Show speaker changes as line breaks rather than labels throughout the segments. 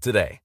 today.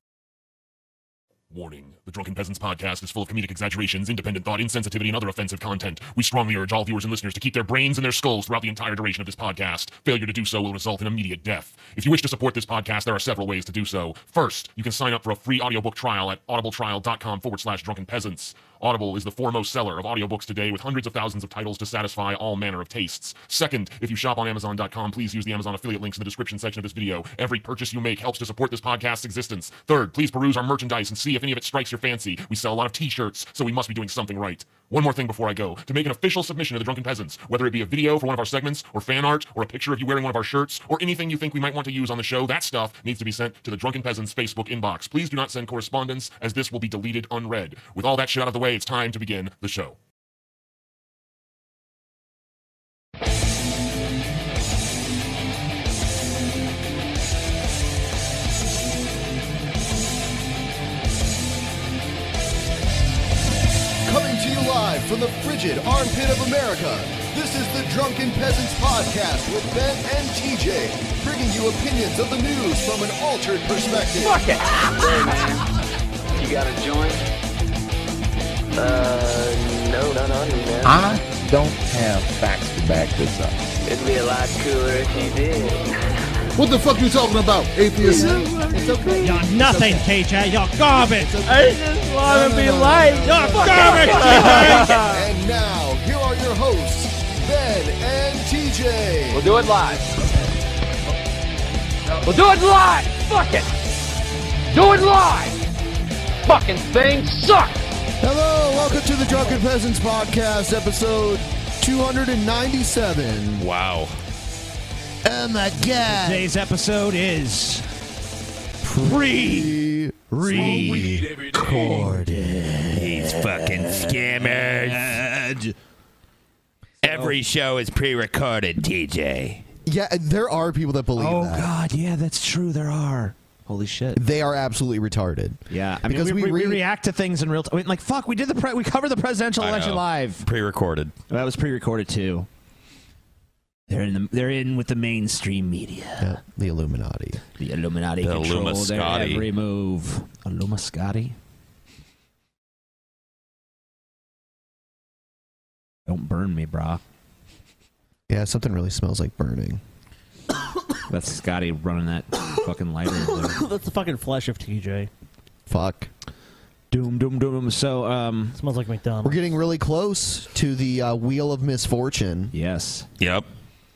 Warning The Drunken Peasants podcast is full of comedic exaggerations, independent thought, insensitivity, and other offensive content. We strongly urge all viewers and listeners to keep their brains and their skulls throughout the entire duration of this podcast. Failure to do so will result in immediate death. If you wish to support this podcast, there are several ways to do so. First, you can sign up for a free audiobook trial at audibletrial.com forward slash drunken peasants. Audible is the foremost seller of audiobooks today with hundreds of thousands of titles to satisfy all manner of tastes. Second, if you shop on Amazon.com, please use the Amazon affiliate links in the description section of this video. Every purchase you make helps to support this podcast's existence. Third, please peruse our merchandise and see if any of it strikes your fancy. We sell a lot of t shirts, so we must be doing something right. One more thing before I go. To make an official submission to the Drunken Peasants, whether it be a video for one of our segments, or fan art, or a picture of you wearing one of our shirts, or anything you think we might want to use on the show, that stuff needs to be sent to the Drunken Peasants Facebook inbox. Please do not send correspondence, as this will be deleted unread. With all that shit out of the way, it's time to begin the show.
Coming to you live from the frigid armpit of America, this is the Drunken Peasants Podcast with Ben and TJ, bringing you opinions of the news from an altered perspective.
You got a joint? Uh, no, not on me, man.
I don't have facts to back this up.
It'd be a lot cooler if you did.
What the fuck you talking about, atheist? It's okay.
You're nothing, TJ. You're garbage.
I just want to be light.
You're garbage, TJ.
And now, here are your hosts, Ben and TJ.
We'll do it live.
We'll do it live. Fuck it. Do it live. Fucking thing sucks.
Hello, welcome to the Drunken Peasants Podcast, episode 297.
Wow.
Oh my god.
Today's episode is pre
These fucking scammers. Every show is pre recorded, TJ.
Yeah, there are people that believe
Oh
that.
God, yeah, that's true. There are. Holy shit.
They are absolutely retarded.
Yeah, I mean,
Because we
we, we- we
re-
react to things in real time. like, fuck, we did the pre- we covered the presidential election live.
Pre recorded.
That was pre-recorded too. They're in the, they're in with the mainstream media.
Yeah, the Illuminati.
The Illuminati
The
control their
Illumascotti.
every move. Illumascotti. Don't burn me, brah.
Yeah, something really smells like burning.
That's Scotty running that fucking lighter. there.
That's the fucking flesh of TJ.
Fuck.
doom, doom, doom. So, um,
Smells like
We're
McDonald's.
getting really close to the uh, wheel of misfortune.
yes.
Yep.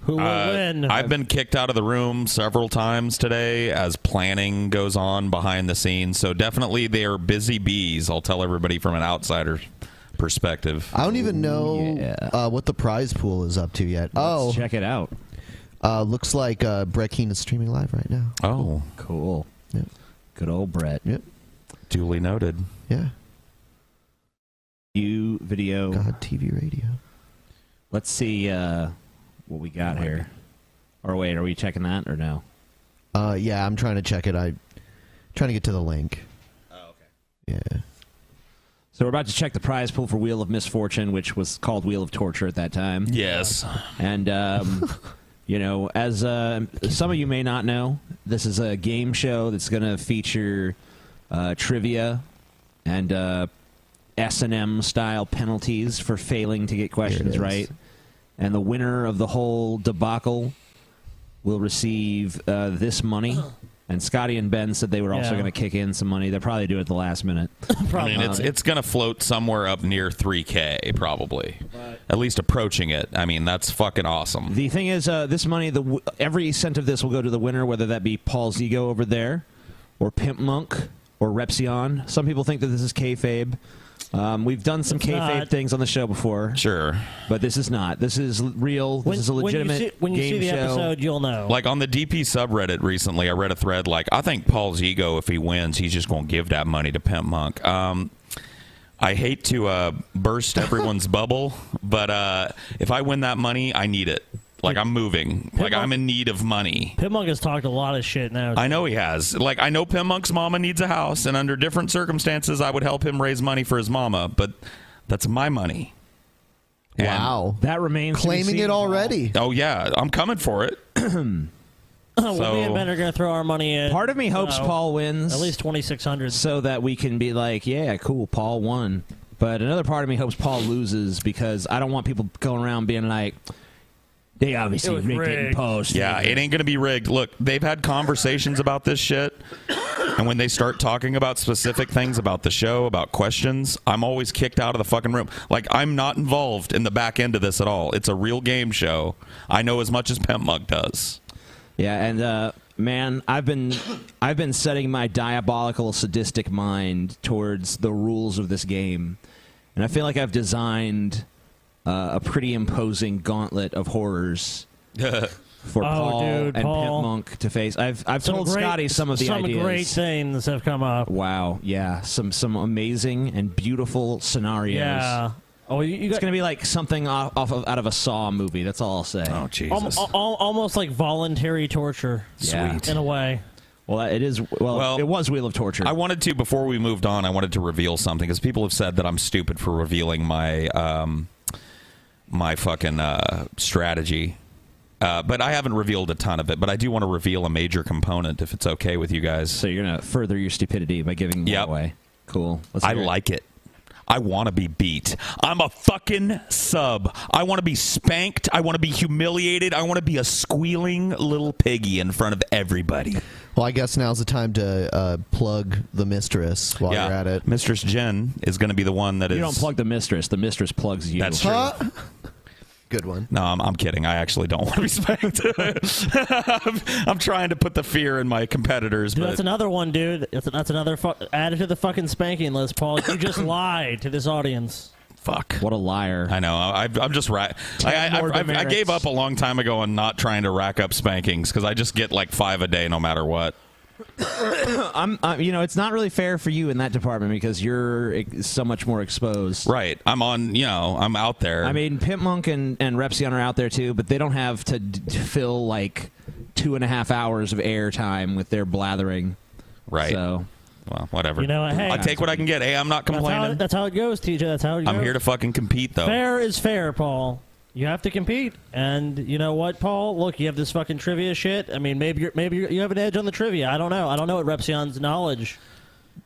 Who will
Uh,
win?
I've been kicked out of the room several times today as planning goes on behind the scenes. So definitely they are busy bees. I'll tell everybody from an outsider perspective.
I don't even know uh, what the prize pool is up to yet. oh,
Oh, Let's check it out.
uh, looks like uh, Brett Keane is streaming live right now.
Oh,
Cool.
Yep.
Good old Brett.
Yep.
duly noted.
Yeah.
You video.
God, TV radio.
Let's see uh, what we got here. Or wait, are we checking that or no?
Uh, yeah, I'm trying to check it. I trying to get to the link. Oh, okay. Yeah.
So we're about to check the prize pool for Wheel of Misfortune, which was called Wheel of Torture at that time.
Yes.
And, um, you know, as uh, some of you may not know, this is a game show that's going to feature uh, trivia and uh, S&M style penalties for failing to get questions
is.
right. And the winner of the whole debacle will receive uh, this money. And Scotty and Ben said they were also
Yeah.
going to kick in some money. They'll probably do it at the last minute.
I mean, it's it's gonna float somewhere up near 3K, probably. At least approaching it. I mean, that's fucking awesome.
The thing is, uh, this money, the w- every cent of this will go to the winner, whether that be Paul Zigo over there, or Pimp Monk, or Repsion. Some people think that this is kayfabe. Um, we've done some
It's
kayfabe
not.
things on the show before,
Sure.
but this is not. This is l- real.
When,
this is a legitimate
when you see, when you
game
see the
show.
episode, you'll know.
Like on the DP subreddit recently, I read a thread like, I think Paul's ego, if he wins, he's just going to give that money to Pimp Monk. Um, I hate to uh, burst everyone's bubble, but uh, if I win that money, I need it. Like I'm moving. Like I'm in need of money.
Pitmonk has talked a lot of shit now.
I know he has. Like I know Pimp Monk's mama needs a house, and under different circumstances, I would help him raise money for his mama. But that's my money. And-
Wow.
that remains to be
Claiming
seen.
it already.
Oh yeah, I'm coming for it.
well,
so-
me and Ben are going to throw our money in.
Part of me hopes
so,
Paul wins,
At least 2600
so that we can be like, yeah, cool, Paul won. But another part of me hopes Paul loses because I don't want people going around being like, they obviously
It was
rigged, it in
rigged.
post.
Yeah, it ain't gonna be rigged. Look, they've had conversations about this shit, and when they start talking about specific things about the show, about questions, I'm always kicked out of the fucking room. Like I'm not involved in the back end of this at all. It's a real game show. I know as much as Pimp Mug does.
Yeah, and uh, man, I've been I've been setting my diabolical, sadistic mind towards the rules of this game, and I feel like I've designed uh, a pretty imposing gauntlet of horrors for
Oh,
Paul
dude,
and
Paul.
Pimp Monk to face. I've I've
Some
told
great-
Scotty some of the
some
ideas.
great things have come up.
Wow, yeah, some some amazing and beautiful scenarios.
Yeah. Oh, you, you
It's
got
gonna be like something off, off of out of a Saw movie. That's all I'll say.
Oh
al-
Jesus.
al- al- almost like voluntary torture.
Yeah.
In a way.
Well, it is. Well,
Well,
it was Wheel of Torture.
I wanted to before we moved on. I wanted to reveal something because people have said that I'm stupid for revealing my um, my fucking uh, strategy. Uh, but I haven't revealed a ton of it. But I do want to reveal a major component if it's okay with you guys.
So you're gonna further your stupidity by giving
Yep.
that away. Cool. Let's
I
hear it.
like it. I want to be beat. I'm a fucking sub. I want to be spanked. I want to be humiliated. I want to be a squealing little piggy in front of everybody.
Well, I guess now's the time to uh, plug the mistress while you're at it.
Mistress Jen is going to be the one that is.
You don't plug the mistress. The mistress plugs you.
That's true.
Huh? Good one.
No, I'm, I'm kidding. I actually don't want to be spanked. I'm, I'm trying to put the fear in my competitors,
Dude,
but
that's another one, dude. That's, that's another. Fu- added to the fucking spanking list, Paul. You just lied to this audience.
fuck.
What a liar.
I know. I, I'm just right. I, I,
more
I, I, I
demerits.
gave up a long time ago on not trying to rack up spankings because I just get like five a day no matter what.
I'm, i You know, it's not really fair for you in that department because you're ex- so much more exposed.
Right. I'm on. You know. I'm out there.
I mean, Pimp Monk and and Repsion are out there too, but they don't have to d- d- fill like two and a half hours of air time with their blathering.
Right.
So
Well, whatever.
You know what? Hey.
I take what I can get. Hey, I'm not
That's how,
complaining.
that's how it goes, TJ. That's how it goes.
I'm here to fucking compete, though.
Fair is fair, Paul. You have to compete, and you know what, Paul? Look, you have this fucking trivia shit. I mean, maybe you're, maybe you're, you have an edge on the trivia. I don't know. I don't know what Repsion's knowledge.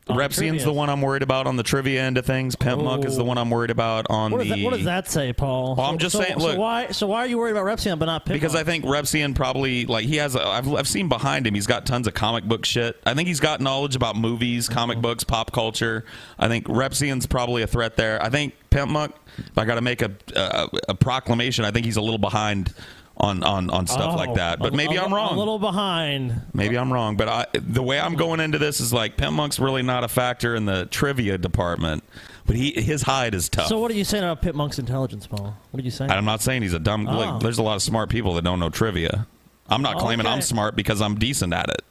on
Repsian's
trivia.
the one I'm worried about on the trivia end of things. Pimp Monk is the
Ooh.
one I'm worried about on
What does
the.
that, what does that say, Paul?
Well, I'm just
so,
saying,
so
look-
why? So why are you worried about Repsion but not Pitbull?
because I think Repsian probably like he has. A, I've I've seen behind him. He's got tons of comic book shit. I think he's got knowledge about movies,
Uh-huh.
comic books, pop culture. I think Repsian's probably a threat there. I think Pimp Monk. If I got to make a, a a proclamation, I think he's a little behind on on on stuff
Oh,
like that. But
a-
maybe
a-
i I'm wrong.
A little behind.
Maybe I'm wrong, but I, the way I'm going into this is like Pimp Monk's really not a factor in the trivia department, but he his hide is tough.
So what are you saying about Pit Monk's intelligence, Paul? What are you saying?
I'm not saying he's a dumb.
Oh.
Look, there's a lot of smart people that don't know trivia. I'm not claiming
Okay.
I'm smart because I'm decent at it.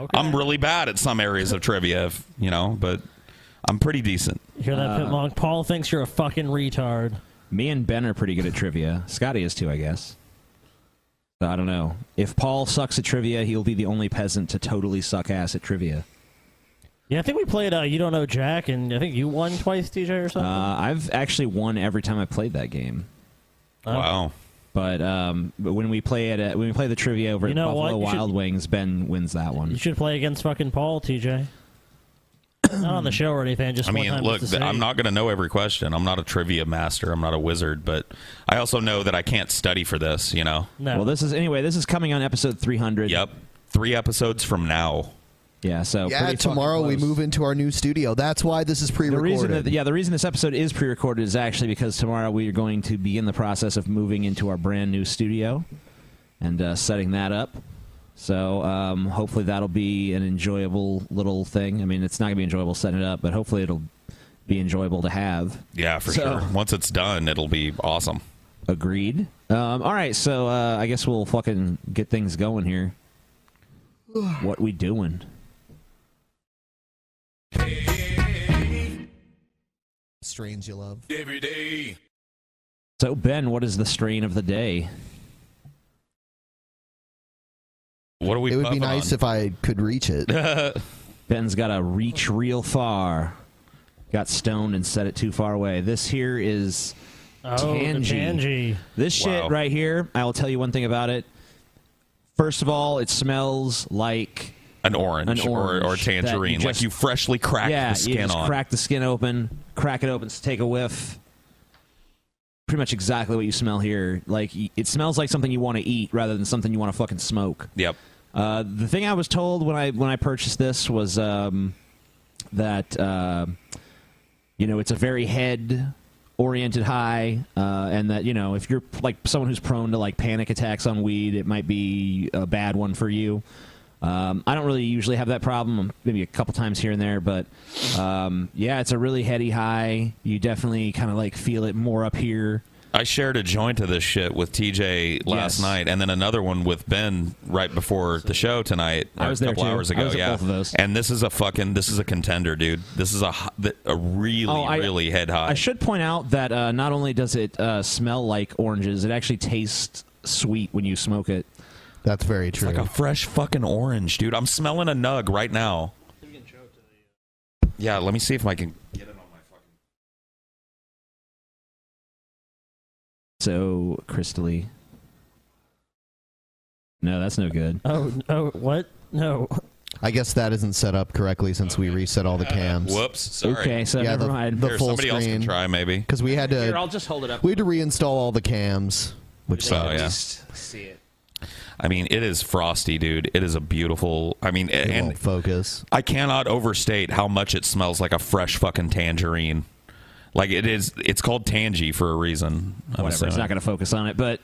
Okay.
I'm really bad at some areas of trivia, if, you know, but I'm pretty decent.
You hear that, Pit Monk? Paul thinks you're a fucking retard.
Uh, me and Ben are pretty good at trivia. Scotty is too, I guess. So I don't know. If Paul sucks at trivia, he'll be the only peasant to totally suck ass at trivia.
Yeah, I think we played. Uh, you don't know Jack, and I think you won twice, TJ, or something.
Uh, I've actually won every time I played that game.
Wow.
But um, but when we play it, at, when we play the trivia over
You
at
know
Buffalo
what? You should-
Wild Wings, Ben wins that
You
one.
should play against fucking Paul, TJ. not on the show or anything. Just
I
one
mean,
time
look,
just to
th-
say-
I'm not going to know every question. I'm not a trivia master. I'm not a wizard, but I also know that I can't study for this, you know?
No.
Well, this is anyway. This is coming on episode 300.
Yep. Three episodes from now.
Yeah. So
Yeah,
pretty fucking
tomorrow we
close.
move into our new studio. That's why this is
The
pre-recorded.
reason that yeah, the reason this episode is pre-recorded is actually because tomorrow we are going to begin the process of moving into our brand new studio and uh, setting that up. So um, hopefully that'll be an enjoyable little thing. I mean, it's not gonna be enjoyable setting it up, but hopefully it'll be enjoyable to have.
Yeah, for
So-
sure. Once it's done, it'll be awesome.
Agreed. Um, all right, so uh, I guess we'll fucking get things going here. what we doing?
Strains you love.
Every day.
So Ben, what is the strain of the day?
What are we?
It would be nice if I could reach it.
Ben's got to reach real far. Got stoned and set it too far away. This here is
Oh, the
Tangy.
Tangy.
This
Wow.
shit right here, I will tell you one thing about it. First of all, it smells like
An orange,
An
or, or
orange that you
tangerine,
just-
like you freshly cracked
yeah,
the skin
you just
on.
crack the skin open, crack it open, take a whiff. Pretty much exactly what you smell here. Like y- it smells like something you want to eat rather than something you want to fucking smoke.
Yep.
Uh, the thing I was told when I when I purchased this was um, that uh, you know it's a very head oriented high, uh, and that you know if you're like someone who's prone to like panic attacks on weed, it might be a bad one for you. Um, I don't really usually have that problem, maybe a couple times here and there, but um, yeah, it's a really heady high. You definitely kind of like feel it more up here.
I shared a joint of this shit with TJ last
Yes.
night, and then another one with Ben right before the show tonight.
I
or
was
a
there,
couple
too.
hours
I
ago.
was at
yeah,
both of those.
and this is a fucking this is a contender, dude. This is a h- th- a really
Oh, I-
really head high.
I should point out that uh, not only does it uh, smell like oranges, it actually tastes sweet when you smoke it.
That's very true.
like a fresh fucking orange, dude. I'm smelling a nug right now. Yeah, let me see if I can.
so crystally. No, that's no good.
Oh, oh, what? No.
I guess that isn't set up correctly since we reset all the cams.
Whoops, sorry.
yeah, the, The
Here,
full
somebody
screen.
else can try, maybe.
Because we had to.
Here, I'll just hold it up.
We had to reinstall all the cams, which
So, Oh, yeah.
See it.
I mean, it is frosty, dude. It is a beautiful. I mean,
It
and
won't focus.
I cannot overstate how much it smells like a fresh fucking tangerine. Like it is. It's called tangy for a reason. I'm
Whatever. It's
assuming.
not going to focus on it, but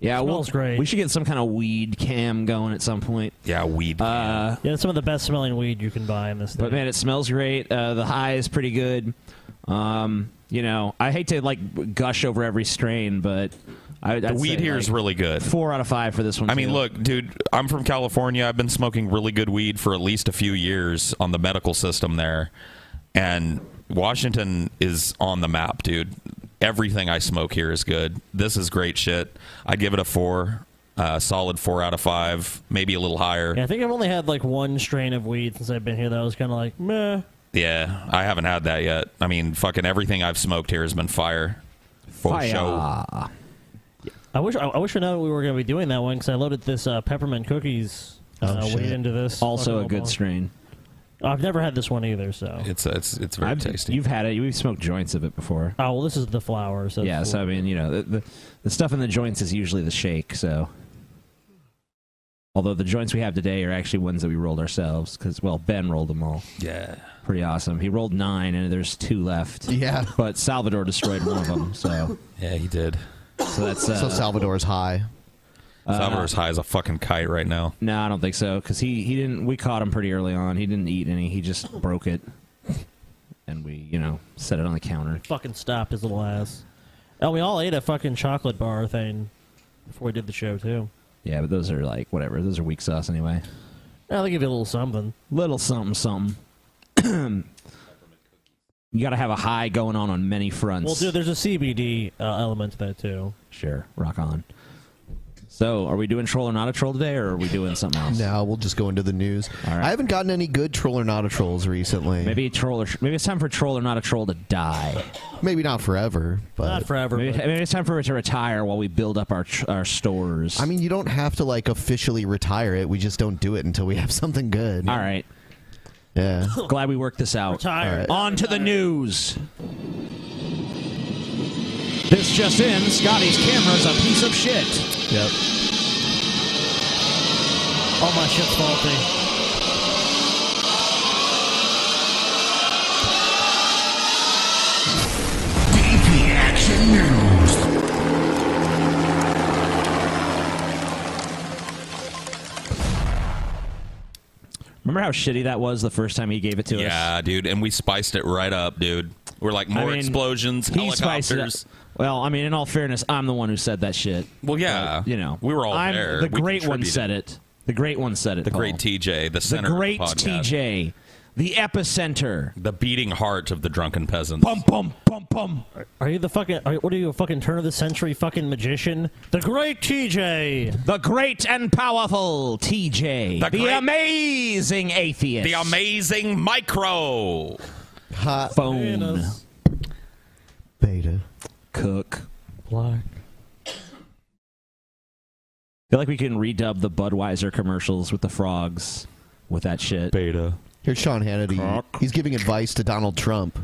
yeah, well, we should get some kind of weed cam going at some point.
Yeah, weed.
Uh,
yeah, it's some of the best smelling weed you can buy in this.
But man, it smells great. Uh, the high is pretty good. Um, you know, I hate to like gush over every strain, but I,
The
I'd
weed
say,
here is
like,
really good.
Four out of five for this one.
I mean,
too.
look, dude, I'm from California. I've been smoking really good weed for at least a few years on the medical system there. And Washington is on the map, dude. Everything I smoke here is good. This is great shit. I'd give it a four, uh, solid four out of five, maybe a little higher.
Yeah, I
Yeah.
think I've only had like one strain of weed since I've been here that I was kind of like, meh.
I haven't had that yet. I mean, fucking everything I've smoked here has been fire. For
Fire. Uh,
sure.
I wish I, I wish I know we were going to be doing that one because I loaded this uh, peppermint cookies uh,
Oh, shit.
weed into this.
Also
fucking
a good
bong.
strain.
I've never had this one either, so.
It's it's it's very
I've-
tasty.
You've had it. We've smoked joints of it before.
Oh well, this is the flower. So
yeah,
it's
so I
cool.
mean, you know, the, the the stuff in the joints is usually the shake. So, although the joints we have today are actually ones that we rolled ourselves, because well, Ben rolled them all.
Yeah,
pretty awesome. He rolled nine, and there's two left.
Yeah,
but Salvador destroyed one of them. So
yeah, he did.
So that's uh,
so Salvador's high.
Uh,
Salvador's high as a fucking kite right now.
No, I don't think so. Because he, he didn't. We caught him pretty early on. He didn't eat any. He just broke it, and we you know set it on the counter.
fucking stopped his little ass. And we all ate a fucking chocolate bar thing before we did the show too.
Yeah, but those are like whatever. Those are weak sauce anyway.
Yeah, they give you a little something.
Little something, something. you got to have a high going on on many fronts.
Well, dude, there's a CBD uh, element to that too.
Sure, rock on. So, are we doing troll or not a troll today, or are we doing something else?
Now we'll just go into the news. I haven't gotten any good troll or not a trolls recently.
Maybe troll or maybe it's time for troll or not a troll to die.
Maybe not forever, but
forever.
Maybe, maybe it's time for it to retire while we build up our tr- our stores.
I mean, you don't have to like officially retire it. We just don't do it until we have something good. All
right.
Yeah.
Glad we worked this out.
All right.
On to the news. This just in: Scotty's camera's a piece of shit.
Yep.
All my shit's faulty.
DP Action News.
Remember how shitty that was the first time he gave it to us?
Yeah, dude, and we spiced it right up, dude. We're like more
I mean,
explosions,
he spiced it up.
helicopters.
Well, I mean, in all fairness, I'm the one who said that shit.
Well, yeah,
you know,
we were all
I'm,
there.
The
We
great one
contributed.
said it. The great one said it.
The
Paul.
great TJ, the
The
center,
great
of the podcast,
TJ, the epicenter.
the beating heart of the drunken peasants. Pump,
pump, pump, pump.
Are you the fucking? Are, what are you, a fucking turn of the century fucking magician? The great TJ,
the great and powerful TJ,
The
the,
great-
amazing atheist,
the amazing micro.
Hot
phone,
beta,
cook.
Black.
feel like we can redub the Budweiser commercials with the frogs with that shit.
Beta.
Here's Sean Hannity. He's giving advice to Donald Trump.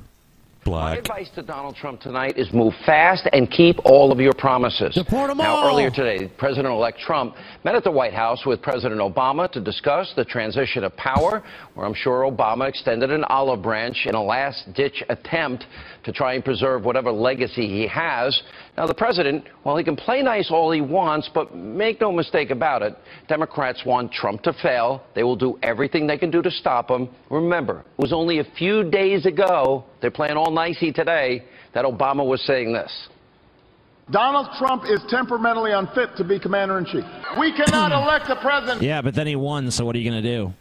My advice to Donald Trump tonight is move fast and keep all of your promises.
Deport 'em
now,
all.
earlier today, President-elect Trump met at the White House with President Obama to discuss the transition of power, where I'm sure Obama extended an olive branch in a last-ditch attempt to try and preserve whatever legacy he has. Now, the president, while he can play nice all he wants, but make no mistake about it, Democrats want Trump to fail. They will do everything they can do to stop him. Remember, it was only a few days ago, they're playing all nicey today, that Obama was saying this.
Donald Trump is temperamentally unfit to be commander in chief. We cannot
Hmm.
elect a president.
Yeah, but then he won, so what are you going to do?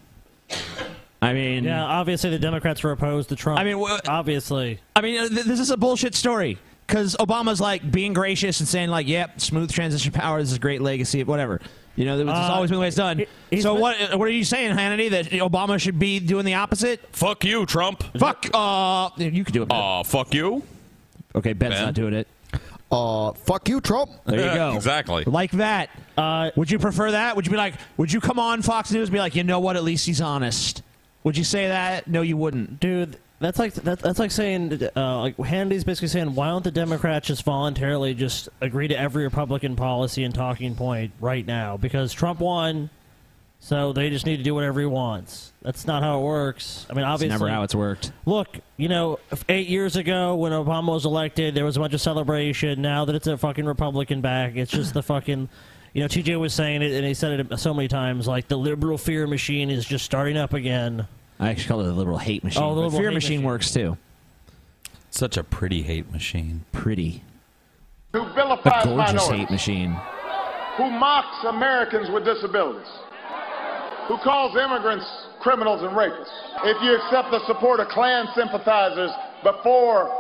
I mean,
Yeah, obviously the Democrats were opposed to Trump. I mean, obviously.
I mean, uh, th- this is a bullshit story because Obama's like being gracious and saying like, "Yep, smooth transition power. This is a great legacy. Whatever." You know, this has
Uh,
always been the way it's done.
he's
so
been-
what? What are you saying, Hannity? That Obama should be doing the opposite?
Fuck you, Trump.
Fuck. Uh, you can do it.
Aw, fuck you.
Okay, Ben's not doing it.
Uh, fuck you, Trump.
There you go.
Exactly.
Like that. would you prefer that? Would you be like, would you come on Fox News and be like, you know what? At least he's honest. Would you say that? No, you wouldn't.
Dude, that's like that, that's like saying uh, like Hannity's basically saying why don't the Democrats just voluntarily just agree to every Republican policy and talking point right now because Trump won, so they just need to do whatever he wants. That's not how it works. I mean, obviously,
never how it's worked.
Look, you know, f- eight years ago when Obama was elected, there was a bunch of celebration. Now that it's a fucking Republican back, it's just the fucking. You know, TJ was saying it, and he said it so many times. Like the liberal fear machine is just starting up again.
I actually call it the liberal hate machine.
Oh, the
but
liberal
fear
hate
machine,
machine.
works too.
Such a pretty hate machine.
Pretty.
Who
A
vilifies
gorgeous
minorities.
hate machine.
Who mocks Americans with disabilities. Who calls immigrants criminals and rapists. If you accept the support of Klan sympathizers before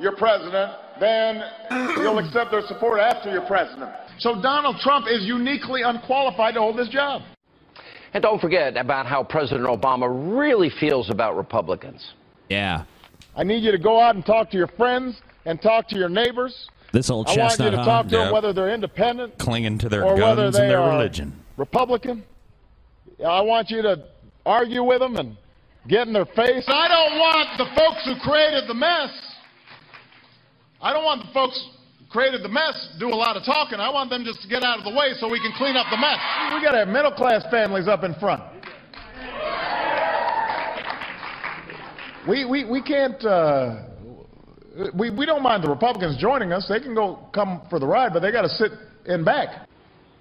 your president, then you'll accept their support after your president. So Donald Trump is uniquely unqualified to hold this job.
And don't forget about how President Obama really feels about Republicans.
Yeah.
I need you to go out and talk to your friends and talk to your neighbors.
This old
I want you
chestnut,
to
huh?
talk to
Yeah.
them whether they're independent,
Clinging to their
Or whether
guns and
they
their
are-
religion.
Republican. I want you to argue with them and get in their face. I don't want the folks who created the mess. I don't want the folks who created the mess to do a lot of talking. I want them just to get out of the way so we can clean up the mess. We got to have middle class families up in front. We, we, we can't, uh, we, we don't mind the Republicans joining us. They can go come for the ride, but they got to sit in back.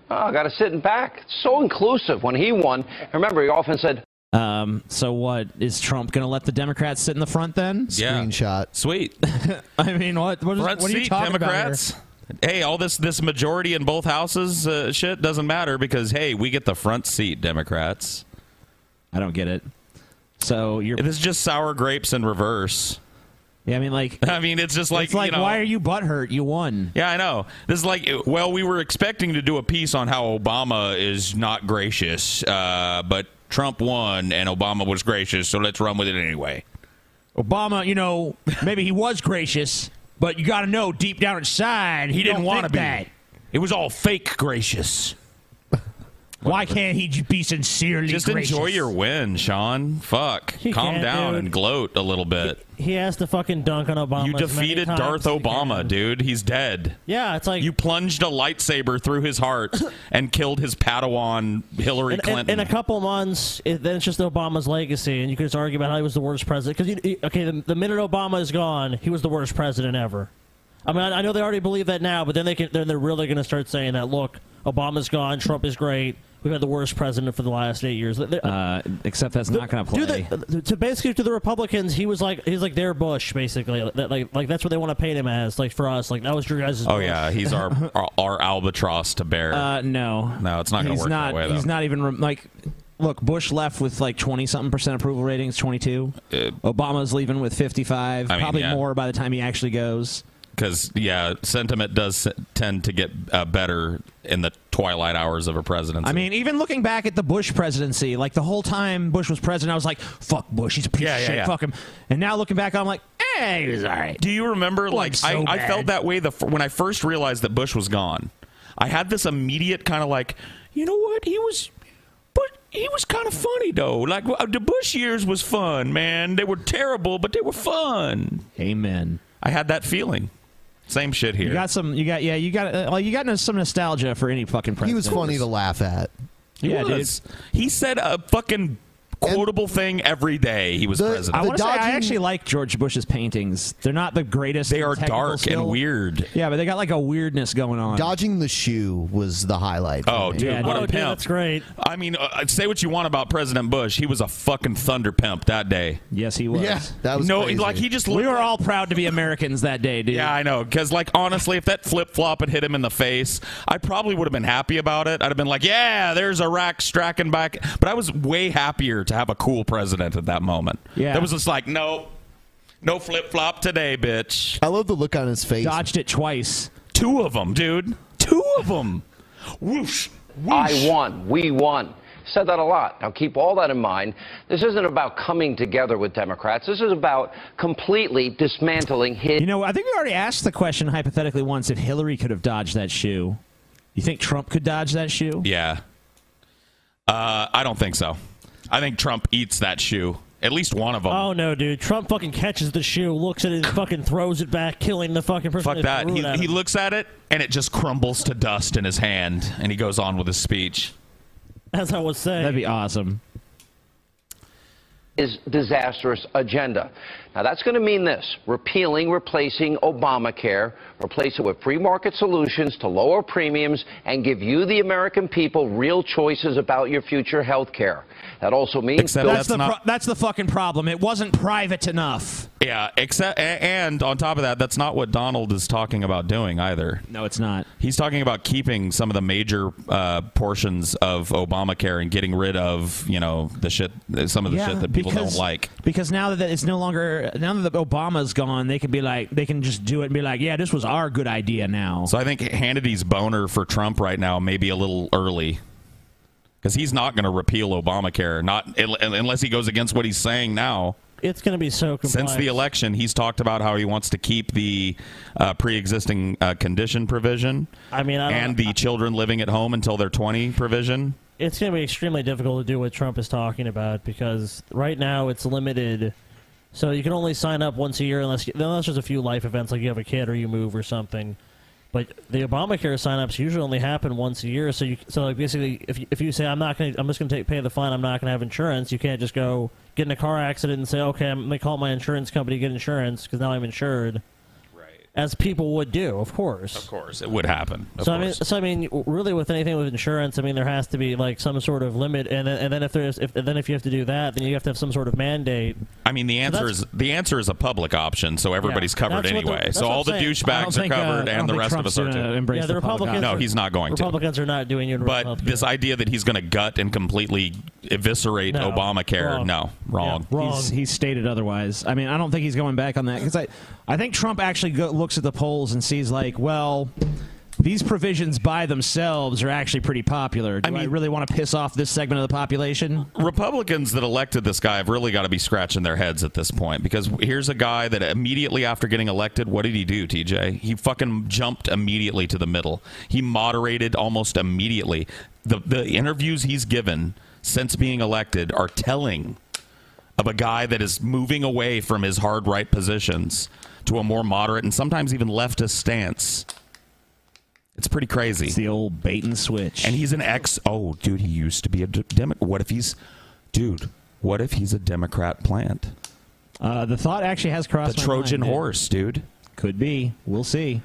Oh, I got to sit in back. So inclusive when he won. Remember, he often said,
Um, so what is Trump going to let the Democrats sit in the front then?
Screenshot.
Sweet.
I mean, what? What, is,
Front
what are
seat,
you talking
Democrats.
about? here?
Hey, all this this majority in both houses uh, shit doesn't matter because hey, we get the front seat, Democrats.
I don't get it. So you're.
It is just sour grapes in reverse.
Yeah, I mean, like.
I mean, it's just like
it's like,
you know,
why are you butthurt? You won.
Yeah, I know. This is like, well, we were expecting to do a piece on how Obama is not gracious, uh, but Trump won and Obama was gracious, so let's run with it anyway.
Obama, you know, maybe he was gracious, but you got to know deep down inside
He didn't
want to
be.
That.
It was all fake gracious.
Why can't he j- be sincerely
Just
gracious?
enjoy your win, Sean. Fuck.
He
Calm
can't,
down
dude.
and gloat a little bit.
He has to fucking dunk on Obama.
You
as many
defeated
times
Darth
as he can.
Obama, dude. He's dead.
Yeah, it's like
You plunged a lightsaber through his heart and killed his Padawan Hillary
in, in- in
Clinton.
a couple months, it, then it's just Obama's legacy, and you could just argue about how he was the worst president. Because okay, the, the minute Obama is gone, he was the worst president ever. I mean, I, I know they already believe that now, but then they can, then they're really going to start saying that. Look, Obama's gone, Trump is great, We've had the worst president for the last eight years.
Uh, except that's not going to play.
Do the, to basically to the Republicans, he was like he's like their Bush basically. Like, that- like like that's what they want to paint him as. Like for us, like that was your guys'
Oh yeah, he's our our, our albatross to bear.
Uh, no.
no, it's not going to
he's
work
not.
that way though.
he's not even rem- like. Look, Bush left with like twenty something percent approval ratings, twenty two. Obama's leaving with fifty five,
Uh, I mean,
probably
yeah.
more by the time he actually goes.
because yeah, sentiment does s- tend to get uh, better in the twilight hours of a presidency.
I mean, even looking back at the Bush presidency, like the whole time Bush was president, I was like, "Fuck Bush, he's a piece
Yeah,
of
yeah,
shit,
yeah.
fuck him." And now looking back, I'm like, "Hey, he was all right."
Do you remember? like
so
I, I
bad.
felt that way the f- when I first realized that Bush was gone. I had this immediate kind of like, you know what? He was, but he was kind of funny though. Like w- uh, the Bush years was fun, man. They were terrible, but they were fun.
Amen.
I had that feeling. Same shit here.
You got some. You got yeah. You got uh, like you got some nostalgia for any fucking president.
He was funny to
laugh at.
He
Yeah,
was. He said a fucking quotable thing every day. He was
dude.
president.
I want to say I actually like George Bush's paintings. They're not the greatest. They are
dark and weird.
Yeah, but they got like a weirdness going on.
Dodging the shoe was the highlight. for
Oh,
me.
dude, what a pimp!
great.
I mean, uh, say what you want about President Bush, he was a fucking thunder pimp that day.
Yes, he was. Yeah,
that was
no,
crazy.
like he just.
We were all proud to be Americans that day, dude.
Yeah, I know. Because like honestly, if that flip flop had hit him in the face, I probably would have been happy about it. I'd have been like, yeah, there's Iraq stracking back. But I was way happier to have a cool president at that moment.
Yeah.
that was just like, no, no flip flop today, bitch.
I love the look on his face.
Dodged it twice.
Two of them, dude. Two of them. Whoosh.
I won. We won. Said that a lot. Now keep all that in mind. This isn't about coming together with Democrats. This is about completely dismantling his.
You know, I think we already asked the question hypothetically once if Hillary could have dodged that shoe. You think Trump could dodge that shoe?
Yeah. Uh, I don't think so. I think Trump eats that shoe. At least one of them.
Oh no, dude! Trump fucking catches the shoe, looks at it, and fucking throws it back, killing the fucking person.
Fuck that.
threw
He,
it at
he
him.
looks at it and it just crumbles to dust in his hand and he goes on with his speech.
As I was saying,
that'd be awesome.
is disastrous agenda. Now that's going to mean this, repealing, replacing Obamacare, replace it with free market solutions to lower premiums and give you the American people real choices about your future health care. That also means
that's, the pro- that's the fucking problem. It wasn't private enough.
Yeah, except a- and on top of that, that's not what Donald is talking about doing either.
No, it's not.
He's talking about keeping some of the major uh, portions of Obamacare and getting rid of you know the shit, some of the shit that people
because-
don't like.
Because now that it's no longer now that Obama's gone, they can be like they can just do it and be like, yeah, this was our good idea. Now,
So I think Hannity's boner for Trump right now may be a little early because he's not going to repeal Obamacare, not un- unless he goes against what he's saying now.
It's going to be so.
Since the election, he's talked about how he wants to keep the uh, pre-existing uh, condition provision.
I mean, I don't-
and the children living at home until they're 20 provision.
it's going to be extremely difficult to do what Trump is talking about because right now it's limited. So you can only sign up once a year unless unless there's a few life events like you have a kid or you move or something. But the Obamacare signups usually only happen once a year. So you so like basically if you, if you say I'm not going to I'm just going to pay the fine I'm not going to have insurance you can't just go get in a car accident and say okay I'm going to call my insurance company to get insurance because now I'm insured. Right. As people would do, of course. Of
course, it would happen.
So I mean, so I mean, really, with anything with insurance, I mean, there has to be like some sort of limit, and then, and then if there's, if and then if you have to do that, then you have to have some sort of mandate.
I mean, the answer
that's-
is the answer is a public option, so everybody's covered
That's what the-
anyway.
that's
so
what
all
I'm
the
saying. I don't
douchebags are
think, uh,
covered,
I don't
and the
think
rest
Trump's
of us are
gonna
too.
embrace Yeah, the the Republicans
No,
are-
he's not going to.
Republicans are not doing universal
But
health
this idea that he's going to gut and completely eviscerate
No,
Obamacare,
wrong.
no, wrong.
He's, he's stated otherwise. I mean, I don't think he's going back on that because I, I think Trump actually go, looks at the polls and sees like, well, these provisions by themselves are actually pretty popular. Do I, really want to piss off this segment of the population?
Republicans that elected this guy have really got to be scratching their heads at this point because here's a guy that immediately after getting elected, what did he do, TJ? He fucking jumped immediately to the middle. He moderated almost immediately. The the interviews he's given since being elected are telling of a guy that is moving away from his hard right positions to a more moderate and sometimes even leftist stance. It's pretty crazy. It's
the old bait and switch.
And he's an ex. Oh, dude, he used to be a d- Democrat. What if he's, dude? What if he's a Democrat plant?
Uh, the thought actually has crossed
The
my
Trojan
mind, dude.
horse, dude.
Could be. We'll see.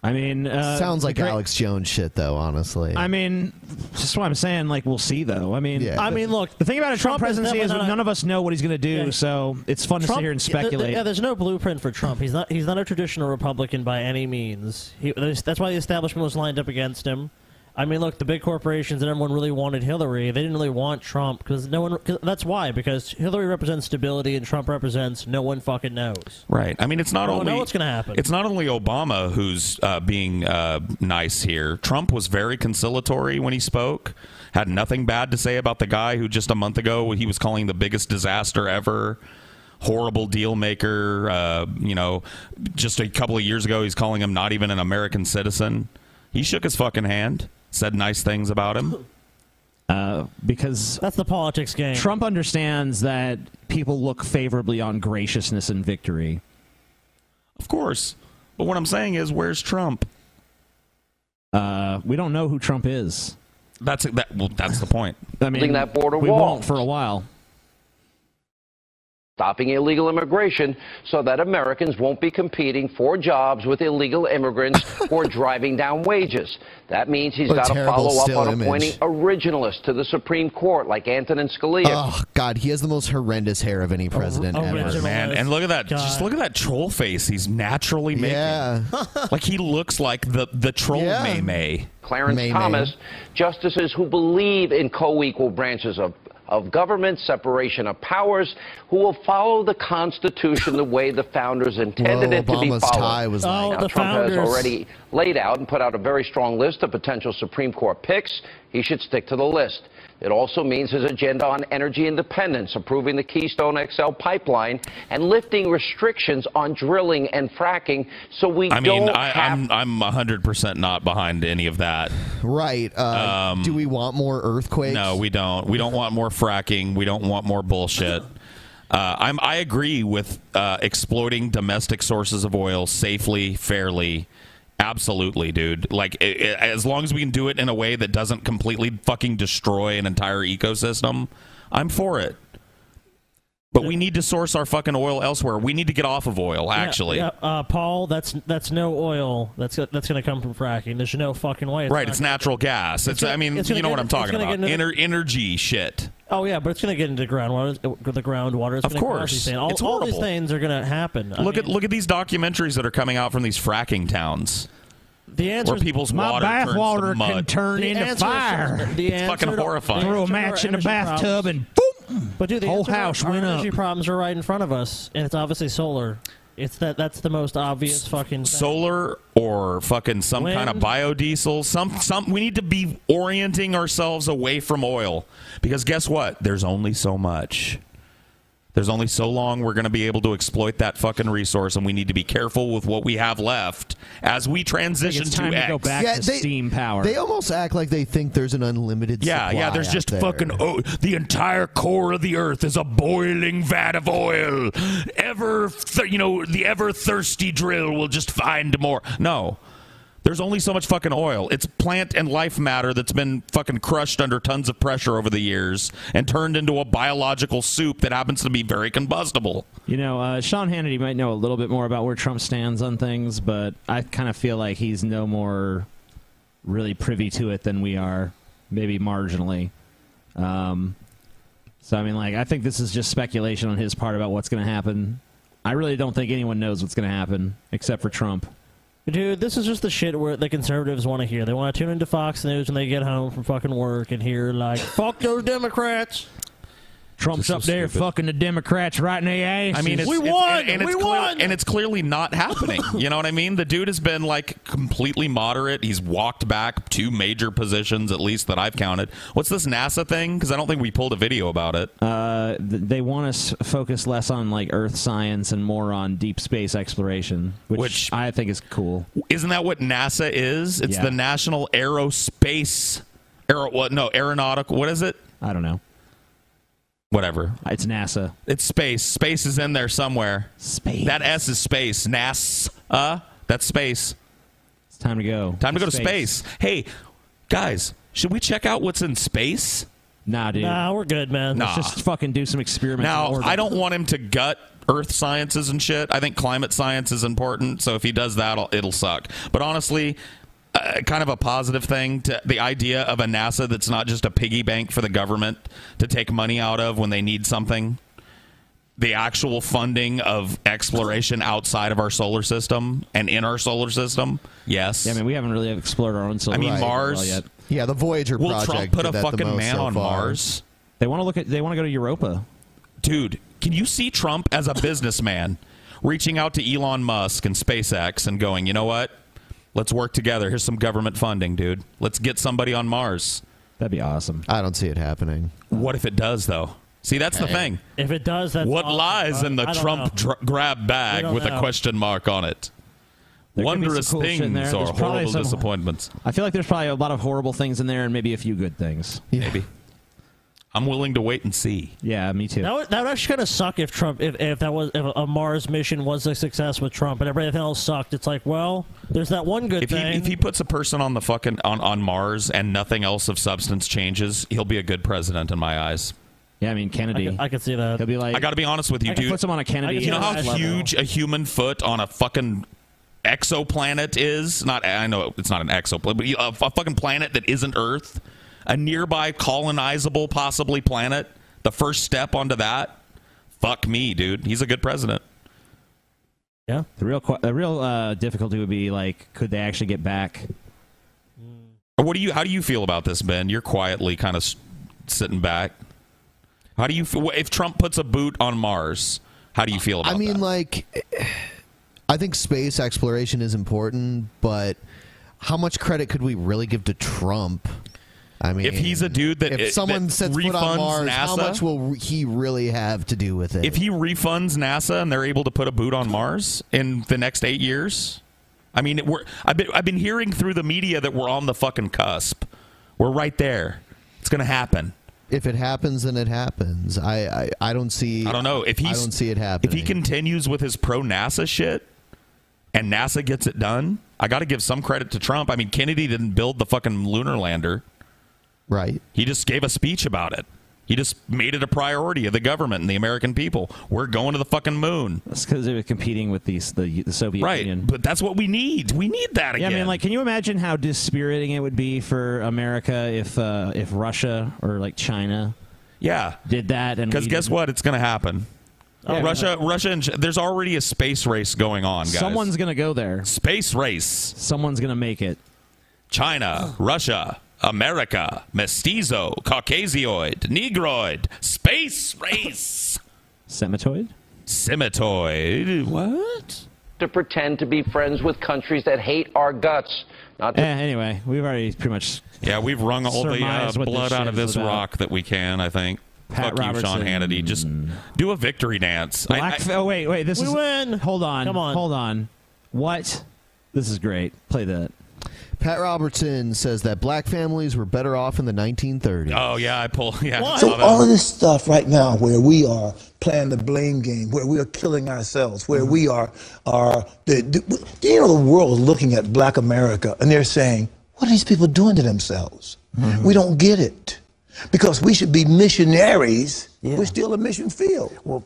I mean, uh,
Sounds like
the Gra-
Alex Jones shit, though. Honestly,
I mean, that's what I'm saying. Like, we'll see, though. I mean,
Yeah. I mean,
look,
the thing about a
Trump
Trump,
is
presidency is,
definitely not a-
none of us know what he's going to do, so it's fun to sit here and
yeah, th- th-
speculate.
Yeah, there's no blueprint for Trump. He's not. He's not a traditional Republican by any means. He, that's that's why the establishment was lined up against him. I mean, look, the big corporations and everyone really wanted Hillary. They didn't really want Trump because no one. Cause that's why because Hillary represents stability and Trump represents no one fucking knows.
Right. I mean, it's not
We don't
only
know what's gonna happen.
It's not only Obama who's uh, being uh, nice here. Trump was very conciliatory when he spoke. Had nothing bad to say about the guy who just a month ago he was calling the biggest disaster ever, horrible deal maker. Uh, you know, just a couple of years ago he's calling him not even an American citizen. He shook his fucking hand, said nice things about him.
Uh, because
that's the politics game.
Trump understands that people look favorably on graciousness and victory.
Of course. But what I'm saying is, where's Trump?
Uh, we don't know who Trump is.
That's that. Well, that's the point.
I mean,
Building that border
we
wall.
won't for a while.
stopping illegal immigration so that Americans won't be competing for jobs with illegal immigrants or driving down wages. That means he's
What a
got to
terrible
follow up
still
on
image.
appointing originalists to the Supreme Court like Antonin Scalia.
oh god, he has the most horrendous hair of any president ever.
Man, and look at that! Just look at that troll face he's naturally making.
Yeah.
like he looks like the the troll May May.
Clarence Thomas, justices who believe in co-equal branches of of government, separation of powers, who will follow the Constitution the way the founders intended
Whoa,
it to be
Obama's
followed.
tie was Oh, nice.
now,
the
Trump
founders.
has already laid out and put out a very strong list of potential Supreme Court picks. He should stick to the list. It also means his agenda on energy independence, approving the Keystone XL pipeline, and lifting restrictions on drilling and fracking so we
I mean,
don't
I, I'm I'm 100 percent not behind any of that.
Right. Uh,
Um,
do we want more earthquakes?
No, we don't. We don't want more fracking. We don't want more bullshit. Uh, I'm I agree with uh, exploiting domestic sources of oil safely, fairly. Absolutely, dude. Like, i i as long as we can do it in a way that doesn't completely fucking destroy an entire ecosystem, I'm for it. But we need to source our fucking oil elsewhere. We need to get off of oil,
Yeah,
actually.
yeah, uh, Paul, that's that's no oil. That's that's going to come from fracking. There's no fucking way.
right, it's natural gas. It's,
gonna-
I mean,
it's
you
gonna
know
get-
what I'm
it's
talking
gonna
about.
get into
Ener- energy shit.
Oh yeah, but it's going to get into groundwater. The groundwater. It's
Of
gonna cause
course.
these things. all,
It's
all these
horrible.
things are going to happen. I
look at look at these documentaries that are coming out from these fracking towns.
The answer
where
is-
people's
My
water
bath
turns to
water can
mud.
turn The into answer is- fire. the
it's fucking
answer to-
horrifying.
the Throw a answer to match our in the energy bathtub problems-
and
boom. But dude, the
Whole
answer to our-
house
our
went up.
energy problems are right in front of us, and it's obviously solar. It's that that's the most obvious fucking. thing.
solar or fucking some kind of biodiesel. Some some we need to be orienting ourselves away from oil because guess what? There's only so much. There's only so long we're going to be able to exploit that fucking resource, and we need to be careful with what we have left as we transition
it's time
to
to
X.
go back
Yeah, to they-
steam power.
They almost act like they think there's an unlimited.
Yeah, yeah.
supply
There's
out
just
there.
fucking oh, the entire core of the earth is a boiling vat of oil. Ever, th- you know, the ever thirsty drill will just find more. No, there's only so much fucking oil. It's plant and life matter that's been fucking crushed under tons of pressure over the years and turned into a biological soup that happens to be very combustible.
You know, uh, Sean Hannity might know a little bit more about where Trump stands on things, but I kind of feel like he's no more really privy to it than we are, maybe marginally. Um, so, I mean, like, I think this is just speculation on his part about what's going to happen. I really don't think anyone knows what's going to happen except for Trump.
Dude, this is just the shit where the conservatives want to hear. They want to tune into Fox News when they get home from fucking work and hear like, "Fuck those Democrats."
Trump's
up there stupid.
fucking the Democrats right in the ass.
I mean, it's,
we
it's-
won,
and, and
we
it's clear-
won.
and it's clearly not happening. you know what I mean? The dude has been like completely moderate. He's walked back two major positions, at least that I've counted. What's this NASA thing? Because I don't think we pulled a video about it.
Uh, th- they want us to focus less on like Earth science and more on deep space exploration, which, I think is cool.
Isn't that what NASA is? It's
Yeah.
the National Aerospace Aero. What? No, aeronautical. What is it?
I don't know.
Whatever.
It's NASA.
It's space. Space is in there somewhere.
Space.
That S is space. NASA. that's space.
It's time to go.
Time to
To
go to space. Hey, guys, should we check out what's in space?
Nah, dude.
Nah, we're good, man.
Let's
Nah.
just fucking do some experiments. in
Now,
orbit.
I don't want him to gut earth sciences and shit. I think climate science is important. So if he does that, it'll, it'll suck. But honestly, uh, kind of a positive thing to the idea of a NASA that's not just a piggy bank for the government to take money out of when they need something. The actual funding of exploration outside of our solar system and in our solar system. Yes. Yeah, I mean,
we haven't really explored our own solar
I mean,
Right.
Mars.
Yeah, the Voyager
Will
project.
Trump put
did
a
that the
fucking
most
man
so
on
far.
Mars?
They want to look at. They want to go to Europa.
Dude, can you see Trump as a businessman reaching out to Elon Musk and SpaceX and going, you know what? Let's work together. Here's some government funding, dude. Let's get somebody on Mars.
That'd be awesome.
I don't see it happening.
What if it does, though? See, that's the
Hey.
thing.
If it does, that's
what
awesome,
lies
but
in the
I don't
Trump
know.
dr- grab bag
don't
with
know.
a question mark on it?
There could be some
Wondrous
cool shit in there.
things or
There's probably
horrible
some-
disappointments.
I feel like there's probably a lot of horrible things in there, and maybe a few good things.
Maybe. I'm willing to wait and see.
Yeah, me too.
That would, that would actually kind of suck if Trump, if, if that was if a Mars mission was a success with Trump and everything else sucked. It's like, well, there's that one good
If he,
thing.
if he puts a person on the fucking on, on Mars and nothing else of substance changes, he'll be a good president in my eyes.
Yeah, I mean Kennedy.
I could see that.
He'll be like,
I got to be honest with you,
I could
dude.
put someone on a Kennedy
You know how
level.
huge a human foot on a fucking exoplanet is? Not, I know it's not an exoplanet, but a, a fucking planet that isn't Earth, a nearby colonizable possibly planet. The first step onto that. Fuck me, dude. He's a good president.
Yeah.
The real que- the real uh, difficulty would be like, could they actually get back?
What do you? How do you feel about this, Ben? You're quietly kind of s- sitting back. How do you? f- If Trump puts a boot on Mars, how do you feel about?
I mean, like, I think space exploration is important, but how much credit could we really give to Trump? I mean,
If he's a dude that-
if someone
that
sets foot
refunds
on Mars, how
NASA?
much will he really have to do with it?
If he refunds NASA and they're able to put a boot on Mars in the next eight years, I mean, we're I've been I've been hearing through the media that we're on the fucking cusp. We're right there. It's gonna happen.
if it happens, then it happens. I, I, I don't see.
I don't know if he's
I don't see it
if
happening.
he continues with his pro NASA shit and NASA gets it done. I got to give some credit to Trump. I mean, Kennedy didn't build the fucking lunar lander.
Right.
He just gave a speech about it. He just made it a priority of the government and the American people. We're going to the fucking moon.
That's because they were competing with these the, the Soviet
right,
Union.
but that's what we need. We need that
Yeah,
again.
I mean, like, can you imagine how dispiriting it would be for America if uh, if Russia or like China,
yeah,
did that? And
because
we
guess
didn't-
what? It's going to happen.
Yeah.
Russia, Russia, and Ch- there's already a space race going on, guys.
Someone's gonna go there.
space race. Someone's
gonna make it.
China, Russia, America, mestizo, Caucasioid, Negroid, space race,
Semitoid.
Semitoid. What?
To pretend to be friends with countries that hate our guts. Not
Eh, anyway, we've already pretty much.
Yeah, we've wrung all the uh,
Surmise what this
blood out of
shit is
this
about.
rock that we can. I think.
Pat
Fuck you, Sean
Robertson.
Hannity. Just do a victory dance. I-
Black.
I-
oh wait, wait. This
We
is.
win.
Hold on.
Come on.
Hold on. What? This is great. Play that.
Pat Robertson says that black families were better off in the 1930s.
oh yeah, I pull. Yeah. I
So
saw that.
Oh,
all of this stuff right now, where we are playing the blame game, where we are killing ourselves, where we are are the, the do you know the world is looking at Black America and they're saying, what are these people doing to themselves? We don't get it because we should be missionaries. We're still a mission field. Well,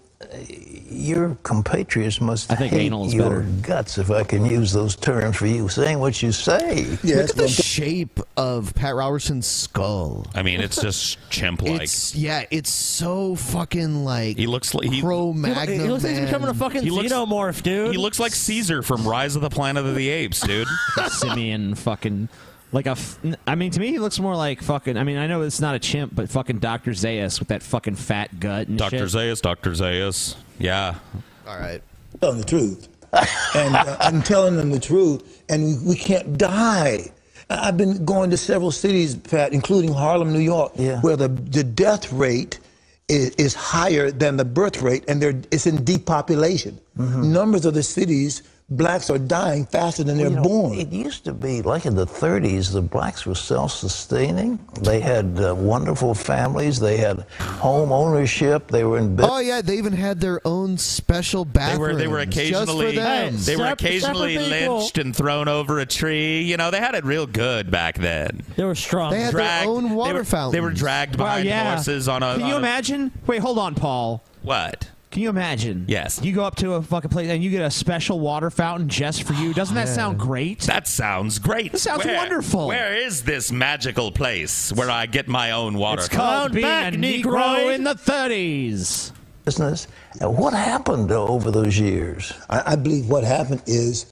Your compatriots must
I think
hate
anal is
your
better.
guts, if I can use those terms for you, saying what you say.
Look at the shape of Pat Robertson's skull.
I mean, it's just chimp-like.
It's yeah, it's so fucking like
he looks like he,
Cro-Magnon He looks like he's man. becoming a fucking
xenomorph, dude.
He looks like Caesar from Rise of the Planet of the Apes, dude.
Simeon fucking like a. F- I mean, to me, he looks more like fucking. I mean, I know it's not a chimp, but fucking Doctor Zayas with that fucking fat gut and
Doctor
shit.
Zayas, Doctor Zayas. Yeah.
All right.
telling the truth. and uh, I'm telling them the truth, and we, we can't die. I- I've been going to several cities, Pat, including Harlem, New York, where the, the death rate is,
Mm-hmm.
is higher than the birth rate, and they're, it's in depopulation. Numbers of the cities blacks are dying faster than they're
you know,
born.
It used to be like in the 30s, the blacks were self-sustaining. They had uh, wonderful families. They had home ownership. They were in business.
Oh yeah, they even had their own special
They
bathroom.
were they were occasionally they were occasionally lynched and thrown over a tree. You know they had it real good back then.
They were strong.
They had
Dragged-
their own water
they were,
fountain.
They were dragged
Wow,
behind
yeah.
horses on a.
Can you
on a-
imagine? Wait, hold on, Paul.
What?
Can you imagine?
Yes.
You go up to a fucking place and you get a special water fountain just for you. Doesn't that
Yeah.
sound great?
That sounds great.
That sounds wonderful.
Where is this magical place where I get my own water?
It's called being a Negro in the 30s.
business. And what happened over those years?
I, I believe what happened is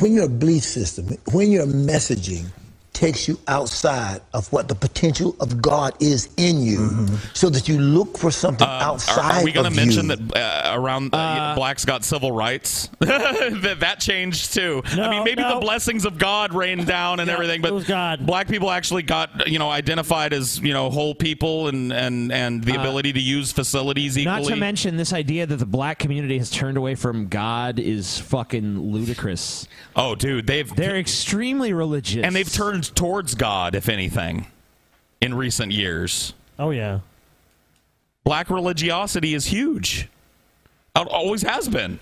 when your belief system, when your messaging takes you outside of what the potential of God is in you, so that you look for something
Uh, Um, Are,
outside
are we going
of
to mention
you.
that uh, around uh, blacks got civil rights? that, that changed too. I mean, maybe the blessings of God rained down and everything, but black people actually got you know identified as you know whole people and and and the
Uh,
ability to use facilities equally.
Not to mention this idea that the black community has turned away from God is fucking ludicrous.
oh, dude, they've
they're extremely religious,
and they've turned towards God, if anything, in recent years.
Oh yeah.
Black religiosity is huge. Al- Always has been.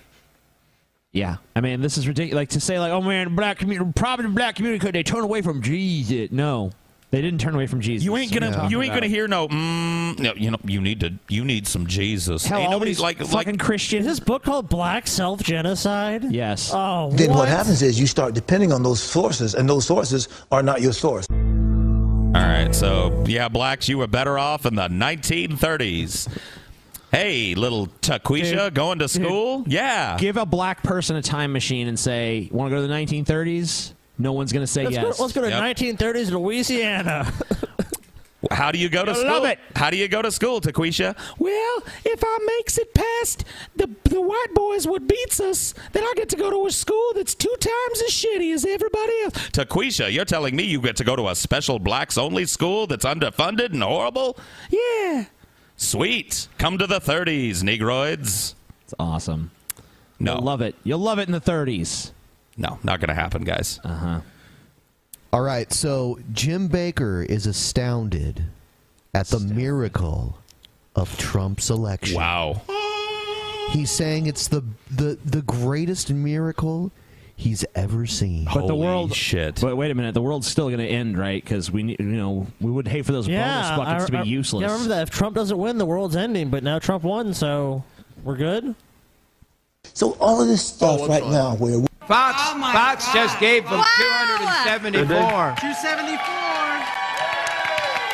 Yeah, I mean, this is ridiculous. Like to say, like, oh man, black community, probably the black community, could they turn away from Jesus? No, they didn't turn away from Jesus.
You ain't
What are
gonna.
talking
You ain't
about?
gonna hear no. Mm, no, you know. You need to. You need some Jesus.
Hell,
Ain't
all
nobody
these
like
fucking
like.
Christians. Is this book called Black Self Genocide?
Yes.
Oh.
Then what?
what
happens is you start depending on those sources, and those sources are not your source.
All right, so yeah, blacks, you were better off in the 1930s. Hey, little Taquisha,
Dude,
going to school? yeah.
Give a black person a time machine and say, "Want to go to the 1930s?" No one's gonna say
Let's,
yes.
go, let's go to 1930s Louisiana.
How do you go to
I
school?
love it.
How do you go to school, Taquisha? Well, if I makes it past the the white boys what beats us, then I get to go to a school that's two times as shitty as everybody else. Taquisha, you're telling me you get to go to a special blacks only school that's underfunded and horrible? Yeah. Sweet. Come to the 30s, Negroids.
It's awesome.
No.
You'll love it. You'll love it in the 30s.
No, not going to happen, guys.
Uh huh.
All right, so Jim Baker is astounded at the miracle of Trump's election.
Wow.
He's saying it's the the the greatest miracle he's ever seen.
But the world, shit. But wait a minute, the world's still going to end, right? Because we, need, you know, we would hate for those
yeah.
bonus buckets
I-
to be
I-
useless.
Yeah, I remember that. If Trump doesn't win, the world's ending. But now Trump won, so we're good.
So all of
Oh,
this stuff right now, where we-
Fox, Fox just gave them 274.
274.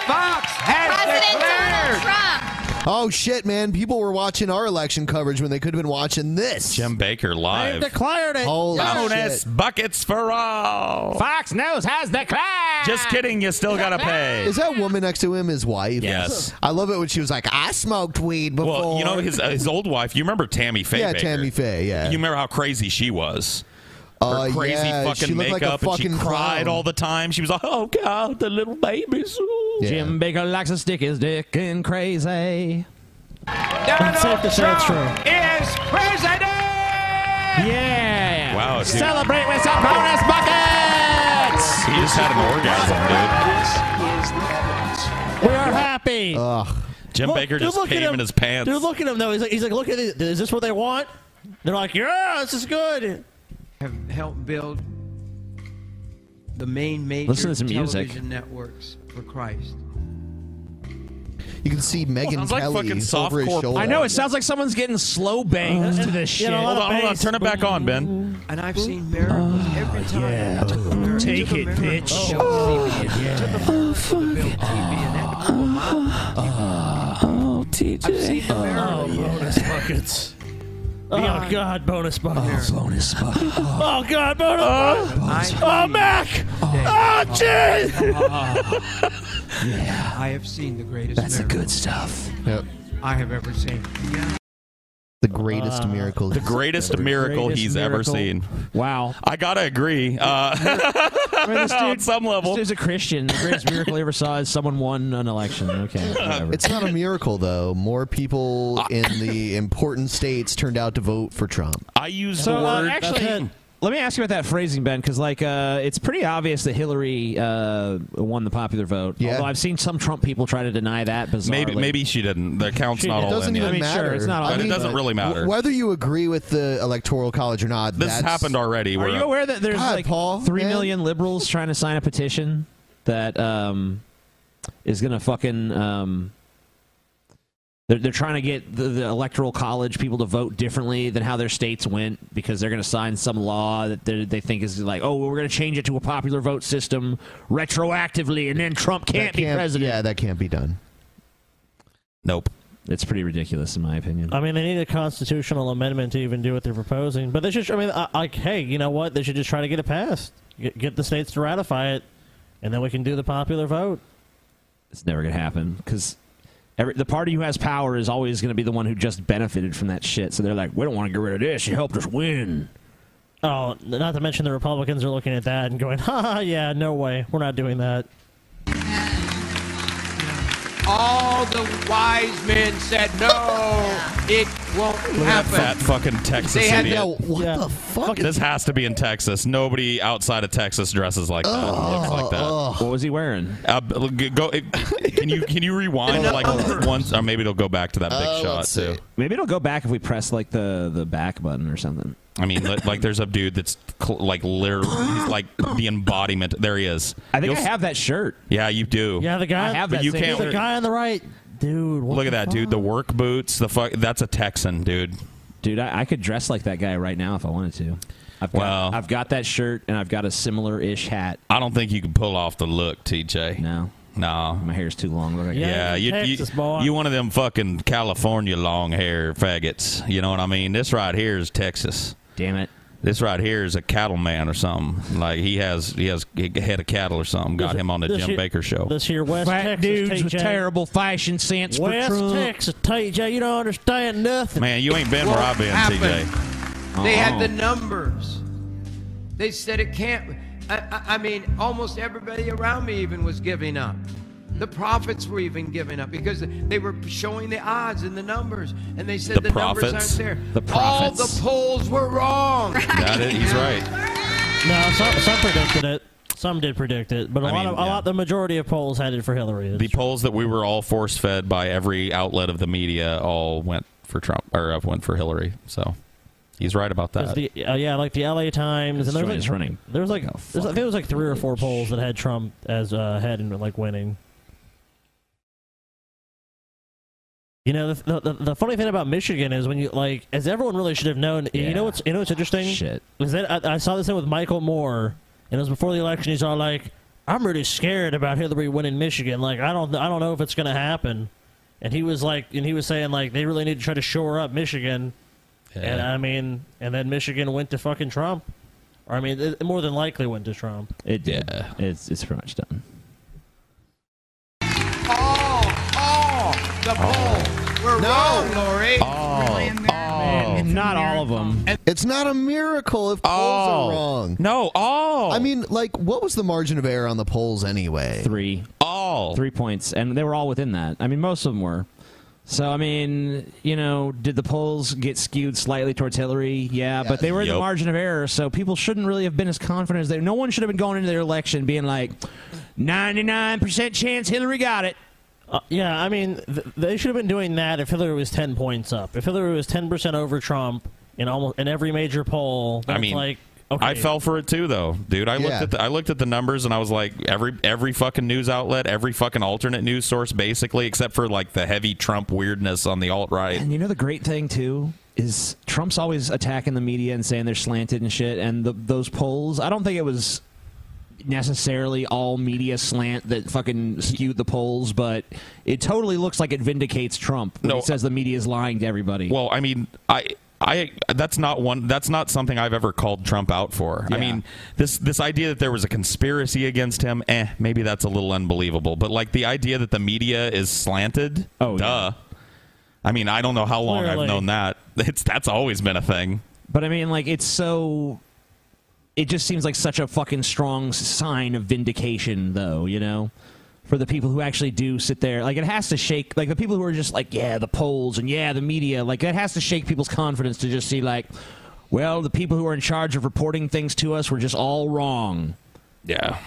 Fox has
President Donald
declared.
Trump.
Oh shit, man! People were watching our election coverage when they could have been watching this.
Jim Baker live.
declared it.
Holy
Bonus
shit.
buckets for all.
Fox News has declared.
Just kidding. You still got to pay.
Is that woman next to him his wife?
Yes.
I love it when she was like, "I smoked weed before."
Well, you know his uh, his old wife. You remember Tammy Faye?
Yeah,
Baker.
Tammy Faye, yeah.
You remember how crazy she was. Her
Uh,
crazy
yeah,
fucking
she looked like a
makeup, and
fucking
she cried
clown.
all the time. She was like, "Oh God, the little babies." Ooh.
Jim Baker likes to stick his dick in crazy.
Donald Trump
to say it's
is president.
Yeah.
Wow, dude.
Celebrate with some bonus buckets.
He just had an orgasm,
We are happy.
Ugh.
dude. Jim
Look-
Baker
dude,
just
look at
came
him.
in his pants.
Dude, look at him though. He's like, he's like, look at this. Is this what they want? They're like, yeah, this is good.
Have helped build the main major
Listen to some music.
television networks for Christ.
you can see Megan
Sounds like
Kelly
fucking
over his
softcore
shoulder.
I know it sounds like someone's getting slow banged to this shit.
You know, Uh, a lot
Hold
of
on, hold on.
bass.
Turn it back on, Ben.
And I've seen miracles every time. Oh, Take it, bitch. Oh,
Oh, TJ.
Oh, bonus buckets. Oh God, bonus buckets.
bonus bucket.
Oh God, bonus. buckets. oh Mac. Oh jeez.
I have seen the greatest
That's the good stuff.
I have ever seen.
The greatest miracle.
The
he's
greatest
ever-
miracle he's ever seen.
Wow.
I gotta agree. Uh, on some level,
this dude's a Christian. The greatest miracle I ever saw is someone won an election. Okay, whatever.
It's not a miracle, though. More people in the important states turned out to vote for Trump.
I use
so uh, actually. Let me ask you about that phrasing, Ben, because like uh, it's pretty obvious that Hillary uh, won the popular vote. Yeah. Although I've seen some Trump people try to deny that. Bizarrely.
maybe maybe she didn't. The count's not all in yet.
even
I mean, sure, it's not all
But
in,
it doesn't
but-
really matter.
Wh- Whether you agree with the electoral college or not,
This
that's-
happened already.
Are
We're-
you aware that there's
God,
like
Paul,
three
man.
million liberals trying to sign a petition that um, is going to fucking um, they're, they're trying to get the, the electoral college people to vote differently than how their states went because they're going to sign some law that they they think is like oh well, we're going to change it to a popular vote system retroactively and then Trump can't,
that
be president.
Yeah, that can't be done.
Nope.
It's pretty ridiculous in my opinion.
I mean, they need a constitutional amendment to even do what they're proposing. But they should, I mean, I- like, hey, you know what? They should just try to get it passed. Get, get the states to ratify it, and then we can do the popular vote.
It's never going to happen because the party who has power is always going to be the one who just benefited from that shit. So they're like, we don't want to get rid of this. You helped us win.
Oh, not to mention the Republicans are looking at that and going, ha ha, yeah, no way. We're not doing that.
All the wise men said, no, it won't
Look at that fat
happen.
fucking Texas
They had
idiot.
no- what
the fuck?
This has to be in Texas. Nobody outside of Texas dresses like that. looks like that.
What was he wearing?
Uh, b- go. it- Can you can you rewind like once, or maybe it'll go back to that big
Oh,
Uh,
shot
let's
too.
Maybe it'll go back if we press like the the back button or something.
I mean, li- like there's a dude that's cl- like literally he's like the embodiment. There he is.
I think
You'll
I
s-
have that shirt.
Yeah, you do.
Yeah, the guy.
I have that
you
you same can't-
The guy on the right, dude. What
Look at
the
that
fuck?
dude. The work boots. The fuck. That's a Texan, dude.
Dude, I, I could dress like that guy right now if I wanted to. I've got,
Well-
I've got that shirt and I've got a similar ish hat.
I don't think you can pull off the look, TJ.
No.
No.
My hair's too long. Look like
yeah, you,
Texas
you, you one of them fucking California long hair faggots. You know what I mean? This right here is Texas.
Damn it.
This right here is a cattleman or something. Like he has he has he head of cattle or something. Got
This-
him on the
this
Jim
here-
Baker show.
This here West
Fat
Texas
dudes
TJ.
with terrible fashion sense for
West
Trump.
Texas TJ, you don't understand nothing.
Man, you ain't been where I've been,
happened.
Oh.
TJ.
They had
Uh-uh.
the numbers. They said it can't. I, I, I mean, almost everybody around me even was giving up. The prophets were even giving up because they were showing the odds and the numbers, and they said
The
the, numbers aren't
prophets?
there.
The
All
prophets.
the polls were wrong.
That is, he's right.
No, some, some predicted it. Some did predict it, but a
I
lot
mean,
of a lot the majority of polls had it for Hillary.
The polls that we were all force fed by every outlet of the media all went for Trump or uh, went for Hillary. So he's right about that.
There's the- uh, yeah, like the LA Times, and
This
there's
joint
like,
is running.
There was like, there's, I think it was like three or four polls that had Trump as uh, head and like winning. You know, the, the, the funny thing about Michigan is when you like, as everyone really should have known. You know what's you know what's interesting? Shit. Is that I, I saw this thing with Michael Moore, and it was before the election. He's all like, "I'm really scared about Hillary winning Michigan. Like, I don't I don't know if it's gonna happen." And he was like, and he was saying like, they really need to try to shore up Michigan. And I mean, and then Michigan went to fucking Trump. Or I mean, it more than likely went to Trump.
It did. It's, it's pretty much done.
All, all the polls were wrong, Oh, Lori.
Oh.
Oh. not all of them. Oh.
It's not a miracle if polls are wrong.
No, all.
I mean, like, what was the margin of error on the polls anyway?
Three.
All.
Three points. And they were all within that. I mean, most of them were. So, I mean, you know, did the polls get skewed slightly towards Hillary? Yeah, but they were in the
Yep.
margin of error, so people shouldn't really have been as confident as they. No one should have been going into their election being like, 99% chance Hillary got it.
Uh, yeah, I mean, th- they should have been doing that if Hillary was ten points up. If Hillary was ten percent over Trump in almost in every major poll,
I
that's
mean,
like okay.
I fell for it too, though, dude. I looked
Yeah.
at the, I looked at the numbers and I was like, every every fucking news outlet, every fucking alternate news source, basically, except for like the heavy Trump weirdness on the alt right.
And you know the great thing too is Trump's always attacking the media and saying they're slanted and shit. And the, those polls, I don't think it was necessarily all media slant that fucking skewed the polls, but it totally looks like it vindicates Trump. When
No.
it says the media is lying to everybody.
Well, I mean, I. I that's not one that's not something I've ever called Trump out for. I mean, this this idea that there was a conspiracy against him, eh, maybe that's a little unbelievable. But like the idea that the media is slanted, oh, duh. I mean, I don't know how long
Clearly.
I've known that. It's that's always been a thing.
But I mean, like, it's so. It just seems like such a fucking strong sign of vindication, though, you know? For the people who actually do sit there. Like, it has to shake. Like, the people who are just like, yeah, the polls and yeah, the media. Like, that has to shake people's confidence to just see, like, well, the people who are in charge of reporting things to us were just all wrong.
Yeah.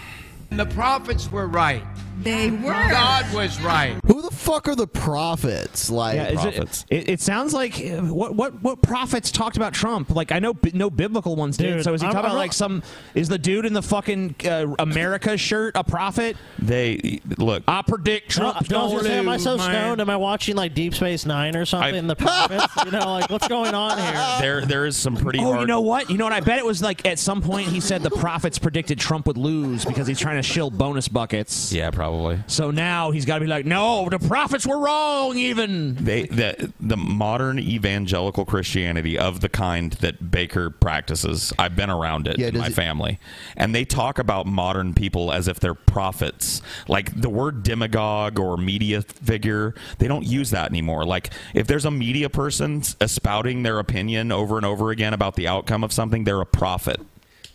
And the prophets were right.
They were.
God was right.
Who the fuck are the prophets? Like
Yeah, is it, it, it sounds like uh, what what what prophets talked about Trump? Like I know b- no biblical ones did.
Dude,
so is he
I'm-
talking
I'm
about like some? Is the dude in the fucking uh, America shirt a prophet?
They look.
I predict Trump's
No, I was
gonna
gonna say, Uh, am I
lose,
so
man.
stoned? Am I watching like Deep Space Nine or something? the prophets, you know, like what's going on here?
There there is some pretty
Oh,
hard.
you know what? You know what? I bet it was like at some point he said the prophets predicted Trump would lose because he's trying to shill bonus buckets.
Yeah, probably.
So now he's got to be like, no, the prophets were wrong. Even
They the the modern evangelical Christianity of the kind that Baker practices. I've been around it
Yeah,
in
does
my
it-
family, and they talk about modern people as if they're prophets. Like the word demagogue or media figure, they don't use that anymore. Like if there's a media person s- espouting their opinion over and over again about the outcome of something, they're a prophet.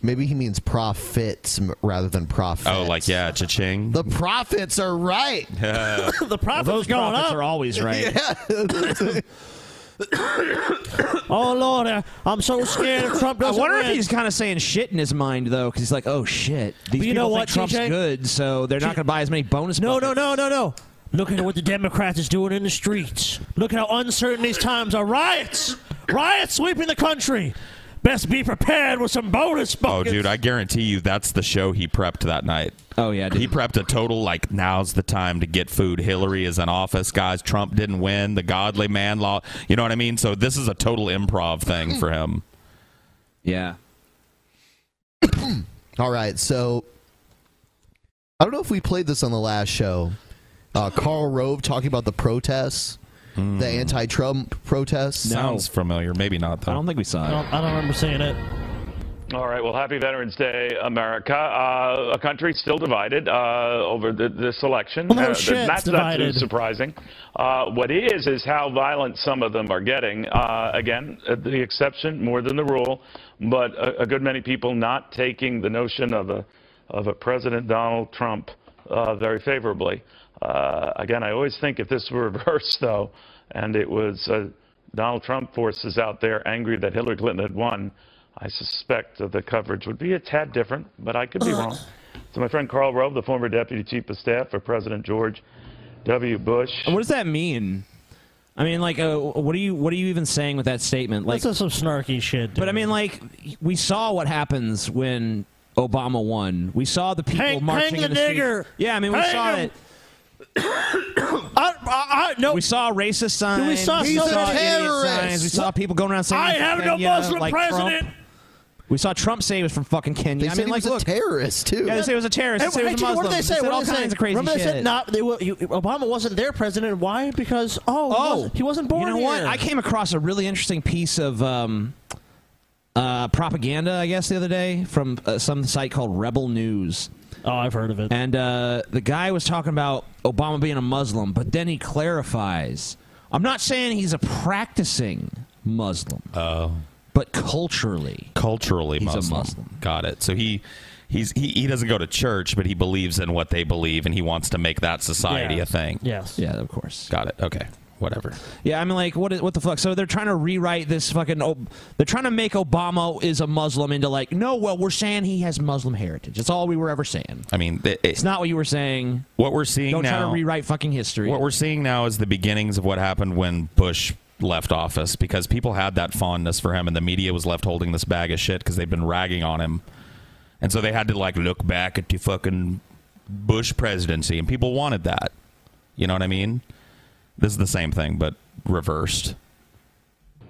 Maybe he means profits m- rather than profit.
Oh, like yeah, cha-ching.
The profits are right.
Yeah.
the prophets
those
going
prophets
up.
are always right.
Yeah.
oh Lord, I- I'm so scared if Trump doesn't
I wonder
win.
if he's kind of saying shit in his mind though, because he's like, "Oh shit, these
But you
people
know
think
what,
Trump's
TJ?
good, so they're not going to buy as many bonus."
No, no, no, no, no. Look at what the Democrats is doing in the streets. Look at how uncertain these times are. Riots, riots sweeping the country. Best be prepared with some bonus
Oh,
buckets.
dude, I guarantee you that's the show he prepped that night.
Oh, yeah.
He prepped a total, like, now's the time to get food. Hillary is in office, guys. Trump didn't win. The godly man law. You know what I mean? So this is a total improv thing for him.
Yeah.
All right, so I don't know if we played this on the last show. Uh, Carl Rove talking about the protests,
Hmm.
the anti-Trump protests.
Sounds familiar. Maybe not, though. I don't
think we saw
I don't remember seeing it.
All right. Well, happy Veterans Day, America. Uh, a country still divided uh, over the, this election.
Well, no
Uh, th-
Oh, shit,
that's
it's
not too
divided.
surprising. Uh, what is is how violent some of them are getting. Uh, again, uh, the exception more than the rule, but a, a good many people not taking the notion of a of a President Donald Trump uh, very favorably. Uh, again, I always think if this were reversed, though, and it was uh, Donald Trump forces out there angry that Hillary Clinton had won, I suspect that the coverage would be a tad different, but I could be wrong. To my friend Carl Rove, the former deputy chief of staff for President George W. Bush.
What does that mean? I mean, like, uh, what are you what are you even saying with that statement? Like,
That's some snarky shit.
But I mean, like, we saw what happens when Obama won. We saw the people
Hang-
marching
hang
in
the
the streets.
nigger.
Yeah, I mean, we
Hang
saw
him.
it. We saw racist signs.
Dude, we saw
we
so
saw
many-
idiot
terrorist.
signs. We saw people going around saying,
I have no
Kenya,
Muslim
like
president.
Trump. We saw Trump say he was from fucking Kenya.
They
I
said
mean,
he
like,
was a
look,
terrorist too.
Yeah, they say he was a terrorist. They say he was a
Hey,
Muslim.
What did they say?
said
what
all
did they
kinds
say?
of crazy
Remember they
shit.
said not, they, were- you- Obama wasn't their president. Why? Because oh, he wasn't, he wasn't born
You know
here.
what? I came across a really interesting piece of um, uh, propaganda, I guess, the other day from uh, some site called Rebel News.
Oh, I've heard of it.
And uh, the guy was talking about Obama being a Muslim, but then he clarifies I'm not saying he's a practicing Muslim.
Oh.
But culturally.
Culturally
He's a
Muslim.
Muslim.
Got it. So he. He's, he, he doesn't go to church, but he believes in what they believe, and he wants to make that society
Yeah.
a thing.
Yes.
Yeah, of course.
Got it. Okay. Whatever.
Yeah, I mean, like, what? is- What the fuck? So they're trying to rewrite this fucking. Ob- they're trying to make Obama is a Muslim into like, no, well, we're saying he has Muslim heritage. That's all we were ever saying.
I mean, th-
It's not what you were saying.
What we're seeing
Don't
now.
try to rewrite fucking history.
What we're seeing now is the beginnings of what happened when Bush left office because people had that fondness for him and the media was left holding this bag of shit because they'd been ragging on him. And so they had to like look back at the fucking Bush presidency and people wanted that. You know what I mean? This is the same thing but reversed.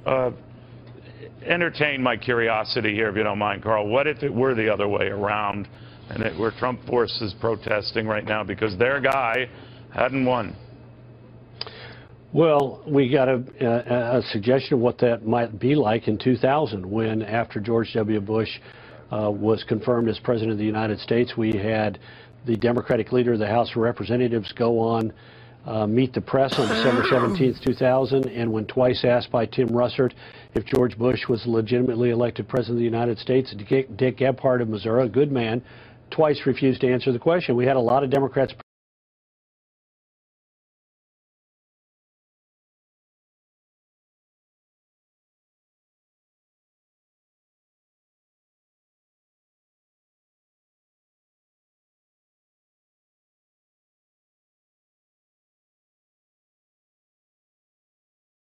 Uh, entertain my curiosity here, if you don't mind, Carl. What if it were the other way around and it were Trump forces protesting right now because their guy hadn't won?
Well, we got a, a, a suggestion of what that might be like in 2000 when, after George W. Bush uh, was confirmed as President of the United States, we had the Democratic leader of the House of Representatives go on uh, Meet the Press on December 17, 2000, and when twice asked by Tim Russert if George Bush was legitimately elected President of the United States, Dick Dick Gebhardt of Missouri, a good man, twice refused to answer the question. We had a lot of Democrats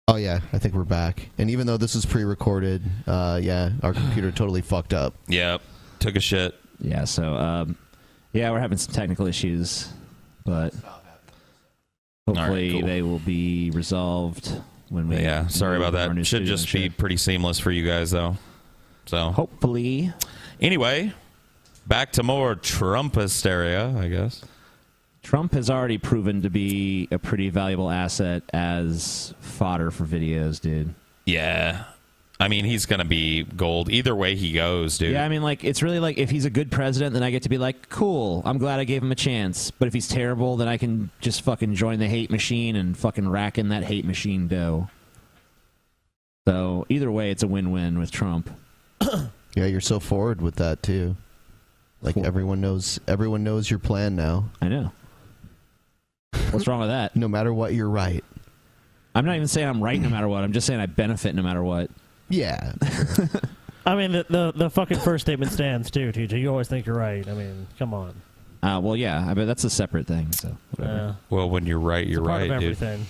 Oh yeah, I think we're back. And even though this is pre-recorded, uh, yeah, our computer totally fucked up.
Yep. Took a shit.
Yeah, so um, yeah, we're having some technical issues, but hopefully they will be resolved when we.
Yeah, sorry about
our new
that. Should
studio
just
and
be pretty seamless for you guys, though. So
hopefully.
Anyway, back to more Trump hysteria, I guess.
Trump has already proven to be a pretty valuable asset as fodder for videos, dude.
Yeah, I mean he's gonna be gold either way he goes, dude.
Yeah, I mean, like it's really like if he's a good president, then I get to be like, cool, I'm glad I gave him a chance. But if he's terrible, then I can just fucking join the hate machine and fucking rack in that hate machine dough. So either way, it's a win-win with Trump.
Yeah, you're so forward with that too. Like everyone knows, everyone knows your plan now.
I know. What's wrong with that?
no matter what, you're right.
I'm not even saying I'm right no matter what. I'm just saying I benefit no matter what.
Yeah.
I mean, the, the the fucking first statement stands too, TJ. You always think you're right. I mean, come on.
Uh, well, yeah, I mean that's a separate thing. So whatever.
Yeah.
Well, when you're right, you're
part
right,
of
dude.
everything.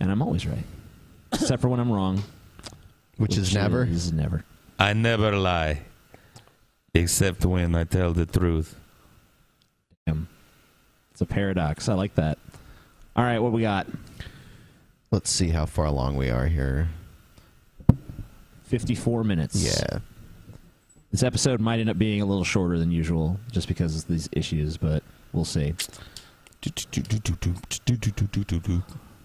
And I'm always right, except for when I'm wrong,
which,
is never?
Is never.
I never lie, except when I tell the truth.
It's a paradox. I like that. All right, what we got?
Let's see how far along we are here.
Fifty-four minutes.
Yeah.
This episode might end up being a little shorter than usual, just because of these issues, but we'll see.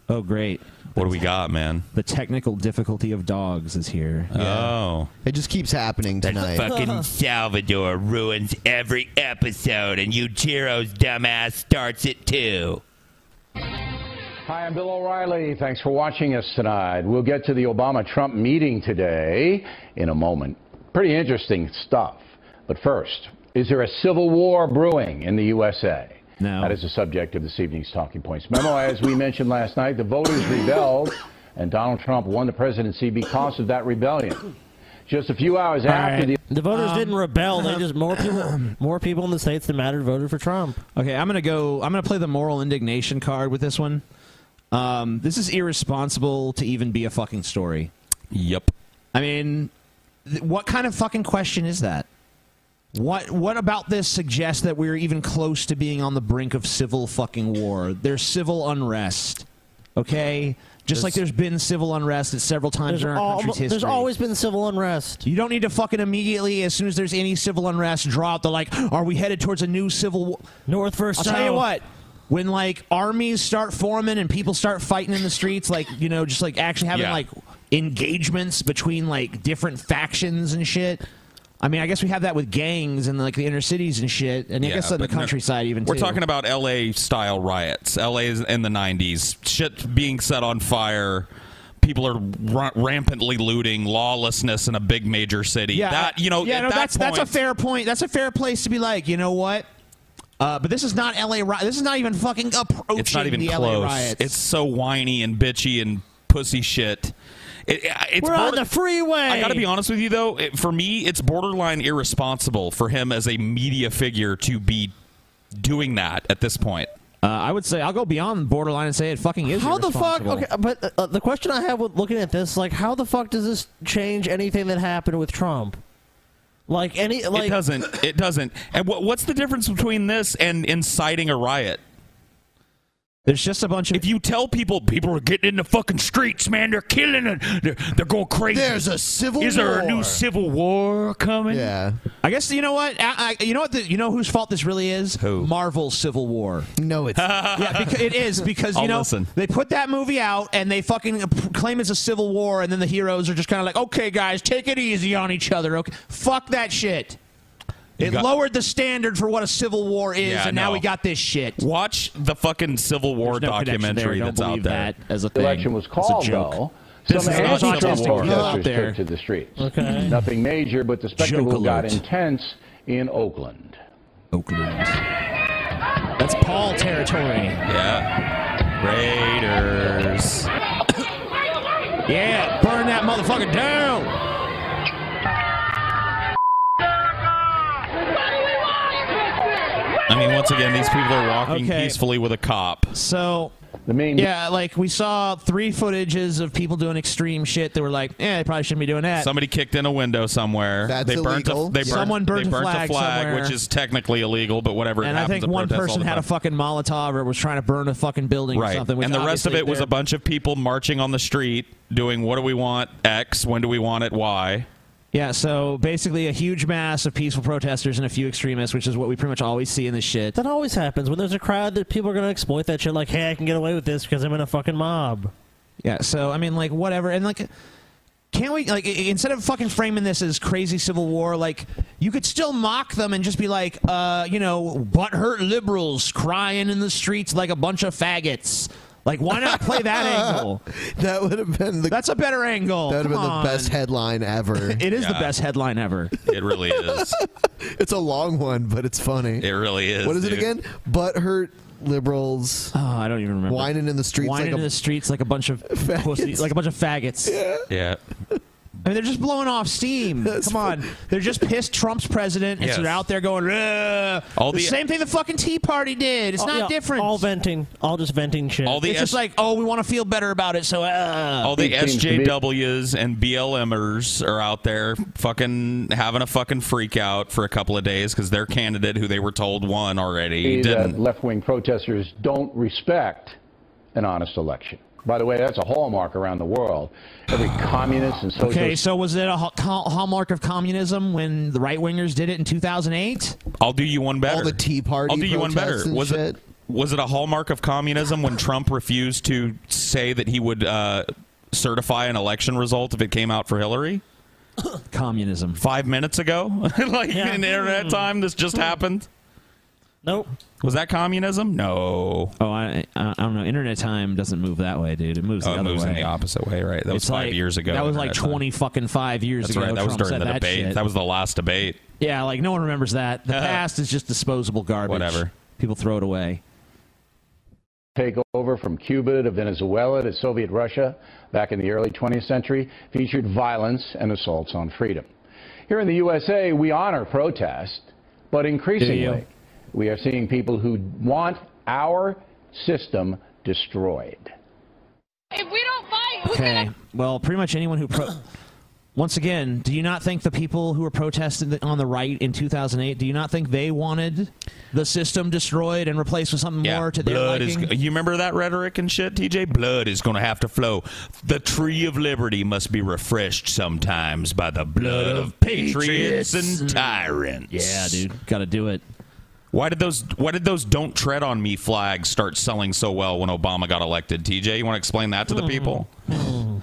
Oh, great!
What do we got, man?
The technical difficulty of dogs is here.
Oh,
it just keeps happening
tonight.
fucking Salvador ruins every episode, and Yujiro's dumbass starts it too.
Hi, I'm Bill O'Reilly. Thanks for watching us tonight. We'll get to the Obama Trump meeting today in a moment. Pretty interesting stuff. But first, is there a civil war brewing in the USA? No. That is the subject of this evening's Talking Points memo. As we mentioned last night, the voters rebelled, and Donald Trump won the presidency because of that rebellion. Just a few hours after the.
The voters
Um,
didn't rebel. They just more people, more people in the states that mattered voted for Trump.
Okay, I'm gonna go. I'm gonna play the moral indignation card with this one. Um, this is irresponsible to even be a fucking story.
Yep.
I mean, th- what kind of fucking question is that? What What about this suggests that we're even close to being on the brink of civil fucking war? There's civil unrest. Okay, just like there's been civil unrest at several times
There's,
in our
al-
country's history.
there's always been civil unrest.
You don't need to fucking immediately, as soon as there's any civil unrest, draw out the like, are we headed towards a new civil war?
North versus
I'll tell you
South.
what. When like armies start forming and people start fighting in the streets, like you know, just like actually having
Yeah.
like engagements between like different factions and shit. I mean, I guess we have that with gangs and like the inner cities and shit, and I
Yeah,
guess in the
but no-
countryside even.
We're
too.
talking about L.A. style riots. L.A. is in the '90s. Shit being set on fire. People are ra- rampantly looting, lawlessness in a big major city. that you know.
yeah,
at
no,
that
that's
point,
that's a fair point. That's a fair place to be like, you know what? Uh, but this is not L.A. riot. This is not even fucking approaching
It's not even
the
close.
L.A. riots.
It's so whiny and bitchy and pussy shit. It, it- it's
We're on
border-
the freeway.
I got to be honest with you, though. It, for me, it's borderline irresponsible for him as a media figure to be doing that at this point.
Uh, I would say I'll go beyond borderline and say it fucking is.
How the fuck?
irresponsible.
Okay, but uh, the question I have with looking at this, like, how the fuck does this change anything that happened with Trump? Like any, like
it doesn't. It doesn't. And what, what's the difference between this and inciting a riot?
There's just a bunch of.
If you tell people people are getting in the fucking streets, man, they're killing it. They're, they're going crazy.
There's a civil
Is there uh, a
war.
new civil war coming?
Yeah.
I guess you know what I, I, you know what the, you know whose fault this really is. Who? Marvel Civil War.
No, it's
yeah, because it is because
I'll
you know
listen.
they put that movie out and they fucking claim it's a civil war and then the heroes are just kind of like, okay, guys, take it easy on each other. Okay, fuck that shit.
You
It
got-
lowered the standard for what a civil war is,
Yeah,
and now
no.
we got this shit.
Watch the fucking Civil War
There's no connection
documentary
there. Don't
that's out
believe
there.
that as a
The
thing.
election was
It's a
called,
joke.
though.
This
Some
is
anti-Trump
not autistic.
protesters
Get out
took
there.
to the streets.
Okay.
Nothing major, but the spectacle
Joke
got
alert.
intense in Oakland.
Oakland. That's Paul territory.
Yeah. Raiders.
yeah, burn that motherfucker down.
I mean, once again, these people are walking
Okay.
peacefully with a cop.
So,
the main
Yeah, like we saw three footages of people doing extreme shit that were like, eh, they probably shouldn't be doing that.
Somebody kicked in a window somewhere.
That's
they burnt
illegal.
A, they burnt,
Someone burnt
they
a
burnt
flag somewhere.
which is technically illegal, but whatever.
and
it
I
happens
think
at
one
protests all
person
the
had a
time.
fucking Molotov or was trying to burn a fucking building or something. which
and the rest of
obviously
it was
they're-
a bunch of people marching on the street, doing what do we want X, when do we want it Y.
Yeah, so basically a huge mass of peaceful protesters and a few extremists, which is what we pretty much always see in this shit.
That always happens when there's a crowd that people are going to exploit that shit. Like, hey, I can get away with this because I'm in a fucking mob.
Yeah, so I mean, like whatever, and like, can't we like i- instead of fucking framing this as crazy civil war, like you could still mock them and just be like, uh, you know, butthurt liberals crying in the streets like a bunch of faggots. Like, why not play that angle?
that would have been the.
That's a better angle.
That would have been
Come on.
the best headline ever.
It is the Yeah. best headline ever.
It really is.
it's a long one, but it's funny.
It really is.
what is
dude.
it again? Butt hurt liberals.
Oh, I don't even remember.
Whining in the streets
Whining
like a
in the streets like a bunch of pussies, like a bunch of faggots.
Yeah.
I mean, they're just blowing off steam. Come on, they're just pissed Trump's president, and
Yes.
so they're out there going, "Ugh."
All the-
same thing the fucking Tea Party did. It's
All-
not
Oh, yeah,
different.
All venting, all just venting shit.
All the
it's just
S-
like, oh, we want to feel better about it, so uh.
All the SJWs and BLMers are out there fucking having a fucking freak out for a couple of days because their candidate, who they were told won already,
that
didn't.
uh, left-wing protesters don't respect an honest election. By the way, that's a hallmark around the world. Every communist and socialist
Okay, so was it a ha- ha- hallmark of communism when the right wingers did it in 2008?
I'll do you one better.
All the Tea Party
I'll do you one better.
protests and
Was it was it a hallmark of communism when Trump refused to say that he would uh, certify an election result if it came out for Hillary?
Communism. Hmm.
Five minutes ago, like in internet time, this just happened.
Nope.
Was that communism? No.
Oh, I, I I don't know. Internet time doesn't move that way, dude. It moves
Oh,
the
it
other
moves
way.
in the opposite way, right? That was
It's
five
like-
years ago,
That was like
internet time.
20 fucking five years
That's
ago.
right. That was
Trump
during
said
the
that
debate.
shit.
That was the last debate.
Yeah, like no one remembers that. The past is just disposable garbage.
Whatever.
People throw it away.
take over from Cuba to Venezuela to Soviet Russia back in the early 20th century featured violence and assaults on freedom. Here in the USA, we honor protest, but increasingly, we are seeing people who want our system destroyed.
If we don't fight,
Okay. Well, pretty much anyone who pro- once again, do you not think the people who were protesting the- on the right in 2008, do you not think they wanted the system destroyed and replaced with something more to their
Blood is.
liking?
You remember that rhetoric and shit, TJ? Blood is going to have to flow. The tree of liberty must be refreshed sometimes by the blood of patriots,
patriots.
and tyrants.
Yeah, dude, got to do it.
Why did those Why did those "Don't Tread on Me" flags start selling so well when Obama got elected? TJ, you want to explain that
Hmm.
to the people?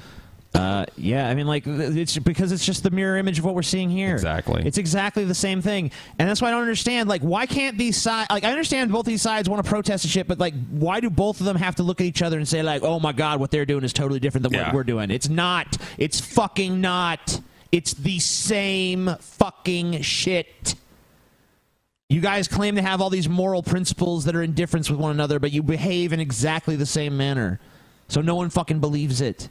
Uh, yeah, I mean, like th- it's because it's just the mirror image of what we're seeing here. Exactly, it's exactly the same thing, and that's why I don't understand. Like, why can't these sides? Like, I understand both these sides want to protest and shit, but like, why do both of them have to look at each other and say like, "Oh my God, what they're doing is totally different than
Yeah.
what we're doing"? It's not. It's fucking not. It's the same fucking shit. You guys claim to have all these moral principles that are in difference with one another, but you behave in exactly the same manner. So no one fucking believes it.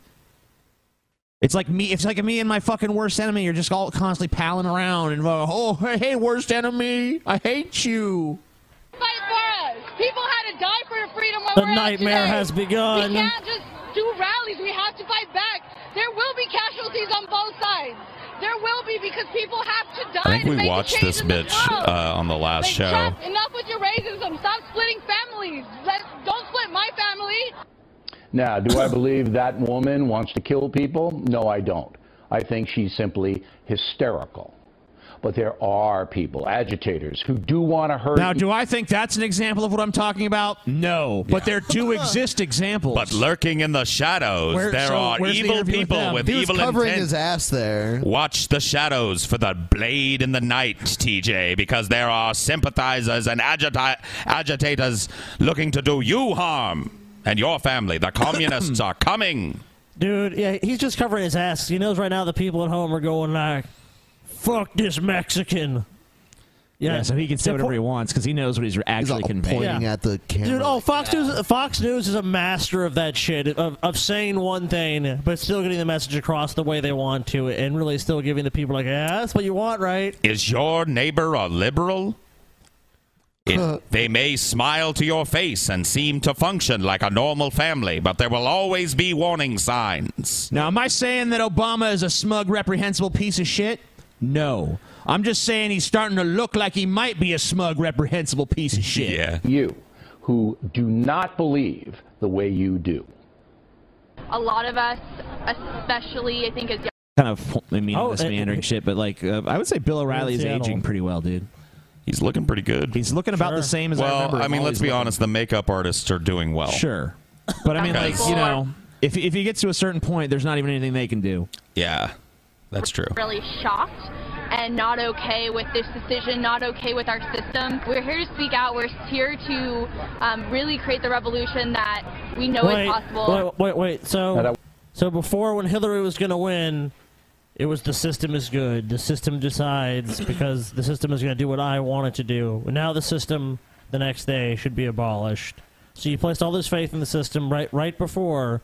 It's like me. It's like me and my fucking worst enemy. You're just all constantly palling around and uh, oh hey, hey worst enemy, I hate you.
fight for us. People had to die for your freedom. where
The
we're at
nightmare
today.
has begun.
We can't just do rallies. We have to fight back. There will be casualties on both sides. There will be because people have to die.
I think
to
we
make a
watched
change
this
in the
bitch
world.
uh, on the last
Like,
show.
Trump, enough with your racism. Stop splitting families. Let don't split my family.
Now, do I believe that woman wants to kill people? No, I don't. I think she's simply hysterical. but there are people, agitators, who do want to hurt.
Now, do I think that's an example of what I'm talking about? No, but there do exist examples.
But lurking in the shadows,
Where-
there
so
are
where's the
evil
interview with
people
them?
with,
He was
evil
covering
intent.
his
ass there.
Watch the shadows for the blade in the night, TJ, because there are sympathizers and agita- agitators looking to do you harm and your family. The communists are coming.
Dude, yeah, he's just covering his ass. He knows right now the people at home are going like, "Fuck this Mexican."
Yeah, so he can say
The
whatever
po-
he wants because he knows what he's actually conveying.
Yeah. Dude, oh, Fox News, Fox News is a master of that shit, of, of saying one thing, but still getting the message across the way they want to, and really still giving the people, like, yeah, that's what you want, right?
Is your neighbor a liberal? It-
Uh.
they may smile to your face and seem to function like a normal family, but there will always be warning signs.
Now, am I saying that Obama is a smug, reprehensible piece of shit? No. I'm just saying he's starting to look like he might be a smug, reprehensible piece of shit.
Yeah.
You who do not believe the way you do.
A lot of us, especially I think as young
Kind of, I mean,
Oh,
this
and-
meandering shit, but like, uh, I would say Bill O'Reilly is
Seattle.
aging pretty well, dude.
He's looking pretty good.
He's looking about the same as
well,
I remember. him
mean, let's
always
be
looking.
honest. The makeup artists are doing well.
Sure, but I mean, like,
Because-
you know, if if he gets to a certain point, there's not even anything they can do.
Yeah, that's true.
really shocked and not okay with this decision, not okay with our system. We're here to speak out. We're here to um, really create the revolution that we know
wait,
is possible.
Wait, wait, wait. So, so before when Hillary was going to win, it was the system is good. The system decides because the system is going to do what I want it to do. Now the system the next day should be abolished. So you placed all this faith in the system right right before,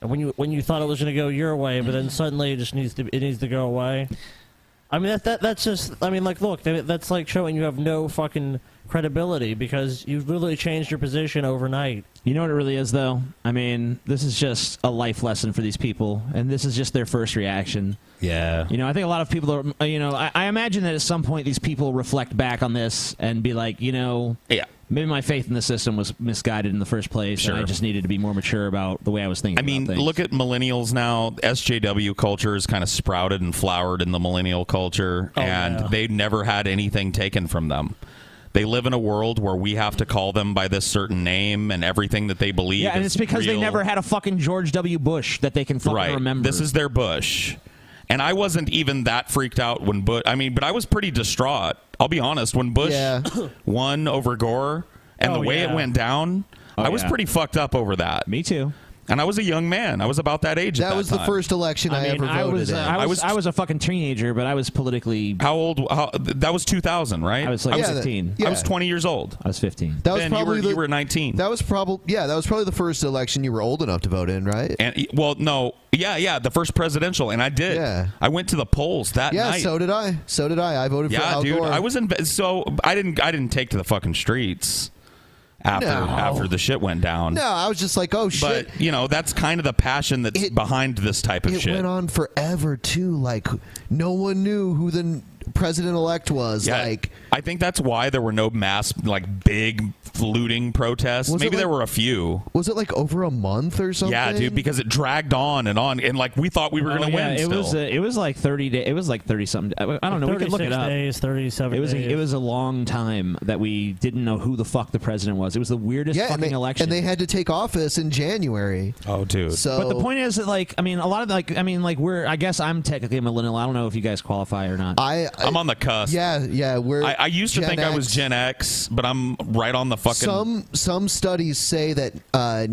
and when you when you thought it was going to go your way, but then suddenly it just needs to it needs to go away. I mean that, that that's just I mean like look that- that's like showing you have no fucking credibility because you've literally changed your position overnight.
You know what it really is, though? I mean, this is just a life lesson for these people, and this is just their first reaction.
Yeah.
You know, I think a lot of people are, uh, you know, I, I imagine that at some point these people reflect back on this and be like, you know,
yeah.
maybe my faith in the system was misguided in the first place, and I
Sure.
just needed to be more mature about the way I was thinking.
I mean, look at millennials now. SJW culture is kind of sprouted and flowered in the millennial culture,
Oh,
and they've never had anything taken from them. They live in a world where we have to call them by this certain name, and everything that they believe.
yeah, and
is
it's because they
real.
never had a fucking George W. Bush that they can fucking
right.
remember.
This is their Bush. And I wasn't even that freaked out when Bush. I mean, but I was pretty distraught. I'll be honest. When Bush won over Gore and the
Oh,
way
yeah.
it went down,
Oh,
I was
yeah.
pretty fucked up over that.
Me too.
And I was a young man. I was about that age. at
That was the
time.
first election I I mean, ever I voted was- in. I was- I was a fucking teenager, but I was politically.
How old? How, that was 2000, right?
I was like 15.
I was 20 years old.
I was 15.
That was
Ben, you
probably
were-
the,
you were 19.
That was probably yeah. That was probably the first election you were old enough to vote in, right?
And well, no, yeah, yeah, the first presidential, and I did. Yeah. I went to the polls that
yeah,
night.
so did I. So did I. I voted for
yeah,
Al
dude,
Gore.
I was in. So I didn't. I didn't take to the fucking streets after
No.
after the shit went down.
no, I was just like, oh shit.
But you know, that's kind of the passion that's behind this type of
It
shit.
went on forever too. Like no one knew who the n- president-elect was.
Yeah,
Like
Uh, I think that's why there were no mass like big looting protests.
Was it
Maybe there
like-
were a few.
was it like over a month or something?
Yeah, dude, because it dragged on and on, and like we thought we were
Oh,
gonna
yeah,
win.
It
still.
was uh, it was like thirty day. It was like thirty something. I, I don't know. We could look it
36
up.
days, 37
It was
days.
a, it was a long time that we didn't know who the fuck the president was. It was the weirdest
Yeah,
fucking
and they,
election.
and they had to take office in January.
Oh, dude.
So,
but the point is that like I mean a lot of like I mean like we're I guess I'm technically a millennial. I don't know if you guys qualify or not.
I
I'm on the cusp.
Yeah, yeah. We're.
I, I used to
Gen
think I was
X.
Gen X, but I'm right on the fucking.
Some some studies say that uh,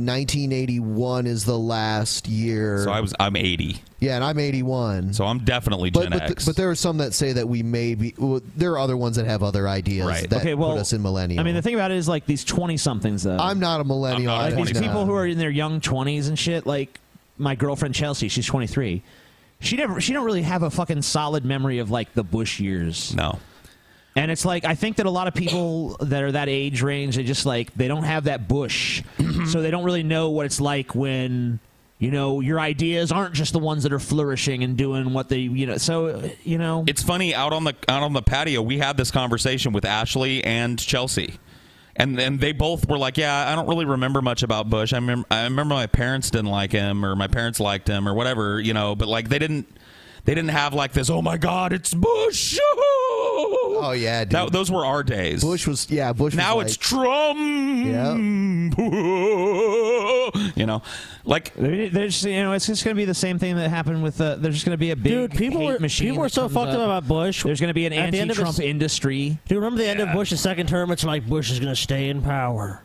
1981 is the last year.
so I was. I'm 80.
Yeah, and I'm 81.
So I'm definitely
Mm-hmm. but
Gen
but, th-
X.
but there are some that say that we may be. Well, there are other ones that have other ideas that
okay. Well,
put us in millennial.
I mean the thing about it is like these twenty somethings though.
I'm not a millennial. I
Like,
don't
uh, these
know.
people who are in their young 20s and shit like my girlfriend chelsea she's 23 she never she don't really have a fucking solid memory of like the bush years
no
and it's like i think that a lot of people that are that age range they just like they don't have that bush so they don't really know what it's like when you know your ideas aren't just the ones that are flourishing and doing what they you know so you know
It's funny out on the out on the patio. We had this conversation with Ashley and Chelsea, and and they both were like, "Yeah, I don't really remember much about Bush. I remember I remember my parents didn't like him, or my parents liked him, or whatever, you know. But like they didn't." They didn't have like this. Oh my God, it's Bush. Oh
yeah,
That, those were our days. Bush
was yeah. Bush.
Now
was
it's Trump. You know, like
there's you know it's just going to be the same thing that happened with uh, there's just going to be a big
Dude, people
hate
were-
machine.
people were
that
so
comes
fucked up about Bush.
There's going to be an
At the end of
anti-Trump
his-
industry.
Do you remember the end of Bush's second term? It's like Bush is going to stay in power.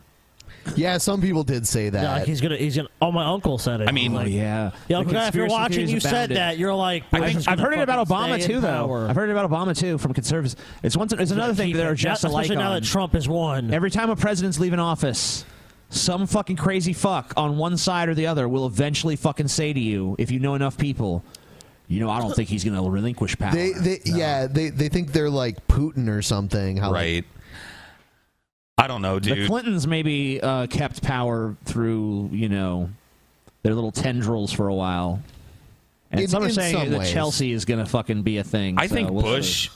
Yeah, some people did say that.
like he's gonna, he's gonna. Oh, my uncle said it.
I mean,
like,
Oh, yeah.
yeah,
The
uncle guy, if you're
conspiracy
watching,
theories
you
abound
said
it.
that. You're like,
I
Bush
think,
is
I've
gonna
heard it about
fucking
Obama
stay in
too, though.
power.
I've heard it about Obama too from conservatives. It's one. It's another thing that are just
Especially
alike.
now
on.
that Trump has won.
Every time a president's leaving office, some fucking crazy fuck on one side or the other will eventually fucking say to you, if you know enough people, you know, I don't think he's going to relinquish power.
They, they yeah, they they think they're like Putin or something. How
right? I don't know, dude.
The Clintons maybe uh, kept power through, you know, their little tendrils for a while. And
In-
some are
in
saying
some
that
ways.
Chelsea is going to fucking be a thing.
I
so
think
we'll see.
Bush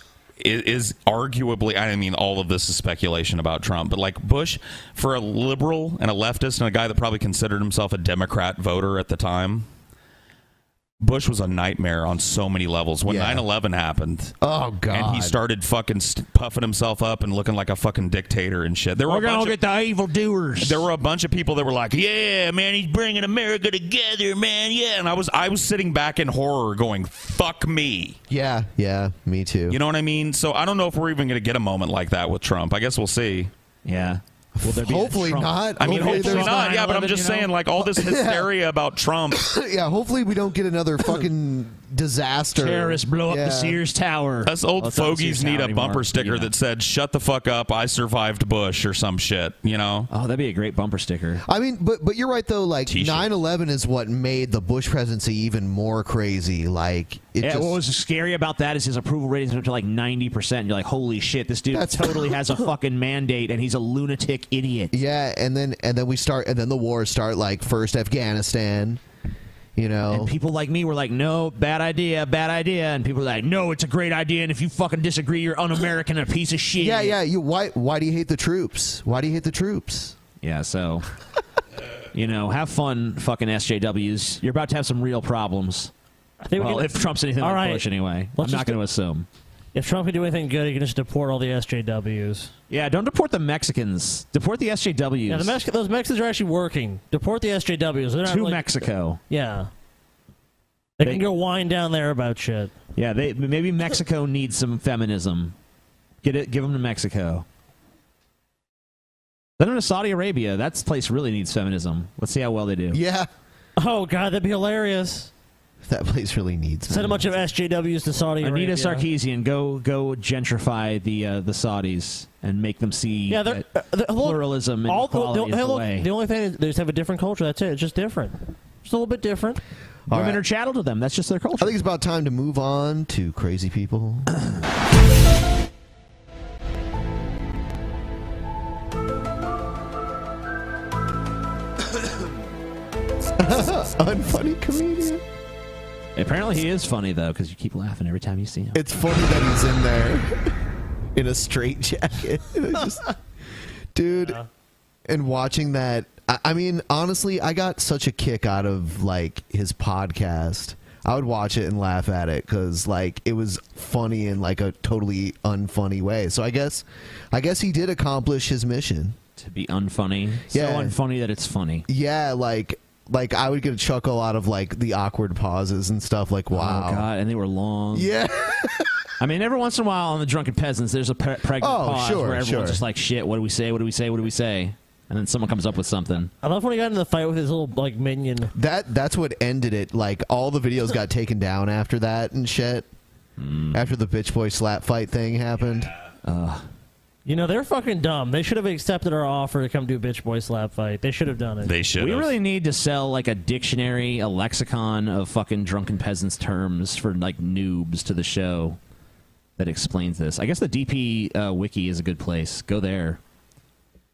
i is arguably. I mean, all of this is speculation about Trump, but like Bush, for a liberal and a leftist and a guy that probably considered himself a Democrat voter at the time, Bush was a nightmare on so many levels. When
Yeah.
9/11 happened,
oh
and he
God.
started fucking st- puffing himself up and looking like a fucking dictator and shit. There were
We're
a bunch
going to
of-
get the evil doers.
there were a bunch of people that were like, "Yeah, man, he's bringing America together, man, yeah." And I was, I was sitting back in horror, going, "Fuck me."
Yeah, yeah, me too.
You know what I mean? So I don't know if we're even going to get a moment like that with Trump. I guess we'll see.
Yeah.
hopefully not.
I mean,
there's
hopefully not. Yeah, but I'm
9/11,
just
you know?
saying, like all this
Yeah.
hysteria about Trump.
yeah, hopefully we don't get another fucking disaster.
Terrorists blow up
Yeah.
the Sears Tower.
Us old
Well, it's not
fogies
Sears
need
Tower
a
anymore,
bumper
but,
sticker
you know.
that said "Shut the fuck up, I survived Bush" or some shit. You know?
Oh, that'd be a great bumper sticker.
I mean, but but you're right though. Like 9/11 is what made the Bush presidency even more crazy. Like it
yeah,
just
what was scary about that is his approval ratings went up to like 90%. You're like, holy shit, this dude totally has a fucking mandate and he's a lunatic idiot.
yeah, and then and then we start and then the wars start. Like first Afghanistan, you know,
And people like me were like, no, bad idea, bad idea. And people were like, no, it's a great idea. And if you fucking disagree, you're un American and a piece of shit.
Yeah, yeah. You why why do you hate the troops? Why do you hate the troops?
Yeah, so, you know, have fun, fucking SJWs. You're about to have some real problems.
I think we
well,
can-
if Trump's anything
All
like
right.
Bush, anyway.
Let's
I'm
just
not going to assume.
If Trump can do anything good, he can just deport all the SJWs.
Yeah, don't deport the Mexicans. Deport the SJWs.
Yeah, the Mex- those Mexicans are actually working. Deport the SJWs. They're not
to
like-
Mexico.
Yeah. They, can go whine down there about shit.
Yeah, they maybe Mexico needs some feminism. Get it, give them to Mexico. Then to Saudi Arabia. That place really needs feminism. Let's see how well they do.
Yeah.
Oh god, that'd be hilarious.
That place really needs.
Send a bunch of SJWs to Saudi
Anita
Arabia.
Sarkeesian, go go gentrify the uh, the Saudis and make them see
Yeah, they're, uh,
that pluralism and
all the,
equality
the,
is
hey,
the
look,
way.
the only thing is they just have a different culture. That's it. It's just different. Just a little bit different.
Women are chattel to them. That's just their culture.
I think it's about time to move on to crazy people. Unfunny comedian.
Apparently, he is funny though because you keep laughing every time you see him.
It's funny that he's in there in a straight jacket. dude, and watching that. I, I mean, honestly, I got such a kick out of like his podcast. I would watch it and laugh at it because like it was funny in like a totally unfunny way. So I guess, I guess he did accomplish his mission.
To be unfunny,
Yeah.
so unfunny that it's funny.
Yeah, like like I would get a chuckle out of like the awkward pauses and stuff. Like wow,
Oh, God, and they were long.
Yeah.
Um, I mean, every once in a while on the Drunken Peasants, there's a pre- pregnant
Oh,
pause
sure,
where everyone's
sure.
just like, "Shit, what do we say? What do we say? What do we say?" And then someone comes up with something.
I love when he got into the fight with his little like minion.
That that's what ended it. Like all the videos got taken down after that and shit.
Hmm.
After the bitch boy slap fight thing happened.
You know they're fucking dumb. They should have accepted our offer to come do bitch boy slap fight. They should have done it.
They should.
We really need to sell like a dictionary, a lexicon of fucking drunken peasants terms for like noobs to the show that explains this. I guess the DP uh, wiki is a good place. Go there.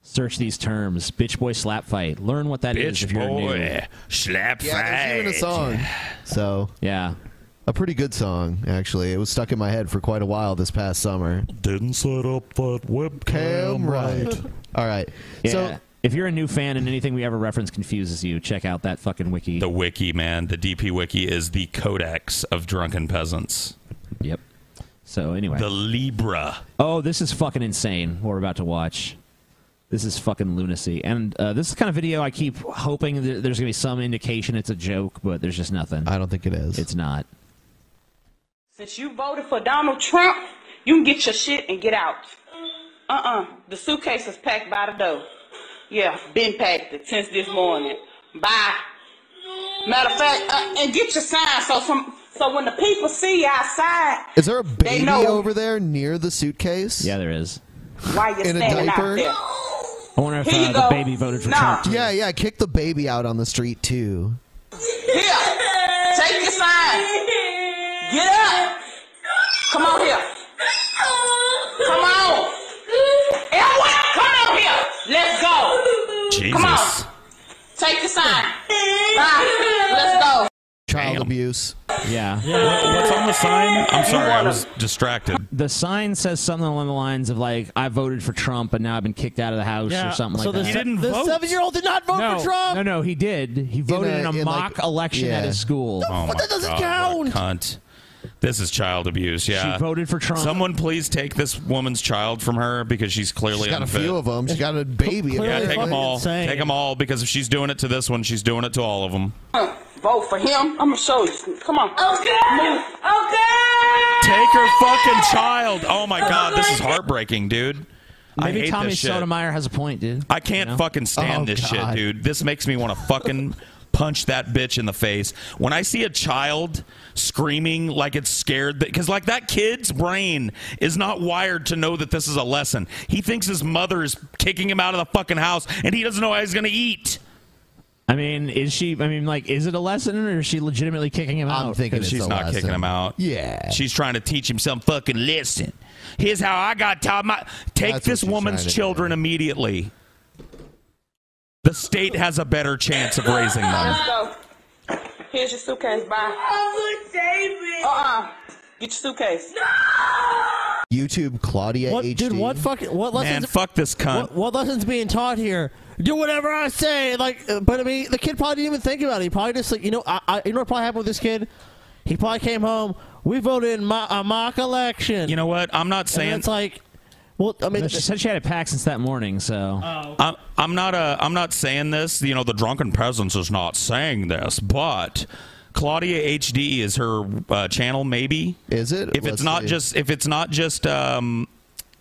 Search these terms. Bitch boy slap fight. Learn what that is
Bitch
if you're new.
boy slap
Yeah, there's even a
fight.
song. So
yeah,
a pretty good song actually. It was stuck in my head for quite a while this past summer.
Didn't set up that webcam
right. All right.
Yeah.
So
If you're a new fan and anything we ever reference confuses you, check out that fucking wiki.
The wiki, man. The DP wiki is the codex of drunken peasants.
Yep. So anyway,
The Libra.
Oh, this is fucking insane. What we're about to watch. This is fucking lunacy. And uh, this is the kind of video I keep hoping that there's going to be some indication it's a joke, but there's just nothing. I
don't think it is.
It's not.
Since you voted for Donald Trump, you can get your shit and get out. Uh-uh. The suitcase is packed by the door. Yeah, been packed it since this morning. Bye. Matter of fact, uh, and get your sign so some so when the people see you outside,
Is there a baby
know-
over there near the suitcase? Yeah,
there is.
why you
In a
standing out
diaper?
there?
I wonder uh,
Here you go. nah.
Yeah, yeah. Kick the baby out on the street too.
Here, take your sign. Get up. Come on here. Come on. Everyone, come on here. Let's go. Come on. Take your sign. Bye. Let's go.
Child abuse.
Yeah.
what's on the sign? I'm sorry, I
wanna-
was distracted.
The sign says something along the lines of like, "I voted for Trump, and now I've been kicked out of the house"
Yeah,
or something
so
like that.
the se- He didn't the vote. seven-year-old did not vote for
no,
Trump?
No, no, he did. He voted in a, mock election at his school.
Oh my God, what a cunt. This is child abuse. Yeah,
She voted for Trump.
Someone please take this woman's child from her because she's clearly
She's got a
unfit.
few of them. She got a baby.
Yeah, take them
apparently.
all. Take them all because if she's doing it to this one, she's doing it to all of them.
Uh, Vote for him. I'm gonna show you. Come on. Okay.
Take her fucking child. Oh my god, this is heartbreaking, dude. I
Maybe
hate
Tommy
this shit.
Sotomayor has a point, dude.
I can't
You know?
fucking stand
Oh,
this
God.
shit, dude. This makes me want to fucking punch that bitch in the face. When I see a child screaming like it's scared, because like that kid's brain is not wired to know that this is a lesson. He thinks his mother is kicking him out of the fucking house, and he doesn't know how he's gonna eat.
I mean, is she? I mean, like, is it a lesson, or is she legitimately kicking him out? I'm
thinking she's not kicking him out.
Yeah.
She's trying to teach him some fucking lesson. Here's how I got taught my take this woman's
trying to
children immediately. The state has a better chance of raising them.
Let's go. Here's your suitcase. Bye. Uh-uh. Get your suitcase.
YouTube Claudia
What,
HD.
dude? What fucking? What lessons?
fuck this cunt.
What, what lessons being taught here? Do whatever I say. Like, uh, but I mean, the kid probably didn't even think about it. He probably just like, you know, I, I, you know what probably happened with this kid? He probably came home. We voted in mo- a mock election. You
know what? I'm not
saying it's like, well, I mean,
she said she had it packed since that morning, so.
I'm, I'm not uh, I'm not saying this. You know, the drunken presence is not saying this, but Claudia HD is her uh, channel. Maybe
is it?
If
Let's
it's not
see.
just if it's not just um,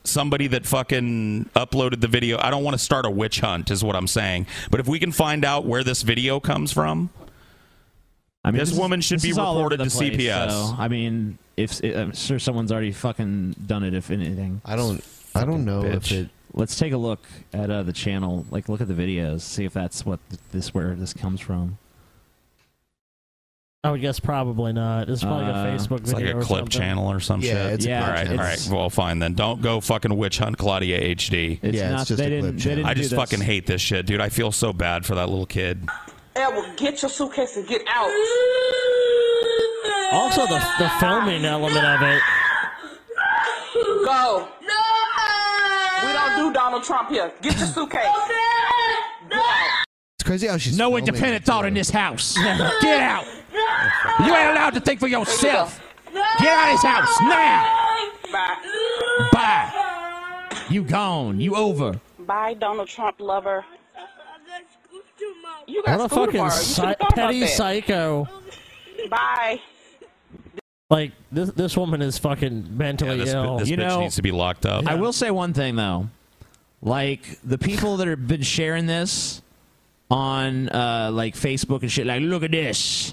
somebody that fucking uploaded the video, I don't want to start a witch hunt, is what I'm saying. But if we can find out where this video comes from,
I mean,
this,
is-
woman should
this
be
is all over
reported
the
to
place,
CPS.
so, I mean, if I'm sure someone's already fucking done it. If anything,
I don't. I don't know if it.
Let's take a look at uh, the channel. Like, look at the videos. See if that's what th- this where this comes from.
I would guess probably not. It's probably
Uh,
a Facebook
it's like
video
a
or
clip
something.
channel or some shit. all right, all right. Well, fine then. Don't go fucking witch hunt Claudia HD.
It's Yeah, it's not- just they a clip didn't- they channel. didn't
I
do
just
this.
fucking hate this shit, dude. I feel so bad for that little kid.
Edward, get your suitcase and get out.
Also, the the filming element of it.
Go. We don't do Donald Trump here. Get your suitcase.
It's crazy how she's.
No
filming
independent thought in this house. Get out.
Get
You ain't allowed to think for yourself. Get out of this house now.
Bye.
Bye. You gone. You over.
Bye, Donald Trump lover. You got
What a
school
fucking
tomorrow. You
psy-
should've thought about
petty
that.
psycho.
Bye.
Like this, this woman is fucking mentally
This,
ill.
bi- this bitch needs to be locked up.
I will say one thing though, like the people that have been sharing this on uh, like Facebook and shit, like look at this.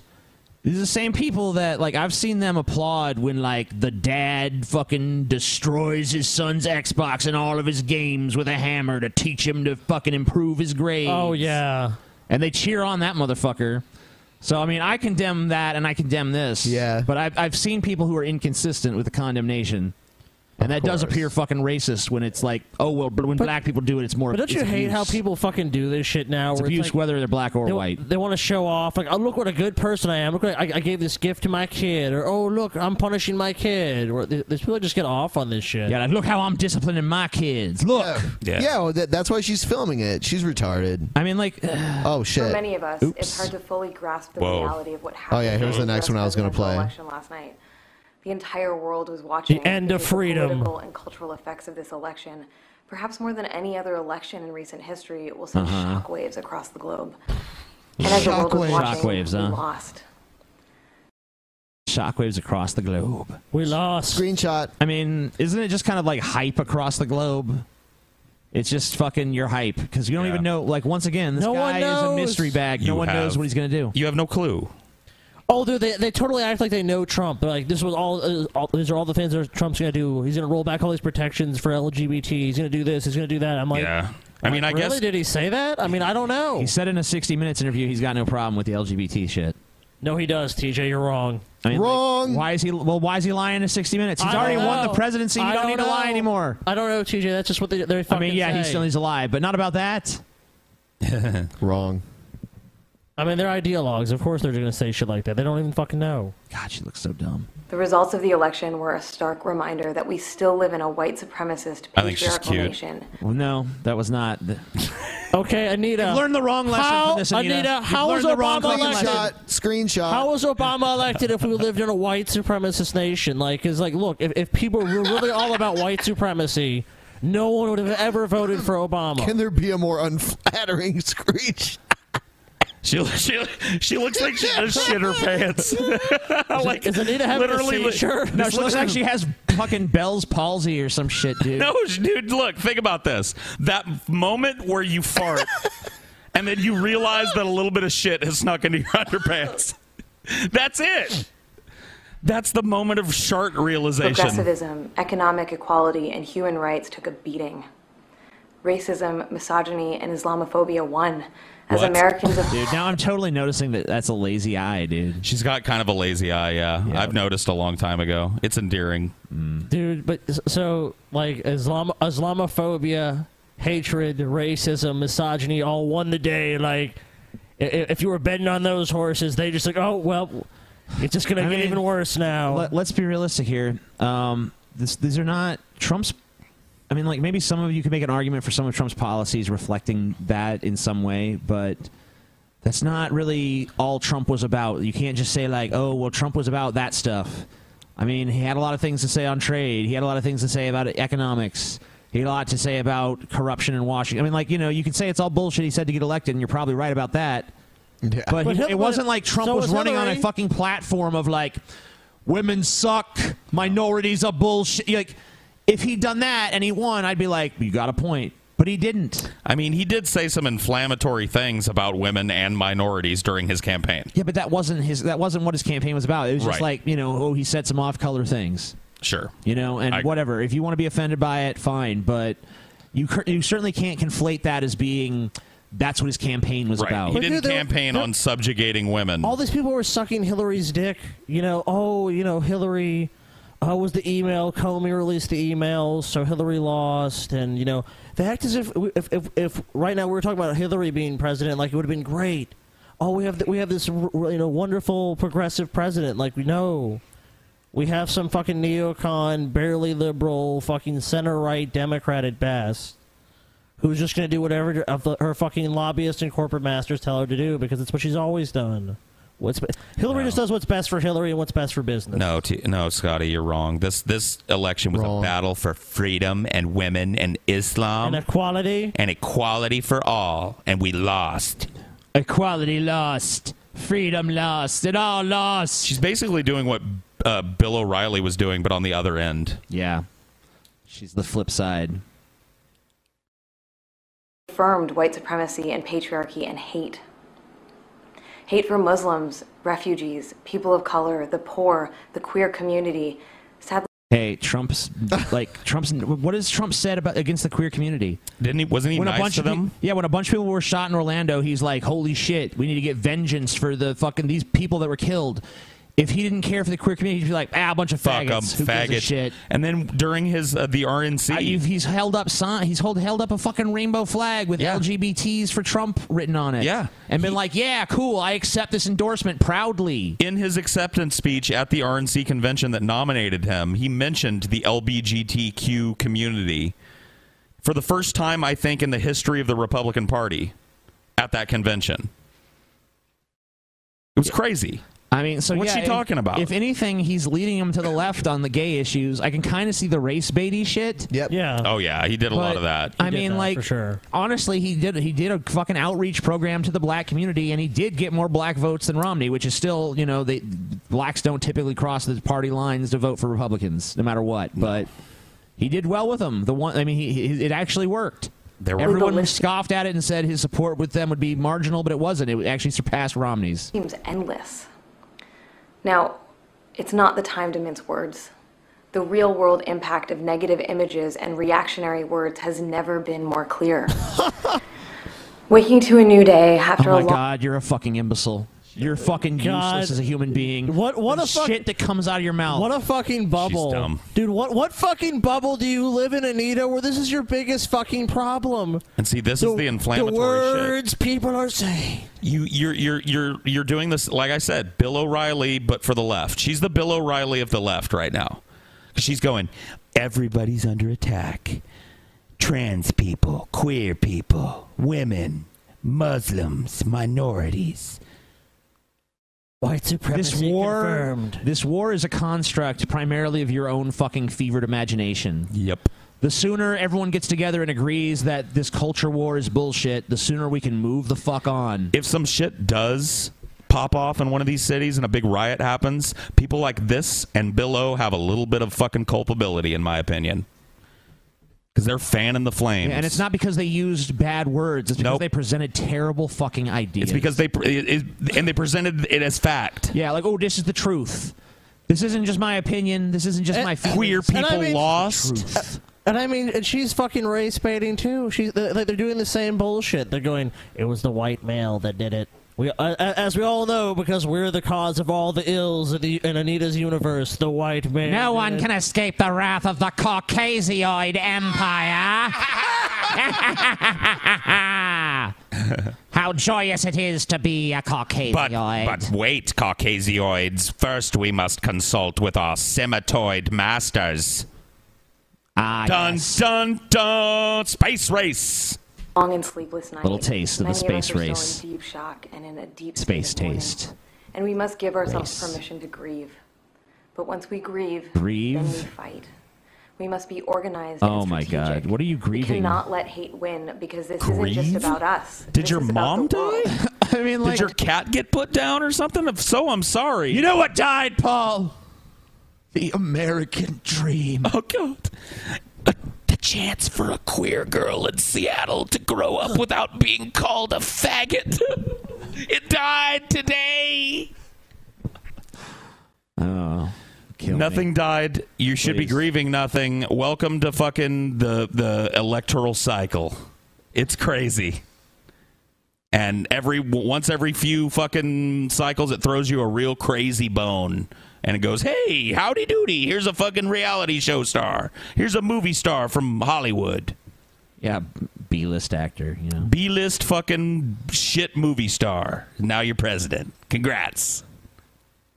These are the same people that like I've seen them applaud when like the dad fucking destroys his son's Xbox and all of his games with a hammer to teach him to fucking improve his grades.
Oh, yeah.
And they cheer on that motherfucker. So I mean, I condemn that and I condemn this. Yeah. But I've I've seen people who are inconsistent with the condemnation. And that does appear fucking racist when it's like, oh well, but when black people do it, it's more.
But don't you
it's
hate how
abuse.
people fucking do this shit now?
It's
where
abuse
like,
whether they're black or
they,
white.
They want to show off, like, oh look what a good person I am. Look, what I, I gave this gift to my kid, or oh look, I'm punishing my kid. Or th- these people just get off on this shit.
Yeah, like, look how I'm disciplining my kids. Look.
Yeah, well, that, that's why she's filming it. She's retarded.
I mean, like,
oh shit.
For many of us,
Oops.
it's hard to fully grasp the
Whoa.
reality of what happened.
Oh, yeah, here's the
in
next one I was gonna
presidential
play.
Election last night, the entire world was watching
The end of
because
freedom.
political and cultural effects of this election. Perhaps more than any other election in recent history, it will send
Uh-huh.
shockwaves across the globe. And as the world
Shockwaves.
was watching,
Shockwaves,
we
huh?
lost.
shockwaves across the globe.
We lost.
Screenshot.
I mean, isn't it just kind of like hype across the globe? It's just fucking your hype because you don't even know. Like once again, this
No one
guy is a
knows.
mystery bag.
You
no one knows
have-
what he's gonna do.
You have no clue.
Oh, dude, they, they totally act like they know Trump. They're like, this was all, uh, all. These are all the things that Trump's gonna do. He's gonna roll back all these protections for LGBT. He's gonna do this. He's gonna do that. I'm like,
Yeah.
I mean, I Really? guess- Did he say that? I mean, I don't know.
He said in a 60 Minutes interview he's got no problem with the LGBT shit.
No, he does, TJ. You're wrong.
I mean, wrong. why is he? Well, why is he lying in 60 Minutes? He's
I don't
already won
know.
the presidency. You
I
don't, need to lie
know.
anymore.
I don't know, TJ. That's just what they, they're
I
fucking
mean, yeah, he
say.
still needs to lie, but not about that.
Wrong.
I mean, they're ideologues. Of course, they're going to say shit like that. They don't even fucking know.
God, she looks so dumb.
The results of the election were a stark reminder that we still live in a white supremacist
I think she's
patriarchal
cute.
nation.
Well, no, that was not. The,
Okay, Anita.
You've learned the wrong lesson
how,
from this, Anita. You've
how was
learned the wrong
Obama
fucking
elected?
lesson.
Screenshot.
How was Obama elected if we lived in a white supremacist nation? Like, is like, look, if, if people were really all about white supremacy, no one would have ever voted for Obama.
Can there be a more unflattering screech?
She, she, she looks like she just shit her pants. like,
Does Anita have
literally,
a seizure?
No, she looks like she has fucking Bell's palsy or some shit, dude.
No, sh- dude, look, think about this. That moment where you fart and then you realize that a little bit of shit has snuck into your underpants. That's it. That's the moment of shark realization.
Progressivism, economic equality, and human rights took a beating. Racism, misogyny, and Islamophobia won. As
What?
Americans of
Dude, now I'm totally noticing that that's a lazy eye, dude.
She's got kind of a lazy eye, yeah. I've noticed a long time ago. It's endearing.
Dude, but s- so like Islam Islamophobia, hatred, racism, misogyny, all one today. Like, i- i- if you were betting on those horses, they just like, oh well, it's just gonna
I
get
mean,
even worse now.
Let, us be realistic here. Um, this, these are not Trump's. I mean, like maybe some of you could make an argument for some of Trump's policies reflecting that in some way, but that's not really all Trump was about. You can't just say like, "Oh, well, Trump was about that stuff." I mean, he had a lot of things to say on trade. He had a lot of things to say about economics. He had a lot to say about corruption in Washington. I mean, like you know, you could say it's all bullshit he said to get elected, and you're probably right about that. But,
But
he-
Hil-
it
but-
wasn't like Trump
so
was
was
running on a
Hillary.
fucking platform of like, women suck, minorities are bullshit. Like, if he'd done that and he won, I'd be like, you got a point. But he didn't.
I mean, he did say some inflammatory things about women and minorities during his campaign.
Yeah, but that wasn't his. That wasn't what his campaign was about. It was just
Right.
like you know, oh, he said some off-color things.
Sure.
You know, and whatever. If you want to be offended by it, fine. But you cur- you certainly can't conflate that as being that's what his campaign was about.
He didn't campaign on subjugating women.
all these people were sucking Hillary's dick. You know, oh, you know, Hillary uh, was the email. Comey released the emails, so Hillary lost. And you know, the act is if if, if if right now we were talking about Hillary being president, like it would have been great. Oh, we have th- we have this r- r- you know wonderful progressive president. Like we know. We have some fucking neocon, barely liberal, fucking center right Democrat at best, who's just going to do whatever of the, her fucking lobbyists and corporate masters tell her to do because it's what she's always done. What's be- Hillary just does what's best for Hillary and what's best for business.
No, T- no, Scotty, you're wrong. This this election was a battle for freedom and women and Islam and,
Equality,
equality for all, and we lost.
Equality lost, freedom lost, it all lost.
She's basically doing what uh, Bill O'Reilly was doing, but on the other end.
Yeah, she's the flip side.
affirmed white supremacy and patriarchy and hate. Hate for Muslims, refugees, people of color, the poor, the queer community. Sadly,
Hey, Trump's like Trump's. What has Trump said about against the queer community?
Didn't he? Wasn't he nice
bunch
to
of pe-
them?
yeah, when a bunch of people were shot in Orlando, he's like, "Holy shit, we need to get vengeance for the fucking these people that were killed." If he didn't care for the queer community, he'd be like, ah, a bunch of
Fuck 'em,
faggots. Who gives a
faggots.
shit?
And then during his uh, the RNC,
he's held up sign. He's hold, held up a fucking rainbow flag with LGBTs for Trump written on it.
Yeah.
and been like, yeah, cool. I accept this endorsement proudly.
in his acceptance speech at the RNC convention that nominated him, he mentioned the LGBTQ community for the first time, I think, in the history of the Republican Party at that convention. It was crazy.
I mean, so
what's
yeah,
he
if-
talking about?
If anything, he's leading him to the left on the gay issues. I can kind of see the race baity shit.
Yep.
Yeah.
oh yeah, he did a lot
But,
of that.
I mean, like, honestly, he did he did a fucking outreach program to the black community, and he did get more black votes than Romney, which is still, you know, they blacks don't typically cross the party lines to vote for Republicans, no matter what. But he did well with them. The one, I mean, he, he, it actually worked.
There
were-
Everyone
Legalistic.
scoffed at it and said his support with them would be marginal, but it wasn't. It actually surpassed Romney's.
seems endless. Now, it's not the time to mince words. The real world impact of negative images and reactionary words has never been more clear. Waking to a new day after
oh
a
my
long
God, you're a fucking imbecile. You're fucking
God.
useless as a human being.
What what
The
a fuck,
shit that comes out of your mouth.
What a fucking bubble, dude. What what fucking bubble do you live in, Anita? Where this is your biggest fucking problem?
And see, this is the
The
inflammatory shit.
words people are saying.
You you're you're you're you're doing this like I said, Bill O'Reilly, but for the left. She's the Bill O'Reilly of the left right now. 'Cause She's going, everybody's under attack.
Trans people, queer people, women, Muslims, minorities.
White supremacy
this war, This war is a construct primarily of your own fucking fevered imagination.
Yep.
The sooner everyone gets together and agrees that this culture war is bullshit, the sooner we can move the fuck on.
If some shit does pop off in one of these cities and a big riot happens, people like this and Bill O have a little bit of fucking culpability, in my opinion, because they're fanning the flames.
And it's not because they used bad words, it's because they presented terrible fucking ideas.
It's because they pre- it, it, and they presented it as fact.
Yeah, like, oh, this is the truth. This isn't just my opinion. This isn't just my feelings.
Eh, queer
And I people mean-
lost.
And I mean, and she's fucking race baiting too. She's they- like they're doing the same bullshit. They're going, it was the white male that did it. We, uh, as we all know, because we're the cause of all the ills in, the, in Anita's universe. The white man.
No
did
one
it.
can
escape the wrath of the Caucasioid Empire. How joyous it is to be a Caucasian.
But, but wait, Caucasioids. First, we must consult with our semitoid masters.
Ah,
dun, dun, dun. Space race.
long and sleepless night.
Little taste of the
Many
space
of us are
race.
Still in deep shock and in a deep state
Space
of mourning.
taste.
And we must give ourselves
Race.
permission to grieve. But once we grieve,
Grieve?
then we fight. We must be organized. and
Oh my god. What are you
We
grieving?
cannot let hate win because this isn't
Grieve?
just about us.
Did your mom die?
I mean,
did your cat get put down or something? If so, I'm sorry. You
know what died, Paul? The American dream.
Oh god.
The chance for a queer girl in Seattle to grow up without being called a faggot. it died today.
Oh.
Nothing died. You should be grieving nothing. Welcome to fucking the the electoral cycle. It's crazy. And every once every few fucking cycles, it throws you a real crazy bone, and it goes, "Hey, howdy doody! Here's a fucking reality show star. Here's a movie star from Hollywood.
Yeah, B-list actor. You know,
B-list fucking shit movie star. Now you're president. Congrats."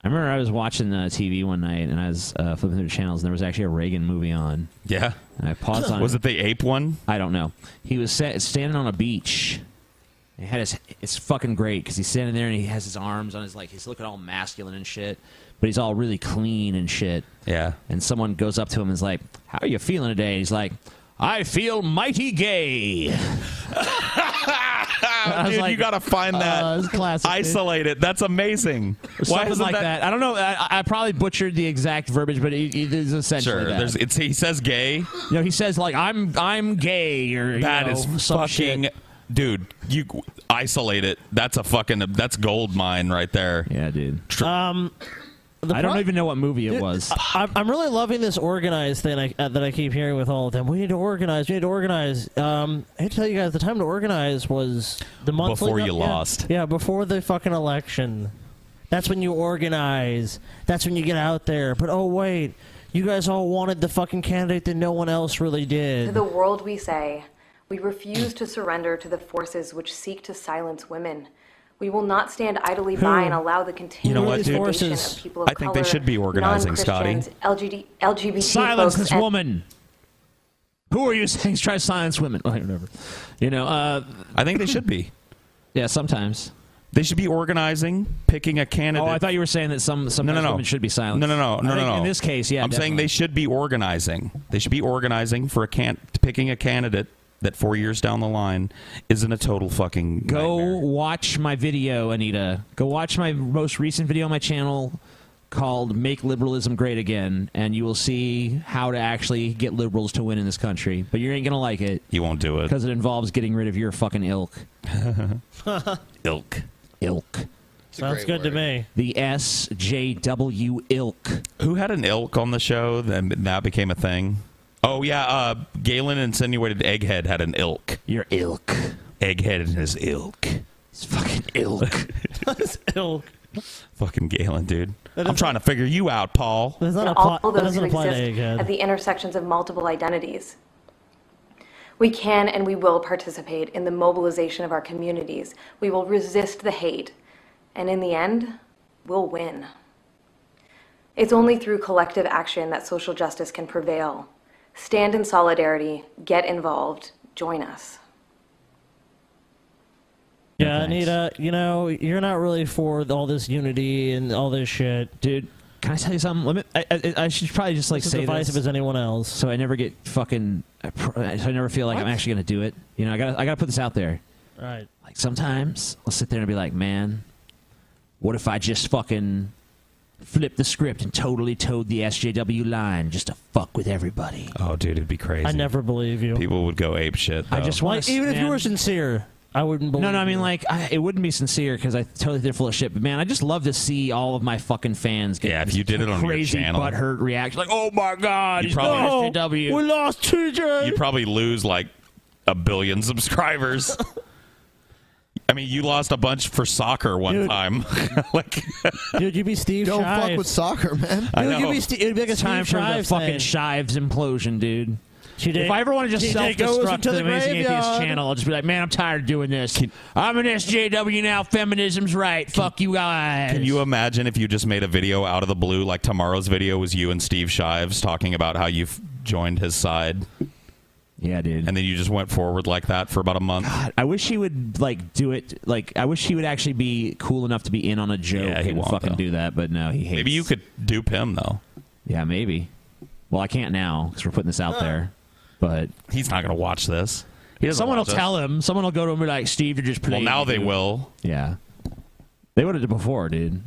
I remember I was watching uh, TV one night and I was uh, flipping through the channels and there was actually a Reagan movie on.
Yeah.
And I paused on
Was it the ape one?
I don't know. He was sa- standing on a beach. He had his. It's fucking great because he's standing there and he has his arms on his like he's looking all masculine and shit, but he's all really clean and shit.
Yeah.
And someone goes up to him and is like, "How are you feeling today?" And he's like, "I feel mighty gay." I was
Dude,
like,
you gotta find that.
uh, it's classic, dude.
Isolate it. That's amazing. Why
Something
is
like that? I don't know. I, I probably butchered the exact verbiage, but it, it is essentially
Sure.
that.
There's, it's, he says gay.
you know, he says like, "I'm I'm gay," or
That
you know,
is
some
fucking. Dude, you isolate it. That's a fucking. That's gold mine right there.
Yeah, dude.
Um, the
I don't
pro-
even know what movie it was.
I, I'm really loving this organized thing I, uh, that I keep hearing with all of them. We need to organize. We need to organize. Um, I hate to tell you guys, the time to organize was the month
Before
leading
you
up- yeah.
lost.
Yeah, before the fucking election. That's when you organize. That's when you get out there. But oh wait, you guys all wanted the fucking candidate that no one else really
To
did.
the world, we say, we refuse to surrender to the forces which seek to silence women. We will not stand idly
Who?
by and allow the continued
know what, dude?
intimidation of
Forces.
people of
I think they
color,
should be organizing,
non-Christians, LGBT, LGBT
silence
folks,
this
and-
woman. Who are you saying try to silence women? Like, whatever. You know, uh,
I think they should be.
Yeah, sometimes.
They should be organizing, picking a candidate.
Oh, I thought you were saying that some some
no, no, no.
women should be silenced.
No, no, no,
I
no, no,
think
no.
In this case, yeah,
I'm saying they should be organizing. They should be organizing for a can picking a candidate that four years down the line isn't a total fucking.
Go watch my video, Anita. Go watch my most recent video on my channel called Make Liberalism Great Again, and you will see how to actually get liberals to win in this country. But you ain't going to like it.
You won't do it.
Because it involves getting rid of your fucking ilk.
ilk.
Ilk.
Sounds good to me.
The SJW ilk.
Who had an ilk on the show? Then that became a thing. Oh yeah, uh, Galen insinuated Egghead had an ilk.
Your ilk.
Egghead and his ilk.
It's fucking ilk.
ilk.
Fucking Galen, dude. I'm trying to figure you out, Paul.
There's
and all those who exist at the intersections of multiple identities. We can and we will participate in the mobilization of our communities. We will resist the hate. And in the end, we'll win. It's only through collective action that social justice can prevail. Stand in solidarity, get involved, join us.
Yeah, Anita, you know, you're not really for all this unity and all this shit.
Dude, can I tell you something? Let me, I, I, I should probably just like
This is
say
divisive
this
as anyone else.
So I never get fucking. I pr- So I never feel like I'm actually gonna do it. You know, I gotta I gotta put this out there.
Right.
Like sometimes I'll sit there and be like, man, what if I just fucking flip the script and totally towed the SJW line just to fuck with everybody?
Oh, dude, it'd be crazy.
I never believe you.
People would go ape shit.
I just want
Like, even if you were sincere, I wouldn't believe.
No, no, I mean like I, it wouldn't be sincere because I totally they're full of shit. But man, I just love to see all of my fucking fans get yeah. If you
did it on your
crazy
channel.
butthurt reaction, like oh my god,
You
he's
probably-
not
No,
SJW.
we
Oh, lost TJ.
you probably lose like a billion subscribers. I mean, you lost a bunch for soccer one
Dude.
time. like,
dude, you'd be Steve.
Don't
Shives.
fuck with soccer, man.
I
Dude,
know.
You'd be Steve. It'd be like a
It's time
Steve
for the
Shives
fucking
thing.
Shives implosion, dude.
TJ
if I ever want to just
TJ
self
goes
destruct
into
the,
the
Amazing Atheist
graveyard.
channel, I'll just be like, man, I'm tired of doing this. I'm an SJW now. Feminism's right. Fuck you guys.
can you imagine if you just made a video out of the blue? Like tomorrow's video was you and Steve Shives talking about how you've joined his side.
Yeah, dude.
And then you just went forward like that for about a month.
I wish he would like do it. Like, I wish he would actually be cool enough to be in on a joke
Yeah, he
and
won't,
fucking
though.
do that. But no, he hates.
Maybe you could dupe him though.
Yeah, maybe. Well, I can't now because we're putting this out there. But
he's not gonna watch this. He doesn't
Someone will
watch this.
tell him. Someone will go to him and be like, Steve, you're just
Well,
playing.
now they
dude."
will.
Yeah. They would have done before, dude.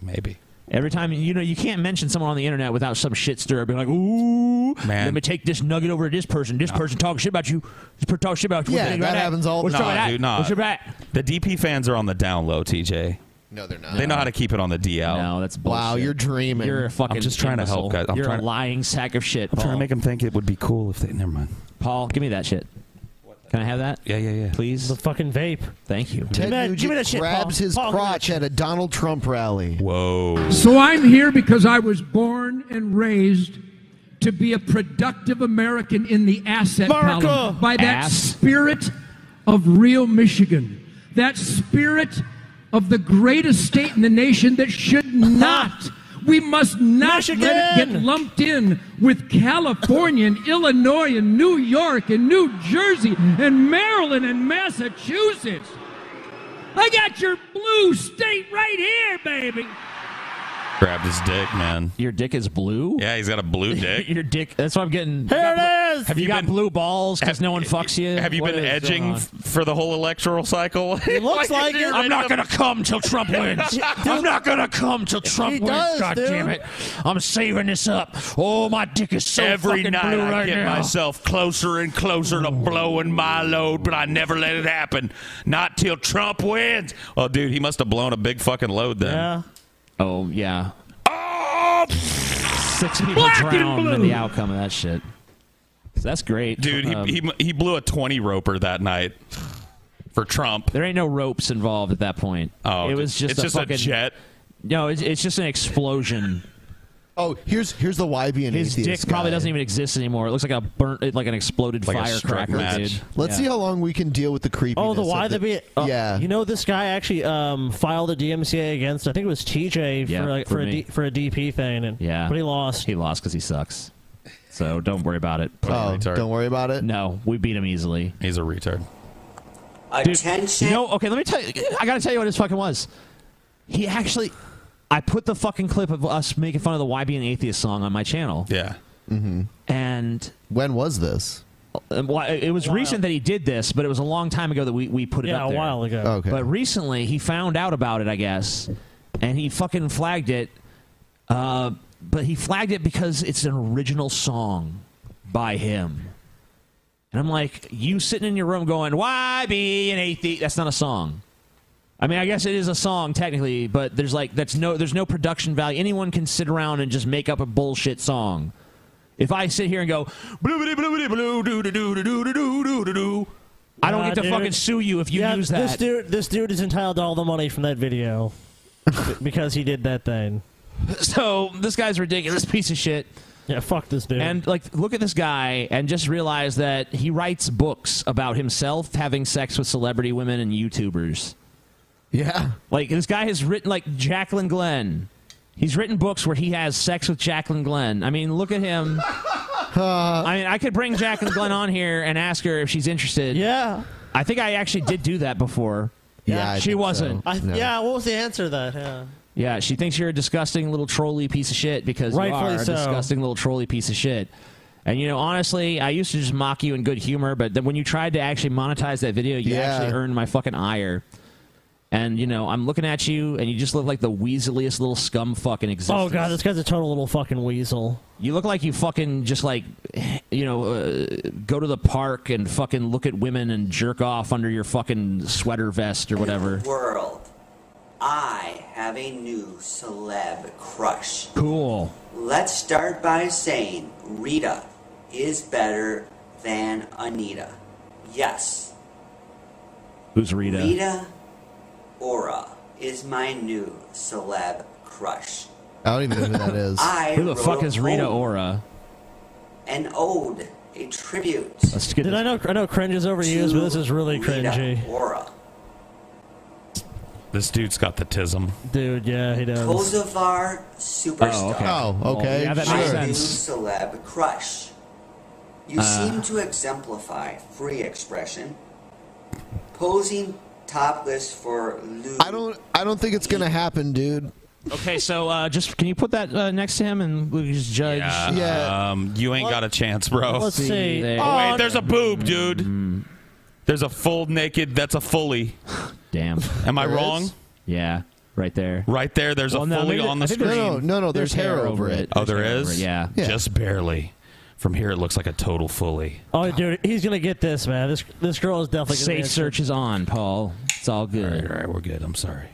Maybe.
Every time you know you can't mention someone on the internet without some shit stir being like, ooh
Man.
let me take this nugget over to this person. This person talking shit about you. This person talking shit about you. What's
Yeah,
your
that
back?
happens all the
What's your
time.
back?
Dude, nah.
What's your back?
The DP fans are on the down low, TJ.
No, they're not.
They know how to keep it on the DL. No,
that's
Wow, you're dreaming.
You're a fucking.
I'm just trying to help,
imbecile.
guys. I'm
you're
trying
a
to-
lying sack of shit.
I'm
Paul.
trying to make them think it would be cool if they. Never mind.
Paul, give me that shit. Can I have that?
Yeah, yeah, yeah.
Please. The
fucking vape.
Thank you.
Ted
that-
Nugent
that shit, Paul.
grabs his crotch at a Donald Trump rally.
Whoa.
So I'm here because I was born and raised to be a productive American in the asset
America!
column by that
Ass.
spirit of real Michigan, that spirit of the greatest state in the nation that should not. We must not let it
Michigan!
get lumped in with California and Illinois and New York and New Jersey and Maryland and Massachusetts. I got your blue state right here, baby.
Grabbed his dick, man.
Your dick is blue.
Yeah, he's got a blue dick.
Your dick. That's what I'm getting.
Here it
Have you, got blue balls because no one fucks you?
Have you
What
been
is going
edging
on?
f- for the whole electoral cycle?
It looks like it. I'm not gonna come till Trump wins. I'm not gonna come till Trump
He
wins.
does,
God
dude.
damn it! I'm saving this up. Oh, my dick is so
Every
fucking
night
blue
I
right
get
now.
myself closer and closer to blowing my load, but I never let it happen. Not till Trump wins. Oh, dude, he must have blown a big fucking load then.
Yeah.
Oh yeah. Six people
Black and
drowned in
blue.
the outcome of that shit. So that's great,
Dude, he,
Um,
he, he blew a 20 roper that night for Trump.
There ain't no ropes involved at that point.
Oh,
it was just
it's
a
just
fucking-
a jet.
No, it's, it's just an explosion.
Oh, here's here's the why be an
His dick
atheist
probably
guy.
doesn't even exist anymore. It looks like a burnt, like an exploded
Like a strip
firecracker,
match.
dude.
Let's see how long we can deal with the creepiness.
Oh, the
of
why
the
the be? yeah, you know this guy actually um, filed a DMCA against. I think it was TJ
Yeah,
for like,
for
for, a
me.
D, for a DP thing, and
Yeah,
but he lost.
He lost because he sucks. So don't worry about it.
Oh, don't worry about it.
No, we beat him easily.
He's a retard.
Attention. no, okay. Let me tell you. I gotta tell you what his fucking was. He actually, I put the fucking clip of us making fun of the "Why Be an Atheist" song on my channel.
Yeah.
Mm-hmm.
And
when was this?
Well, it it was recent that he did this, but it was a long time ago that we, we put it
Yeah, a
up there.
while ago. Okay.
But recently he found out about it, I guess, and he fucking flagged it. Uh, but he flagged it because it's an original song by him. And I'm like, you sitting in your room going, why be an atheist? That's not a song. I mean, I guess it is a song technically, but there's like that's no there's no production value. Anyone can sit around and just make up a bullshit song. If I sit here and go bloobity bloobity blue doo doo doo doo doo doo doo doo doo, I don't
Nah,
get to
uh, dude.
fucking sue you if you
Yeah,
use
This
that.
dude, this dude is entitled to all the money from that video b- because he did that thing.
so this guy's a ridiculous piece of shit.
Yeah, fuck this dude.
And like, look at this guy, and just realize that he writes books about himself having sex with celebrity women and YouTubers.
Yeah,
like this guy has written like Jacqueline Glenn. He's written books where he has sex with Jacqueline Glenn. I mean, look at him.
Uh.
I mean, I could bring Jacqueline Glenn on here and ask her if she's interested.
Yeah.
I think I actually did do that before.
Yeah, I
she
think
wasn't.
so.
I, Yeah, what was the answer to that? Yeah.
Yeah, she thinks you're a disgusting little trolley piece of shit because
Rightfully
you are
so.
a disgusting little trolley piece of shit. And you know, honestly, I used to just mock you in good humor, but then when you tried to actually monetize that video, you
Yeah.
actually earned my fucking ire. And you know, I'm looking at you, and you just look like the weaseliest little scum fucking existence.
Oh god, this guy's a total little fucking weasel.
You look like you fucking just like, you know, uh, go to the park and fucking look at women and jerk off under your fucking sweater vest or whatever.
World, I have a new celeb crush.
Cool.
Let's start by saying Rita is better than Anita. Yes,
Who's Rita?
Rita Ora is my new celeb crush.
I don't even know who that is.
I
Who the fuck
wrote
is Rita
home
Ora?
An ode, a tribute
Let's get
Did I know? I know cringe is overused, but this is really cringy.
Ora.
This dude's got the tism.
Dude, yeah, he does.
Kosovar superstar.
Oh, okay,
My
yeah, that makes
new
sense.
celeb crush. You
Uh.
seem to exemplify free expression, posing topless for lewd.
I don't. I don't think it's gonna happen, dude.
Okay, so uh, just can you put that uh, next to him and we can just judge?
Yeah. Um, you ain't got a chance, bro.
Let's see. mm-hmm.
Oh,
Oh,
wait, there's a boob, dude. There's a full naked. That's a fully.
Damn.
Am I
There is?
wrong?
Yeah, right there.
Right there. There's
Well,
a
no,
fully
maybe-
on the
I think
screen.
there's- No, no, no, no, there's there's hair hair over over it. it.
Oh,
There's
there
hair over
is.
it, yeah. Yeah.
Just barely. From here, it looks like a total fully.
Oh, dude, he's gonna get this, man. This this girl is definitely gonna
Safe
answer.
search is on, Paul. It's all good. All right,
all right we're good. I'm sorry.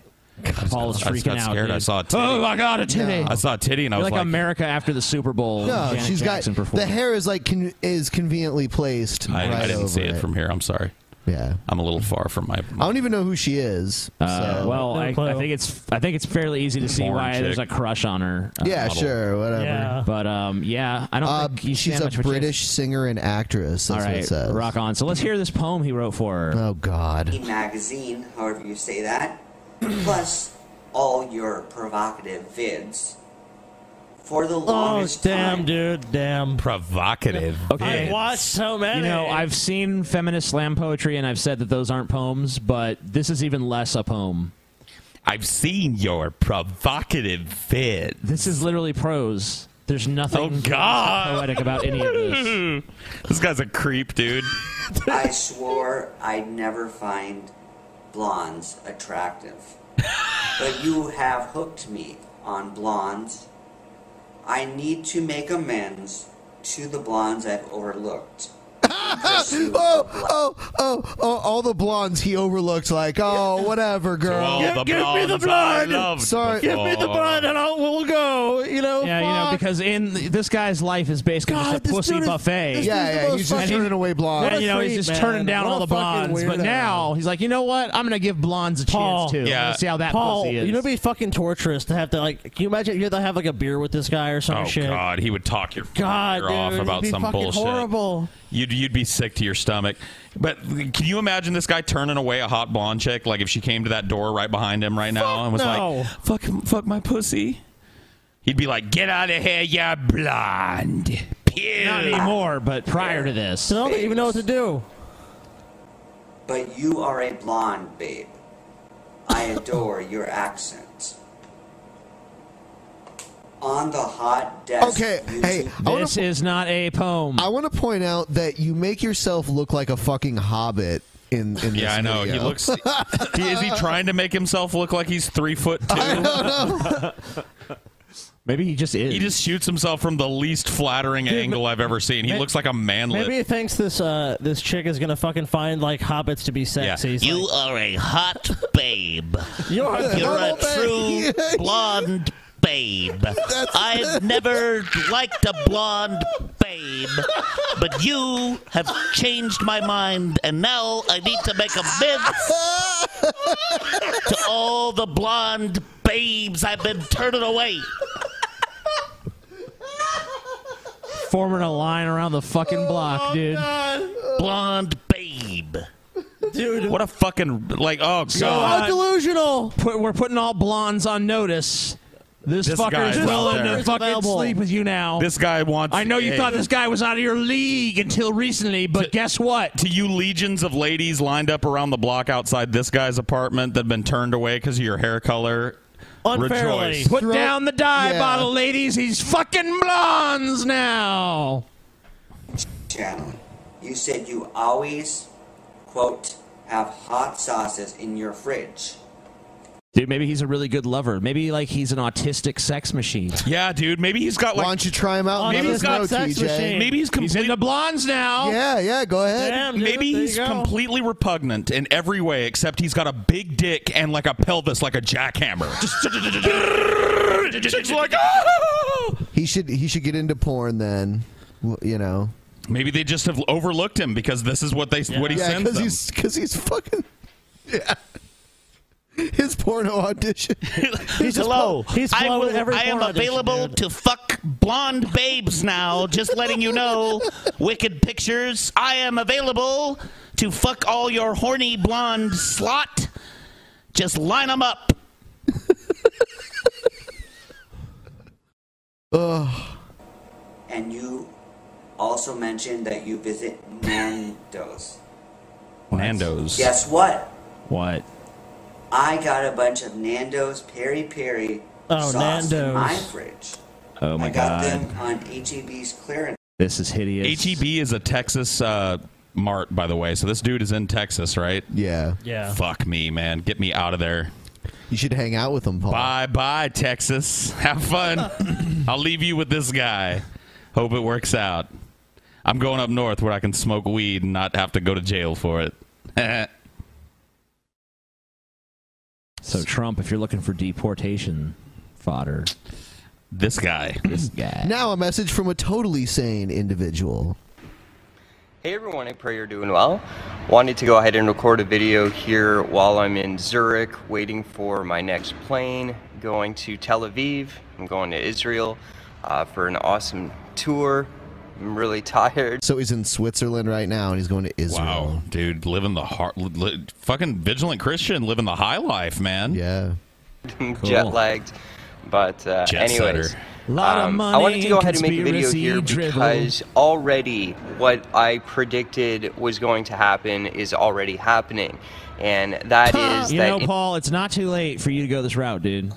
Paul is
I just
freaking
got
out.
scared.
dude.
I saw a titty.
Oh my god, a titty!
I saw a titty, and I
You're
was
like,
like,
America after the Super Bowl.
No,
Janet
she's
Jackson
got
performed.
the hair is like con- is conveniently placed.
I,
right
I didn't see
over
it, from here. I'm sorry.
Yeah.
I'm a little far from my.
I don't even know who she is.
Uh,
so-
well, I, I think it's I think it's fairly easy to see
Foreign
why
chick.
there's a crush on her. uh,
Yeah,
model.
sure, whatever. Yeah.
But um, yeah, I don't think you
she's
stand
a
much of chance.
British singer and actress. That's
All
what it
right,
says.
rock on. So let's hear this poem he wrote for her.
Oh God.
magazine, however you say that, plus all your provocative vids. For the
Oh
longest
damn, dude, damn.
Provocative.
I watched so many.
You know, I've seen feminist slam poetry, and I've said that those aren't poems, but this is even less a poem.
I've seen your provocative fit.
This is literally prose. There's nothing
Oh, God.
poetic about any of this.
This guy's a creep, dude.
I swore I'd never find blondes attractive. But you have hooked me on blondes. I need to make amends to the blondes I've overlooked.
oh, oh, oh, oh, all the blondes he overlooked, like, oh, whatever, girl.
all Yeah, the give me the blondes I blonde. loved
Sorry.
Give me the before. blonde
and I will go. You know,
yeah, you know, because in this guy's life is basically
God,
just a
this
pussy
dude is-
buffet.
this Yeah, dude's the yeah, most he's just fucking- turning away blondes.
And, you know,
What a
he's just
freak,
turning
man.
down
What
all
a
the
fucking
blondes. But
weirdo.
now he's like, you know what? I'm gonna give blondes a chance too. I'm gonna see how that
Paul,
pussy is.
You know, it'd be fucking torturous to have to like. Can you imagine? You have to have like a beer with this guy or some
Oh
shit.
God, he would talk your
God,
God, off
dude,
about
it'd be
some
fucking
bullshit.
horrible.
You'd you'd be sick to your stomach. But can you imagine this guy turning away a hot blonde chick? Like if she came to that door right behind him right now and was
no.
like, "Fuck, fuck my pussy." He'd be like, "Get out of here, you blonde."
Not anymore, but prior to this,
So I don't even know what to do.
But you are a blonde, babe. I adore your accent. On the hot desk.
Okay,
you
hey, I wanna
this is not a poem.
I want to point out that you make yourself look like a fucking hobbit in, in this
Yeah, I know. He
video.
looks. he, is he trying to make himself look like he's three foot two?
Maybe he just is.
He just shoots himself from the least flattering angle I've ever seen. He
may-
looks like a manlet.
Maybe he thinks this uh this chick is gonna fucking find like hobbits to be sexy. He's
You
like,
are a hot babe.
You're a
a
normal
true
babe.
blonde babe. I've never liked a blonde babe, but you have changed my mind, and now I need to make amends to all the blonde babes I've been turning away.
forming a line around the fucking block, dude.
Blonde babe.
Dude,
what a fucking like oh god.
delusional.
we're putting all blondes on notice. This,
This guy
fucker is
is out
willing
there.
to fucking
Available.
sleep with you now.
This guy wants.
I know you
Hey.
thought this guy was out of your league until recently, but guess what?
To you, legions of ladies lined up around the block outside this guy's apartment that've been turned away because of your hair color. Rejoice.
Put down the dye
Yeah.
bottle, ladies. He's fucking blondes now.
channeling. You said you always, quote, have hot sauces in your fridge.
Dude, maybe he's a really good lover. Maybe like he's an autistic sex machine.
Yeah, dude. Maybe he's got like.
Why don't you try him out? and
Maybe
let
he's
us
got
know,
sex
TJ?
machine. Maybe he's complete.
in the blondes now.
Yeah, yeah. Go ahead.
Maybe he's completely repugnant in every way, except he's got a big dick and like a pelvis, like a jackhammer. Just chicks like, oh!
He should he should get into porn then. W- You know.
Maybe they just have overlooked him because this is what they what he
yeah,
sends them.
he's because he's fucking yeah. His porno audition.
he's
Hello. I,
flown
will- I am available to fuck blonde babes now. Just letting you know, Wicked Pictures. I am available to fuck all your horny blonde slot. Just line them up.
And you also mentioned that you visit Nando's.
Nando's.
Guess what?
What?
I got a bunch of Nando's peri peri
Oh,
sauce in my
Nando's.
fridge.
Oh my
I got
god.
them on HEB's clearance.
This is hideous.
HEB E is a Texas uh, mart, by the way. So this dude is in Texas, right?
Yeah.
Yeah.
Fuck me, man. Get me out of there.
You should hang out with him, Paul.
Bye bye, Texas. Have fun. I'll leave you with this guy. Hope it works out. I'm going up north where I can smoke weed and not have to go to jail for it.
So Trump, if you're looking for deportation fodder,
this guy,
this guy.
Now a message from a totally sane individual.
Hey everyone, I pray you're doing well. Wanted to go ahead and record a video here while I'm in Zurich waiting for my next plane. Going to Tel Aviv, I'm going to Israel uh, for an awesome tour. I'm really tired.
So he's in Switzerland right now, and he's going to Israel.
Wow, dude, living the heart, li- li- fucking vigilant Christian, living the high life, man.
Yeah,
I'm jet lagged. But uh,
Jet
anyways,
setter.
um, I wanted to go ahead and make a video
conspiracy
here
drivel.
because already what I predicted was going to happen is already happening, and that is
you
that.
know, Paul, it's not too late for you to go this route, dude.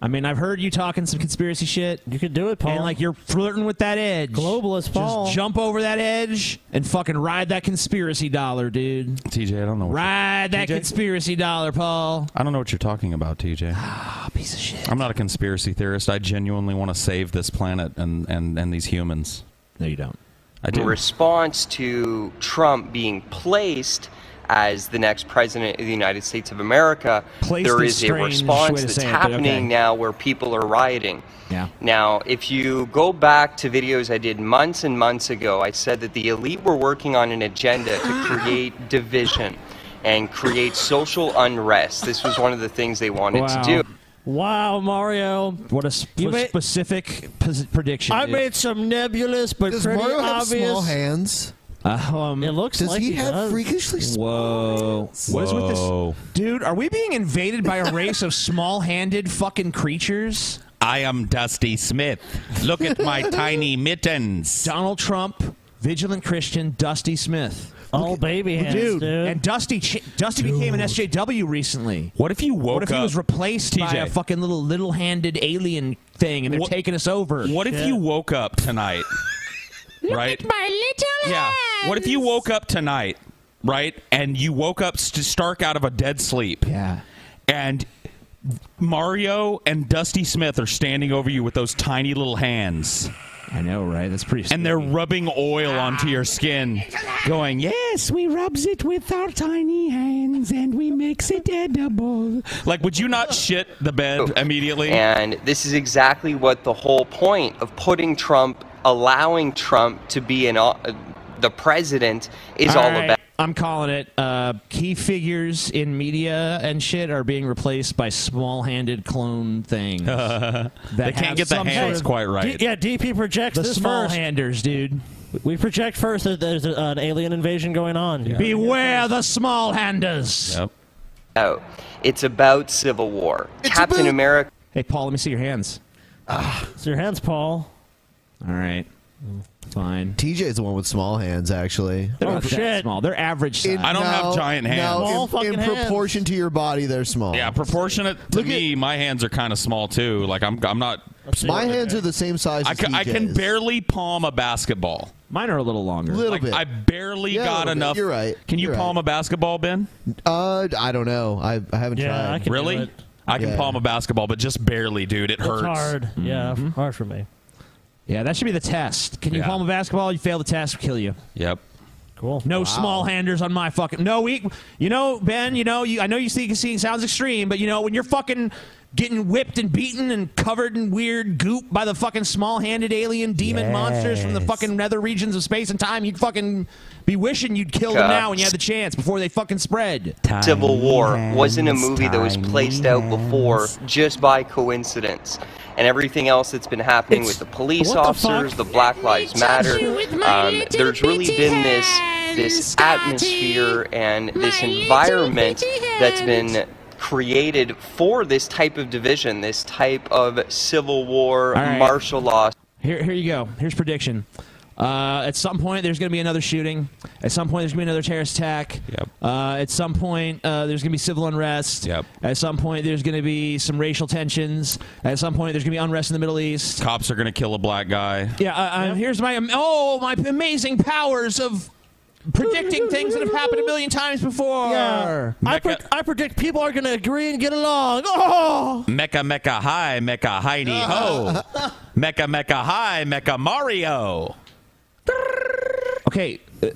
I mean, I've heard you talking some conspiracy shit. You
could do it,
Paul. And like you're flirting with that edge. Globalist,
Paul.
Just jump over that edge and fucking ride that conspiracy dollar, dude.
TJ, I don't know. What
Ride that conspiracy dollar, Paul.
I don't know what you're talking about, TJ. Ah,
piece of shit.
I'm not a conspiracy theorist. I genuinely want to save this planet and, and, and these humans.
No, you don't.
in response to Trump being placed as the next president of the United States of America,
Placed
there
is
is a
strange way
response
to
that's
say it, but
happening
okay.
now where people are rioting.
Yeah.
Now, if you go back to videos I did months and months ago, I said that the elite were working on an agenda to create division and create social unrest. This was one of the things they wanted
Wow.
to do.
Wow, Mario.
What a sp-
You made-
specific pos- prediction.
I
dude.
made some nebulous but
Does
pretty
Mario have
obvious.
small hands?
Um, it
looks
Does like he he have does. freakishly
small Whoa.
Oh.
What is
Whoa.
with this? Dude, are we being invaded by a race of small handed fucking creatures?
I am Dusty Smith. Look at my tiny mittens.
Donald Trump, vigilant Christian, Dusty Smith.
All baby hands, dude.
And Dusty ch- Dusty became an SJW recently.
What if you woke
What if he
up-
was replaced by
TJ.
a fucking little little handed alien thing and they're
What-
taking us over?
What if you woke up tonight? right?
My little
Yeah. What if you woke up tonight, right? And you woke up st- stark out of a dead sleep.
Yeah.
And Mario and Dusty Smith are standing over you with those tiny little hands.
I know, right? That's pretty.
And they're rubbing oil onto your skin, going, "Yes, we rubs it with our tiny hands and we makes it edible." Like, would you not shit the bed immediately?
And this is exactly what the whole point of putting Trump, allowing Trump to be an, au- uh, the president, is all,
right,
about.
I'm calling it. Uh, key figures in media and shit are being replaced by small-handed clone things. that
They can't
have
get the
some
hands
sort of-
quite right.
D- yeah, DP projects
The
this
small
first.
handers, dude.
We project first that there's a, an alien invasion going on.
Beware the small handers.
Oh, it's about civil war. Captain America.
Hey, Paul, let me see your hands.
Ah.
It's your hands, Paul.
All right. Fine.
TJ's the one with small hands, actually.
They're
Oh,
not that small. They're average size.
In- no, No, in- in, proportion to your body, they're
Oh.
small.
Yeah, proportionate to me, my hands are kind of small too. Like I'm, I'm not.
My hands are the same size
I
as
ca- I can
TJ's.
barely palm a basketball.
Mine are a little longer.
Little
like,
bit.
I barely
Yeah, a
got
little bit.
enough.
You're right.
Can you
You're
palm a basketball, Ben?
Uh, I don't know. I, I haven't tried.
really? I can palm a basketball, but just barely, dude. It hurts.
Yeah, hard for me.
Mm-hmm. Yeah, that should be the test. Can you
Yeah.
palm a basketball? You fail the test, we kill you.
Yep.
Cool.
No
Wow.
small handers on my fucking. No, we. You know, Ben. You know, you. I know you see. Seeing sounds extreme, but you know when you're fucking getting whipped and beaten and covered in weird goop by the fucking small-handed alien demon monsters from the
Yes.
fucking nether regions of space and time, you'd fucking be wishing you'd killed them
Cups.
now when you had the chance before they fucking spread.
Civil War wasn't a movie that was placed out before just by coincidence. And everything else that's been happening with the police
What the
officers, the, Black Lives Matter, um, there's really been this this atmosphere and this environment that's been created for this type of division, this type of civil war,
All right.
martial law.
Here, here you go. Here's prediction. Uh, at some point, there's going to be another shooting. At some point, there's going to be another terrorist attack. Yep. Uh, at some point, uh, there's going to be civil unrest. Yep. At some point, there's going to be some racial tensions. At some point, there's going to be unrest in the Middle East.
Cops are gonna kill a black guy.
Yeah. Uh, uh, Here's my um, oh my amazing powers of predicting things that have happened a million times before.
Yeah. I, pre- I predict people are going to agree and get along. Oh!
Mecca, Mecca, hi, Mecca, Heidi, ho. Mecca, Mecca, hi, Mecca, Mario.
Okay, uh,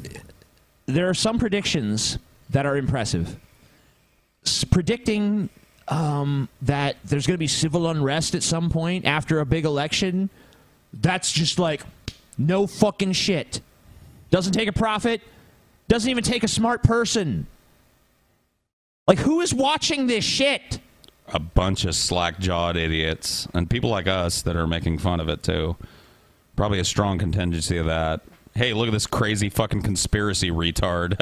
there are some predictions that are impressive. S- predicting um, that there's going to be civil unrest at some point after a big election, that's just like no fucking shit. Doesn't take a profit, doesn't even take a smart person. Like, who is watching this shit?
A bunch of slack jawed idiots and people like us that are making fun of it too. Probably a strong contingency of that. Hey, look at this crazy fucking conspiracy retard.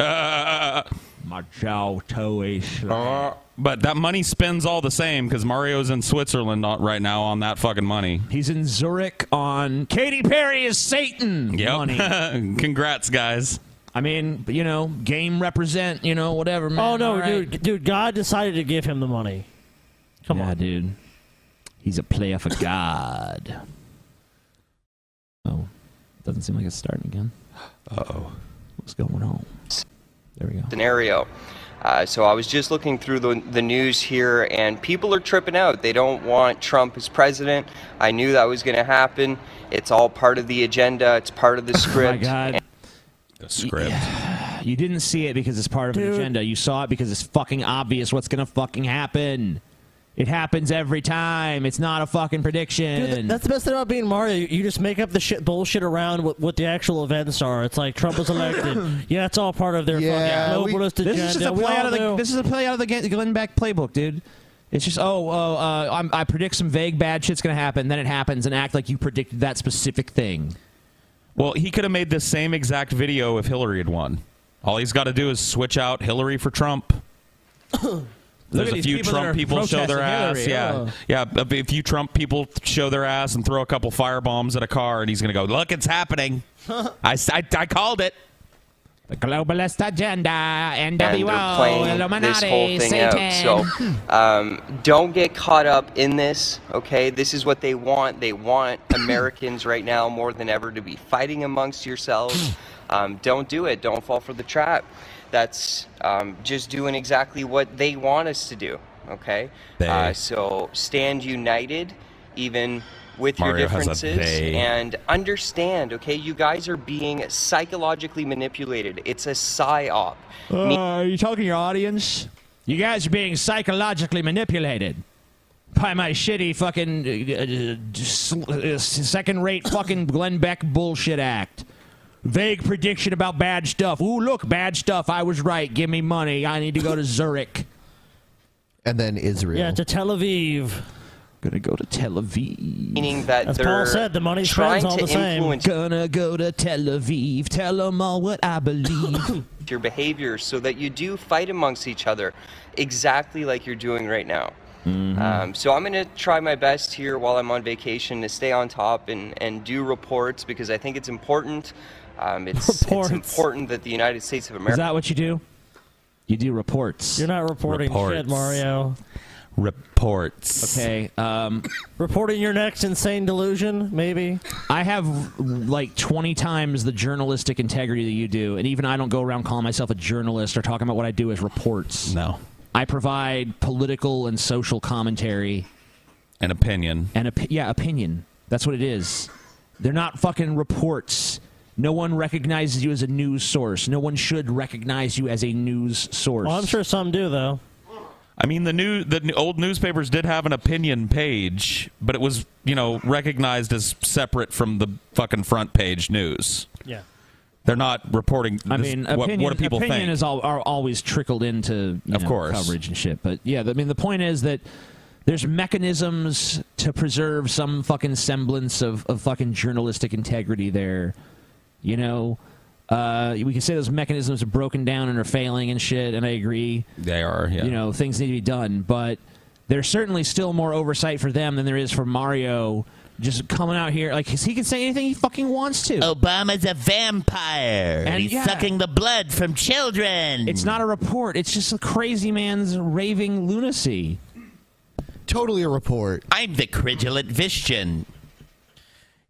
My jaw toe
Uh, But that money spends all the same because Mario's in Switzerland not- right now on that fucking money.
He's in Zurich on Katy Perry is Satan
Yep.
money.
Congrats, guys.
I mean, you know, game represent, you know, whatever, man.
oh, no,
All right.
dude. Dude, God decided to give him the money. Come
on, dude. He's a player for God. Oh, doesn't seem like it's starting again.
Uh oh.
What's going on? There we go.
scenario. Uh, so I was just looking through the, the news here, and people are tripping out. They don't want Trump as president. I knew that was going to happen. It's all part of the agenda. It's part of the script.
Oh God.
The script.
You didn't see it because it's part of an
Dude.
agenda. You saw it because it's fucking obvious what's gonna fucking happen. It happens every time. It's not a fucking prediction.
Dude, th- that's the best thing about being Mario. You just make up the shit bullshit around what, what the actual events are. It's like Trump was elected. yeah, it's all part of their
Yeah,
fucking
we-
globalist
this
agenda.
is just a
We
play
all
out of the
knew.
this is a play out of the Gen- Glenn Beck playbook, dude. It's just oh, uh, uh, I'm, I predict some vague bad shit's gonna happen, then it happens, and act like you predicted that specific thing.
Well, he could have made this same exact video if Hillary had won. All he's got to do is switch out Hillary for Trump.
Look
There's
at
a
these
few
people that
Trump
are
people show their
protesting
ass.
Hillary.
Yeah.
Oh.
Yeah. but If you Trump people show their ass and throw a couple firebombs at a car, and he's going to go, look, it's happening. I, s- I- I called it.
The globalist agenda,
and they're
NWO,
playing this whole
Illuminati,
thing
Satan.
out. So um, don't get caught up in this, okay? This is what they want. They want Americans right now more than ever to be fighting amongst yourselves. Um, don't do it. Don't fall for the trap. That's um, just doing exactly what they want us to do, okay? Uh, so stand united, even with
Mario
your
has a
differences
they.
and understand, okay? You guys are being psychologically manipulated. It's a psyop.
Uh, are you talking to your audience? You guys are being psychologically manipulated by my shitty fucking uh, uh, sl- uh, second rate fucking Glenn Beck bullshit act. Vague prediction about bad stuff. Ooh, look, bad stuff. I was right. Give me money. I need to go to Zurich.
And then Israel.
Yeah, to Tel Aviv.
Gonna go to Tel Aviv.
meaning that
As
they're
Paul said, the money's friends
trying
all
to
the same.
influence
Gonna go to Tel Aviv. Tell them all what I believe.
your behavior so that you do fight amongst each other exactly like you're doing right now.
Mm-hmm.
Um, so I'm going to try my best here while I'm on vacation to stay on top and, and do reports because I think it's important. Um, it's, it's
Reports.
important that the United States of
Is
America
that what you do? You do reports. You're
not reporting shit, Mario.
Reports.
Okay. Um,
reporting your next insane delusion, maybe.
I have like 20 times the journalistic integrity that you do, and even I don't go around calling myself a journalist or talking about what I do as reports.
No.
I provide political and social commentary.
An opinion.
And op- yeah, opinion. That's what it is. They're not fucking reports. No one recognizes you as a news source. No one should recognize you as a news source.
Well, I'm sure some do though.
I mean, the new the n- old newspapers did have an opinion page, but it was you know recognized as separate from the fucking front page news.
Yeah.
They're not reporting.
I
this-
mean,
what,
opinion,
what do people
opinion
think?
is all, are always trickled into you
Of
know,
course.
coverage and shit. But yeah, I mean, the point is that there's mechanisms to preserve some fucking semblance of, of fucking journalistic integrity there. You know, uh, we can say those mechanisms are broken down and are failing and shit, and I agree.
They are, yeah.
You know, things need to be done, but there's certainly still more oversight for them than there is for Mario just coming out here. Like, 'cause he can say anything he fucking wants to.
Obama's a vampire.
And
he's
yeah.
sucking the blood from children.
It's not a report. It's just a crazy man's raving lunacy.
Totally a report.
I'm the Cridulant Vistian.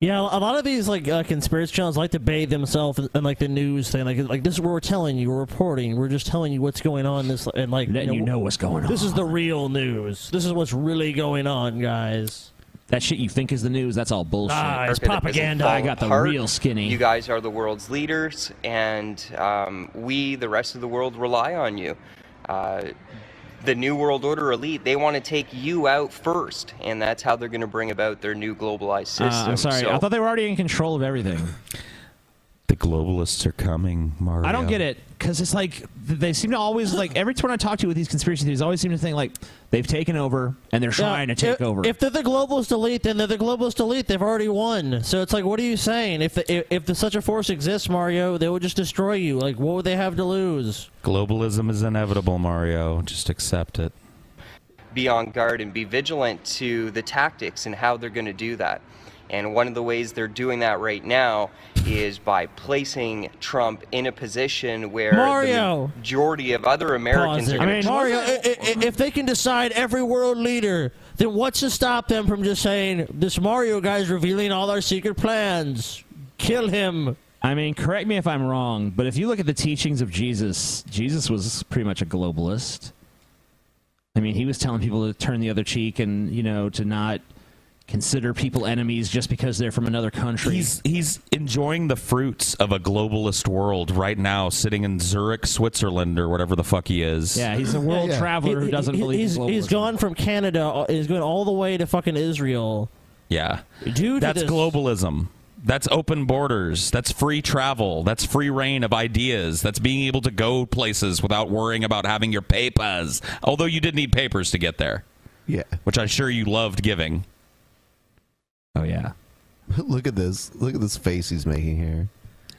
Yeah, a lot of these like uh, conspiracy channels like to bathe themselves in, in, like the news thing. Like, like this is what we're telling you. We're reporting. We're just telling you what's going on. This and like
Letting you know what's going
This is the real news. This is what's really going on, guys.
That shit you think is the news, that's all bullshit.
Ah, it's
America that doesn't
propaganda.
fall
I got the
apart.
real skinny.
You guys are the world's leaders, and um, we, the rest of the world, rely on you. Uh, the New World Order elite, they want to take you out first, and that's how they're going to bring about their new globalized
Uh,
system.
I'm sorry.
So-
I thought they were already in control of everything.
The globalists are coming,
Oh,
Mario.
I don't get it because it's like th- they seem to always like every time I talk to with these conspiracy theories, they always seem to think like they've taken over and they're trying to take
if,
over.
If they're the globalist elite, then they're the globalist elite. They've already won. So it's like, what are you saying? If the, if, if the, such a force exists, Mario, they would just destroy you. Like, what would they have to lose?
Globalism is inevitable, Mario. Just accept it.
be on guard and be vigilant to the tactics and how they're going to do that. And one of the ways they're doing that right now is by placing Trump in a position where
Mario.
the majority of other Americans
Pause
are
it.
going to
Mario, i- i- i- if they can decide every world leader, then what's to stop them from just saying, this Mario guy's revealing all our secret plans? Kill him.
I mean, correct me if I'm wrong, but if you look at the teachings of Jesus, Jesus was pretty much a globalist. I mean, he was telling people to turn the other cheek and, you know, to not consider people enemies just because they're from another country.
He's he's enjoying the fruits of a globalist world right now, sitting in Zurich, Switzerland, or whatever the fuck he is.
Yeah, he's a world traveler who doesn't believe in
he's, he's
globalism.
gone from Canada. uh, He's going all the way to fucking Israel.
Yeah.
to
That's
this-
globalism. That's open borders. That's free travel. That's free reign of ideas. That's being able to go places without worrying about having your papers. Although you did need papers to get there.
Yeah.
Which I'm sure you loved giving.
Oh yeah.
Look at this. Look at this face he's making here.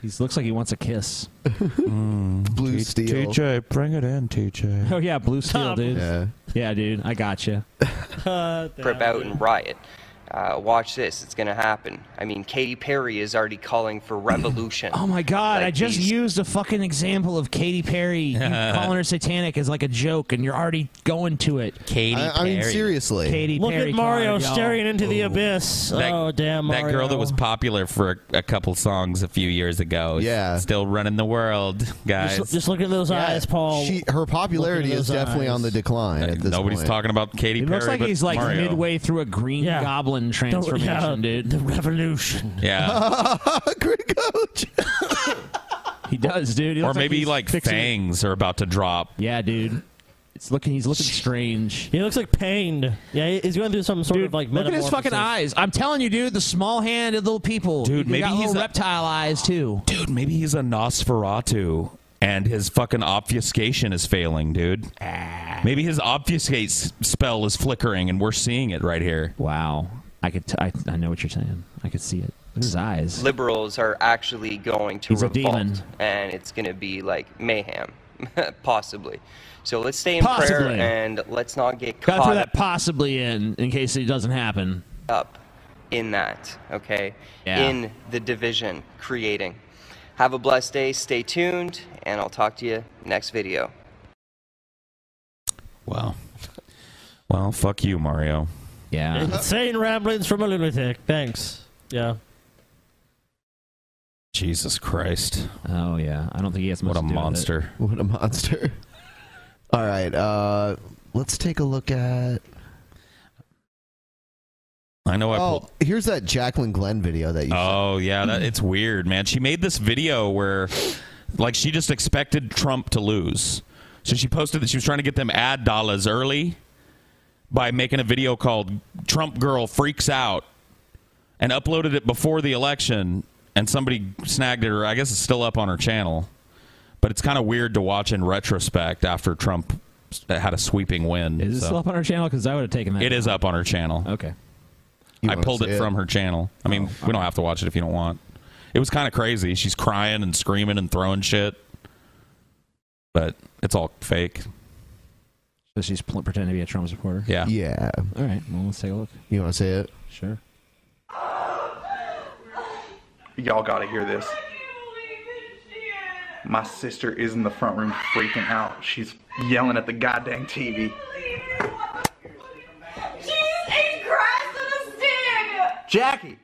He looks like he wants a kiss.
Mm.
Blue steel.
TJ, bring it in, TJ.
Oh yeah, blue steel,
Tom.
dude.
Yeah.
yeah, dude. I gotcha.
Prep out and riot. Uh, watch this; it's gonna happen. I mean, Katy Perry is already calling for revolution.
Oh my god, I just used a fucking example of Katy Perry. You calling her satanic is like a joke and you're already going to it.
Katy
I- I mean, Perry. seriously.
Katy
Look
Perry
at Mario
card, y'all.
staring into the abyss. oh damn, Mario!
That girl that was popular for a, a couple songs a few years ago. is
Yeah.
Still running the world, guys.
Just, just look at those eyes, Paul.
She, her popularity
Look at
is
those
definitely
eyes.
on the decline at this
Nobody's
point.
talking about Katy
It
Perry.
looks like
but
he's like
Mario.
midway through a green goblin transformation,
yeah,
dude.
The revolution.
Yeah.
Oh,
he does, dude. He
or
looks
maybe
he's
like,
fixing-
fangs are about to drop.
Yeah, dude. It's looking he's looking strange.
He looks like pained. Yeah, he- he's going through some sort of like.
Look at his fucking eyes. I'm telling you, dude, the small handed little people.
Dude,
They
maybe
got
he's
little
a-
reptile eyes too.
Dude, maybe he's a Nosferatu and his fucking obfuscation is failing, dude.
Ah.
Maybe his obfuscate s- spell is flickering and we're seeing it right here.
Wow. I could t- I, I know what you're saying. I could see it. Look at his eyes.
Liberals are actually going to
He's a
revolt,
demon.
and it's gonna be like mayhem, possibly. So let's stay in prayer
Possibly.
and let's not get
Gotta throw
caught
that possibly in in case it doesn't happen.
up in that, okay?
Yeah.
In the division creating. Have a blessed day, stay tuned, and I'll talk to you next video.
Wow. Well, fuck you, Mario.
Yeah.
Insane ramblings from a lunatic. Thanks. Yeah.
Jesus Christ.
Oh yeah. I don't think he has much
What
to do
a
with it.
monster.
What a monster. All right. Uh, let's take a look at.
I know I
oh,
pulled.
here's that Jacqueline Glenn video that you.
Oh yeah, that, it's weird, man. She made this video where, like, she just expected Trump to lose, so she posted that she was trying to get them ad dollars early by making a video called "Trump Girl Freaks Out" and uploaded it before the election, and somebody snagged it. Or I guess it's still up on her channel, but it's kind of weird to watch in retrospect after Trump s- had a sweeping win.
Is this
so-
still up on our channel? Because I would have taken that.
It is up on her channel.
Okay.
I
wanna
pulled
see
it,
it? Oh,
from her channel. I mean, we don't have to watch it if you don't want. It was kind of crazy. She's crying and screaming and throwing shit. But it's all fake.
So she's pl- pretending to be a Trump supporter.
Yeah.
Yeah.
All right. Well, let's take a look.
You want to say it?
Sure.
Y'all gotta hear this. My sister is in the front room freaking out. She's yelling at the goddamn TV.
Jesus Christ on a stick!
Jackie!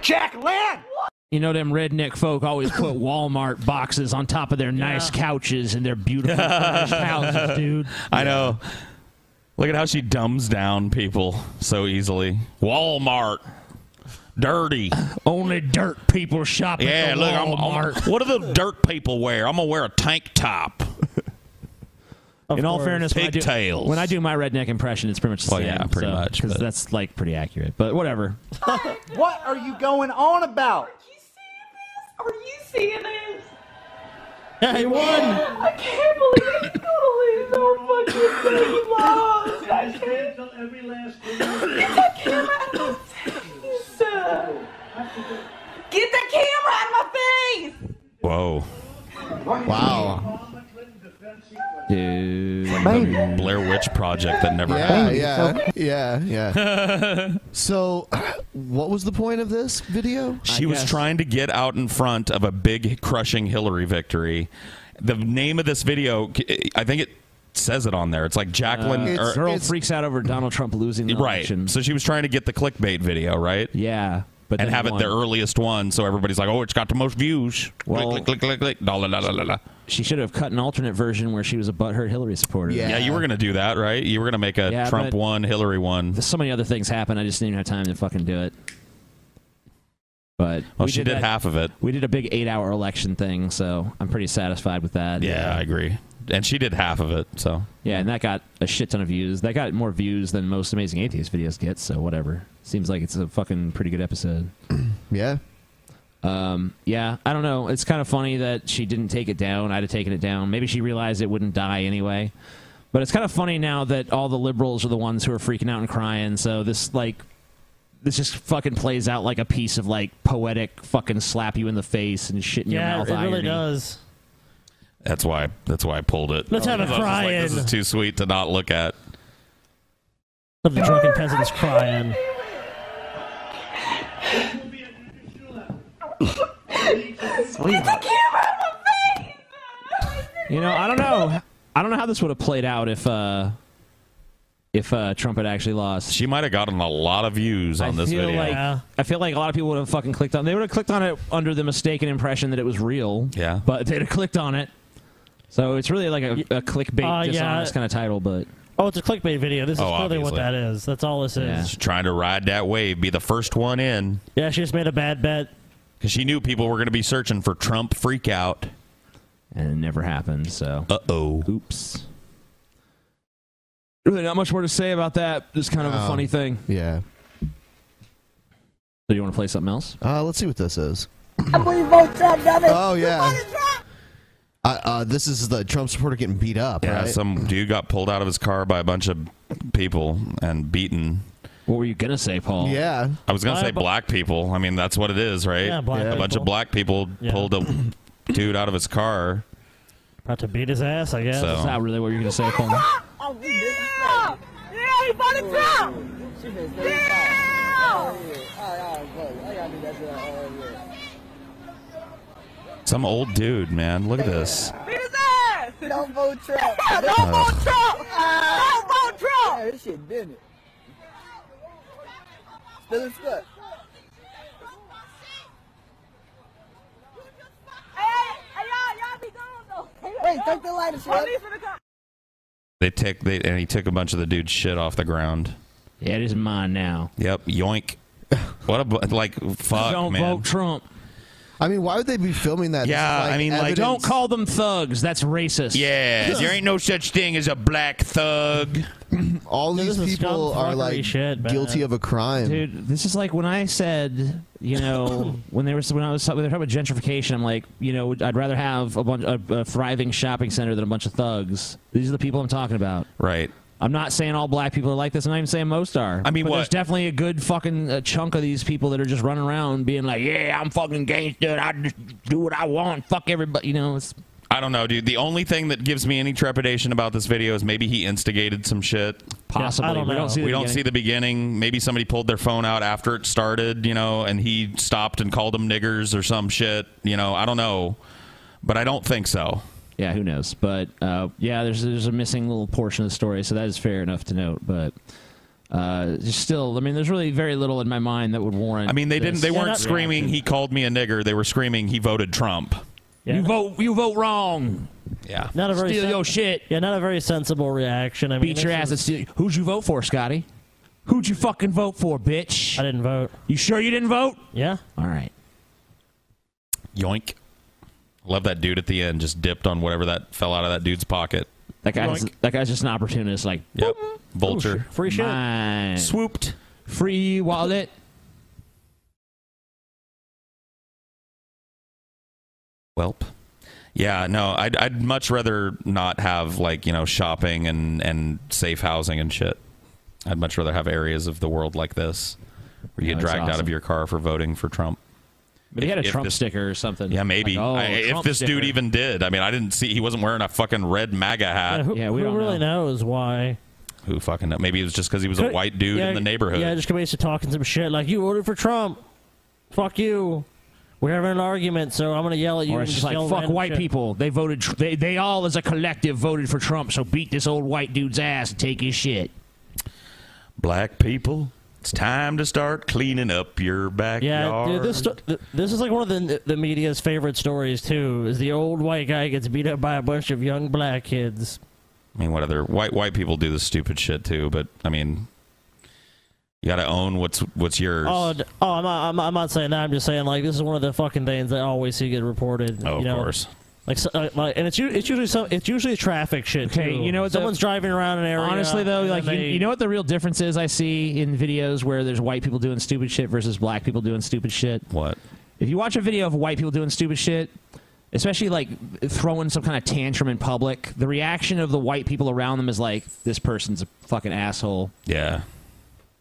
Jack Land!
You know them redneck folk always put Walmart boxes on top of their nice couches and their beautiful furnished houses, dude.
I know. Look at how she dumbs down people so easily. Walmart. Dirty.
Only dirt people shop at
yeah,
the
look, I'm,
Walmart.
I'm, what do the dirt people wear? I'm gonna wear a tank top.
In all fairness, when I, do,
pigtails.
when I do my redneck impression, it's pretty much the
Well,
same.
yeah, pretty much,
because
but-
that's like pretty accurate. But whatever.
What are you going on about?
Are you seeing this?
Hey, won!
I can't believe he's gonna lose our fucking thing. He lost. I can't. Get that camera out of my face. Get that camera out of my face.
Whoa.
Wow.
Dude.
Like the Blair Witch Project that never
Yeah,
happened.
yeah, yeah, yeah. so, what was the point of this video?
She was trying to get out in front of a big crushing Hillary victory. The name of this video, I think it says it on there. It's like Jacqueline.
Uh,
or,
girl freaks out over Donald Trump losing the
er, right.
election.
So she was trying to get the clickbait video, right?
Yeah. But
and
then
have it
one.
the earliest one, so everybody's like, "Oh, it's got the most views." click, click, click, click, click. Da, la, la, la, la, la.
She should have cut an alternate version where she was a butthurt Hillary supporter.
Yeah. you were gonna do that, right? You were gonna make a
Yeah,
Trump
but-
one, Hillary one.
So many other things happened. I just didn't even have time to fucking do it. But
Well,
we
she did
that-
half of it.
We did a big eight-hour election thing, so I'm pretty satisfied with that.
Yeah, I agree. And she did half of it, so
Yeah, and that got a shit ton of views. That got more views than most Amazing Atheist videos get, so whatever. Seems like it's a fucking pretty good episode.
yeah.
Um, yeah, I don't know. It's kind of funny that she didn't take it down. I'd have taken it down. Maybe she realized it wouldn't die anyway. But it's kind of funny now that all the liberals are the ones who are freaking out and crying. So this like this just fucking plays out like a piece of like poetic fucking slap you in the face and shit in
Yeah,
your mouth.
it really
irony.
does.
that's why that's why I pulled it.
Let's have a
I was just
cry
Like, this
in.
is too sweet to not look at.
Let the drunken peasants crying.
You know, I don't know. I don't know how this would have played out if uh if uh Trump had actually lost.
She might have gotten a lot of views on
I
this
feel
video.
like I feel like a lot of people would have fucking clicked on. They would have clicked on it under the mistaken impression that it was real.
Yeah,
but they'd have clicked on it. So it's really like a, a clickbait,
Uh, yeah.
dishonest kind of title. But
Oh, it's a clickbait video. This is
Oh,
clearly
obviously.
what that is. That's all this is.
She's trying to ride that wave, be the first one in,
Yeah, she just made a bad bet.
because she knew people were going to be searching for Trump freakout,
and it never happened. So
uh oh,
oops. Really, not much more to say about that. Just kind of a
Um,
funny thing.
Yeah.
So you want to play something else?
Uh, let's see what this is.
Oh,
Oh yeah. Uh, uh, this is the Trump supporter getting beat up.
Yeah,
right?
some dude got pulled out of his car by a bunch of people and beaten.
What were you gonna say, Paul?
Yeah.
I was gonna
Why
say
bu-
black people. I mean, that's what it is, right?
Yeah, black
a bunch
people.
of black people
Yeah.
pulled a dude out of his car.
About to beat his ass, I guess.
So- That's not
really what you're gonna say, Paul.
Oh,
Yeah! Yeah, he bought a truck! Yeah!
Some old dude, man. Look at this.
Beat his ass! Don't vote Trump.
Ugh.
Don't vote
Uh-huh.
Trump! Don't vote Trump! Yeah, this shit been it. Still in stuck. Hey, take the lighter, Trump.
They took they and he took a bunch of the dude's shit off the ground.
Yeah, it is mine now.
Yep, yoink. What a bu- like fuck,
Don't
man.
vote Trump.
I mean, why would they be filming that?
Yeah, I mean, like
don't call them thugs. That's racist.
Yeah, there ain't no such thing as a black thug.
All these people are like guilty of a crime.
Dude, this is like when I said, you know, when they were when I was when they were talking about gentrification, I'm like, you know, I'd rather have a bunch a, a thriving shopping center than a bunch of thugs. These are the people I'm talking about.
Right.
I'm not saying all black people are like this. I'm not even saying most are.
I mean,
but
what-
there's definitely a good fucking uh chunk of these people that are just running around being like, "Yeah, I'm fucking gangster. and I just do what I want. Fuck everybody." You know, it's
I don't know, dude. The only thing that gives me any trepidation about this video is maybe he instigated some shit.
Possibly. Yeah, I don't We don't know. see the
We don't
beginning.
see the beginning. Maybe somebody pulled their phone out after it started, you know, and he stopped and called them niggers or some shit. You know, I don't know, but I don't think so.
Yeah, who knows? But uh, yeah, there's there's a missing little portion of the story, so that is fair enough to note. But uh, there's still, I mean, there's really very little in my mind that would warrant.
I mean, they
this.
didn't. They weren't screaming. He called me a nigger. They were screaming. He voted Trump.
You vote. You vote wrong.
Yeah.
Not a very
Steal your shit.
Yeah, not a very sensible reaction. I mean,
Beat your ass and steal. Who'd you vote for, Scotty? Who'd you fucking vote for, bitch? I
didn't vote.
You sure you didn't vote?
Yeah.
All right.
Yoink. Love that dude at the end. Just dipped on whatever that fell out of that dude's pocket.
That guy's
Yoink.
that guy's just an opportunist. Like
Yep. Vulture.
free Oh, shit. Mine.
Swooped.
Free wallet.
Welp. Yeah, no, I'd, I'd much rather not have like you know shopping and and safe housing and shit. I'd much rather have areas of the world like this where you
Yeah,
get
that's
dragged out
awesome.
of your car for voting for Trump.
But he had a
If- if
Trump
this-
sticker or something.
Yeah, maybe.
Like, oh,
I- if
Trump
this dude
sticker.
even did, I mean, I didn't see he wasn't wearing a fucking red MAGA hat.
Yeah, who, who really knows why?
Who fucking know? Maybe it was just because he was a
Could-
white dude
yeah,
in the neighborhood.
Yeah, just committed to talking some shit like you voted for Trump. Fuck you. We're having an argument, so I'm gonna yell at you.
Or
and
it's just
just
like
yell
fuck
random
white
shit.
people. They voted. Tr- They they all as a collective voted for Trump. So beat this old white dude's ass and take his shit.
Black people
It's time to start cleaning up your
Yeah,
backyard.
dude, this sto- th- this is like one of the the media's favorite stories too. Is the old white guy gets beat up by a bunch of young black kids?
I mean, what other white white people do this stupid shit too? But I mean, you got to own what's what's yours.
Oh, d- oh, I'm not, I'm, not, I'm not saying that. I'm just saying like this is one of the fucking things I always see get reported.
Oh,
you
of
know?
course.
Like, so, uh, like, and it's u- it's usually some it's usually traffic shit.
Okay,
too.
you know what the-
someone's driving around an area.
Honestly, though,
and
like
then
you,
Oh, they-
you know what the real difference is I see in videos where there's white people doing stupid shit versus black people doing stupid shit.
What?
If you watch a video of white people doing stupid shit, especially like throwing some kind of tantrum in public, the reaction of the white people around them is like, "This person's a fucking asshole."
Yeah.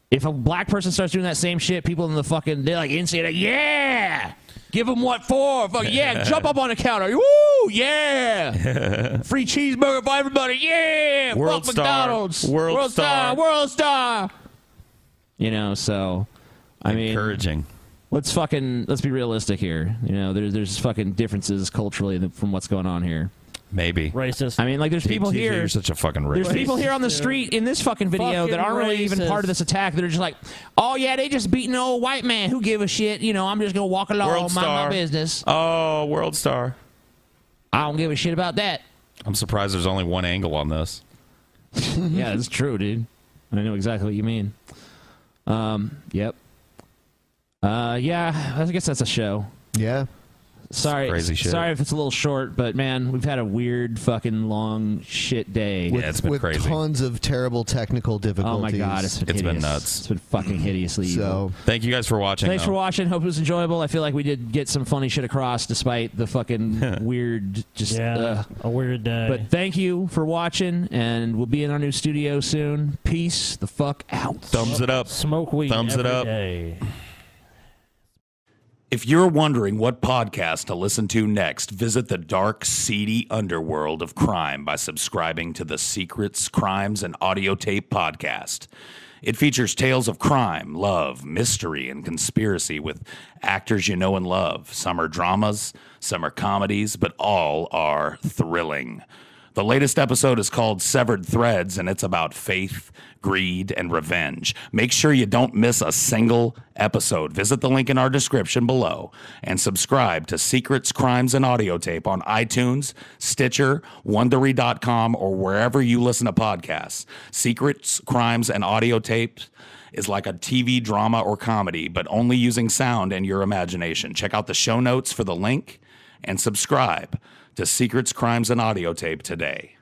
If a black person starts doing that same shit, people in the fucking they're like insane, like, "Yeah, give them what for? Fuck yeah, jump up on the counter, woo, yeah, free cheeseburger for everybody, yeah,
World
fuck
Star.
McDonald's,
World Star.
World Star." You know, so I mean,
encouraging.
Let's fucking let's be realistic here. You know, there's there's fucking differences culturally th- from what's going on here.
Maybe
racist.
I mean, like there's people
TJ,
here.
You're such a fucking racist.
There's people here on the street in this fucking video
Fucking
that aren't really even
racist.
part of this attack. They're just like, oh yeah, they just beating an old white man. Who give a shit? You know, I'm just gonna walk along,
World
mind my
Star.
business.
Oh, World Star.
I don't give a shit about that.
I'm surprised there's only one angle on this.
Mm-hmm.
yeah, that's true, dude. I know exactly what you mean. Um, yep. Uh, yeah, I guess that's a show.
Yeah.
Sorry,
crazy shit.
sorry if it's a little short, but man, we've had a weird fucking long shit day.
With, with tons of terrible technical difficulties.
Oh my god, it's been, hideous. It's been fucking hideously evil.
So
Thank you guys for watching.
Thanks
though.
for watching. Hope it was enjoyable. I feel like we did get some funny shit across, despite the fucking weird, just
yeah,
uh,
a weird day.
But thank you for watching, and we'll be in our new studio soon. Peace the fuck out.
Thumbs it up.
Smoke weed.
Thumbs it
every
up.
day.
If you're wondering what podcast to listen to next, visit the dark, seedy underworld of crime by subscribing to the Secrets, Crimes, and Audio Tape podcast. It features tales of crime, love, mystery, and conspiracy with actors you know and love. Some are dramas, some are comedies, but all are thrilling. The latest episode is called Severed Threads, and it's about faith, greed, and revenge. Make sure you don't miss a single episode. Visit the link in our description below and subscribe to Secrets, Crimes, and Audio Tape on iTunes, Stitcher, Wondery.com, or wherever you listen to podcasts. Secrets, Crimes, and Audio Tape is like a TV drama or comedy, but only using sound and your imagination. Check out the show notes for the link and subscribe to Secrets, Crimes, and Audio Tape today.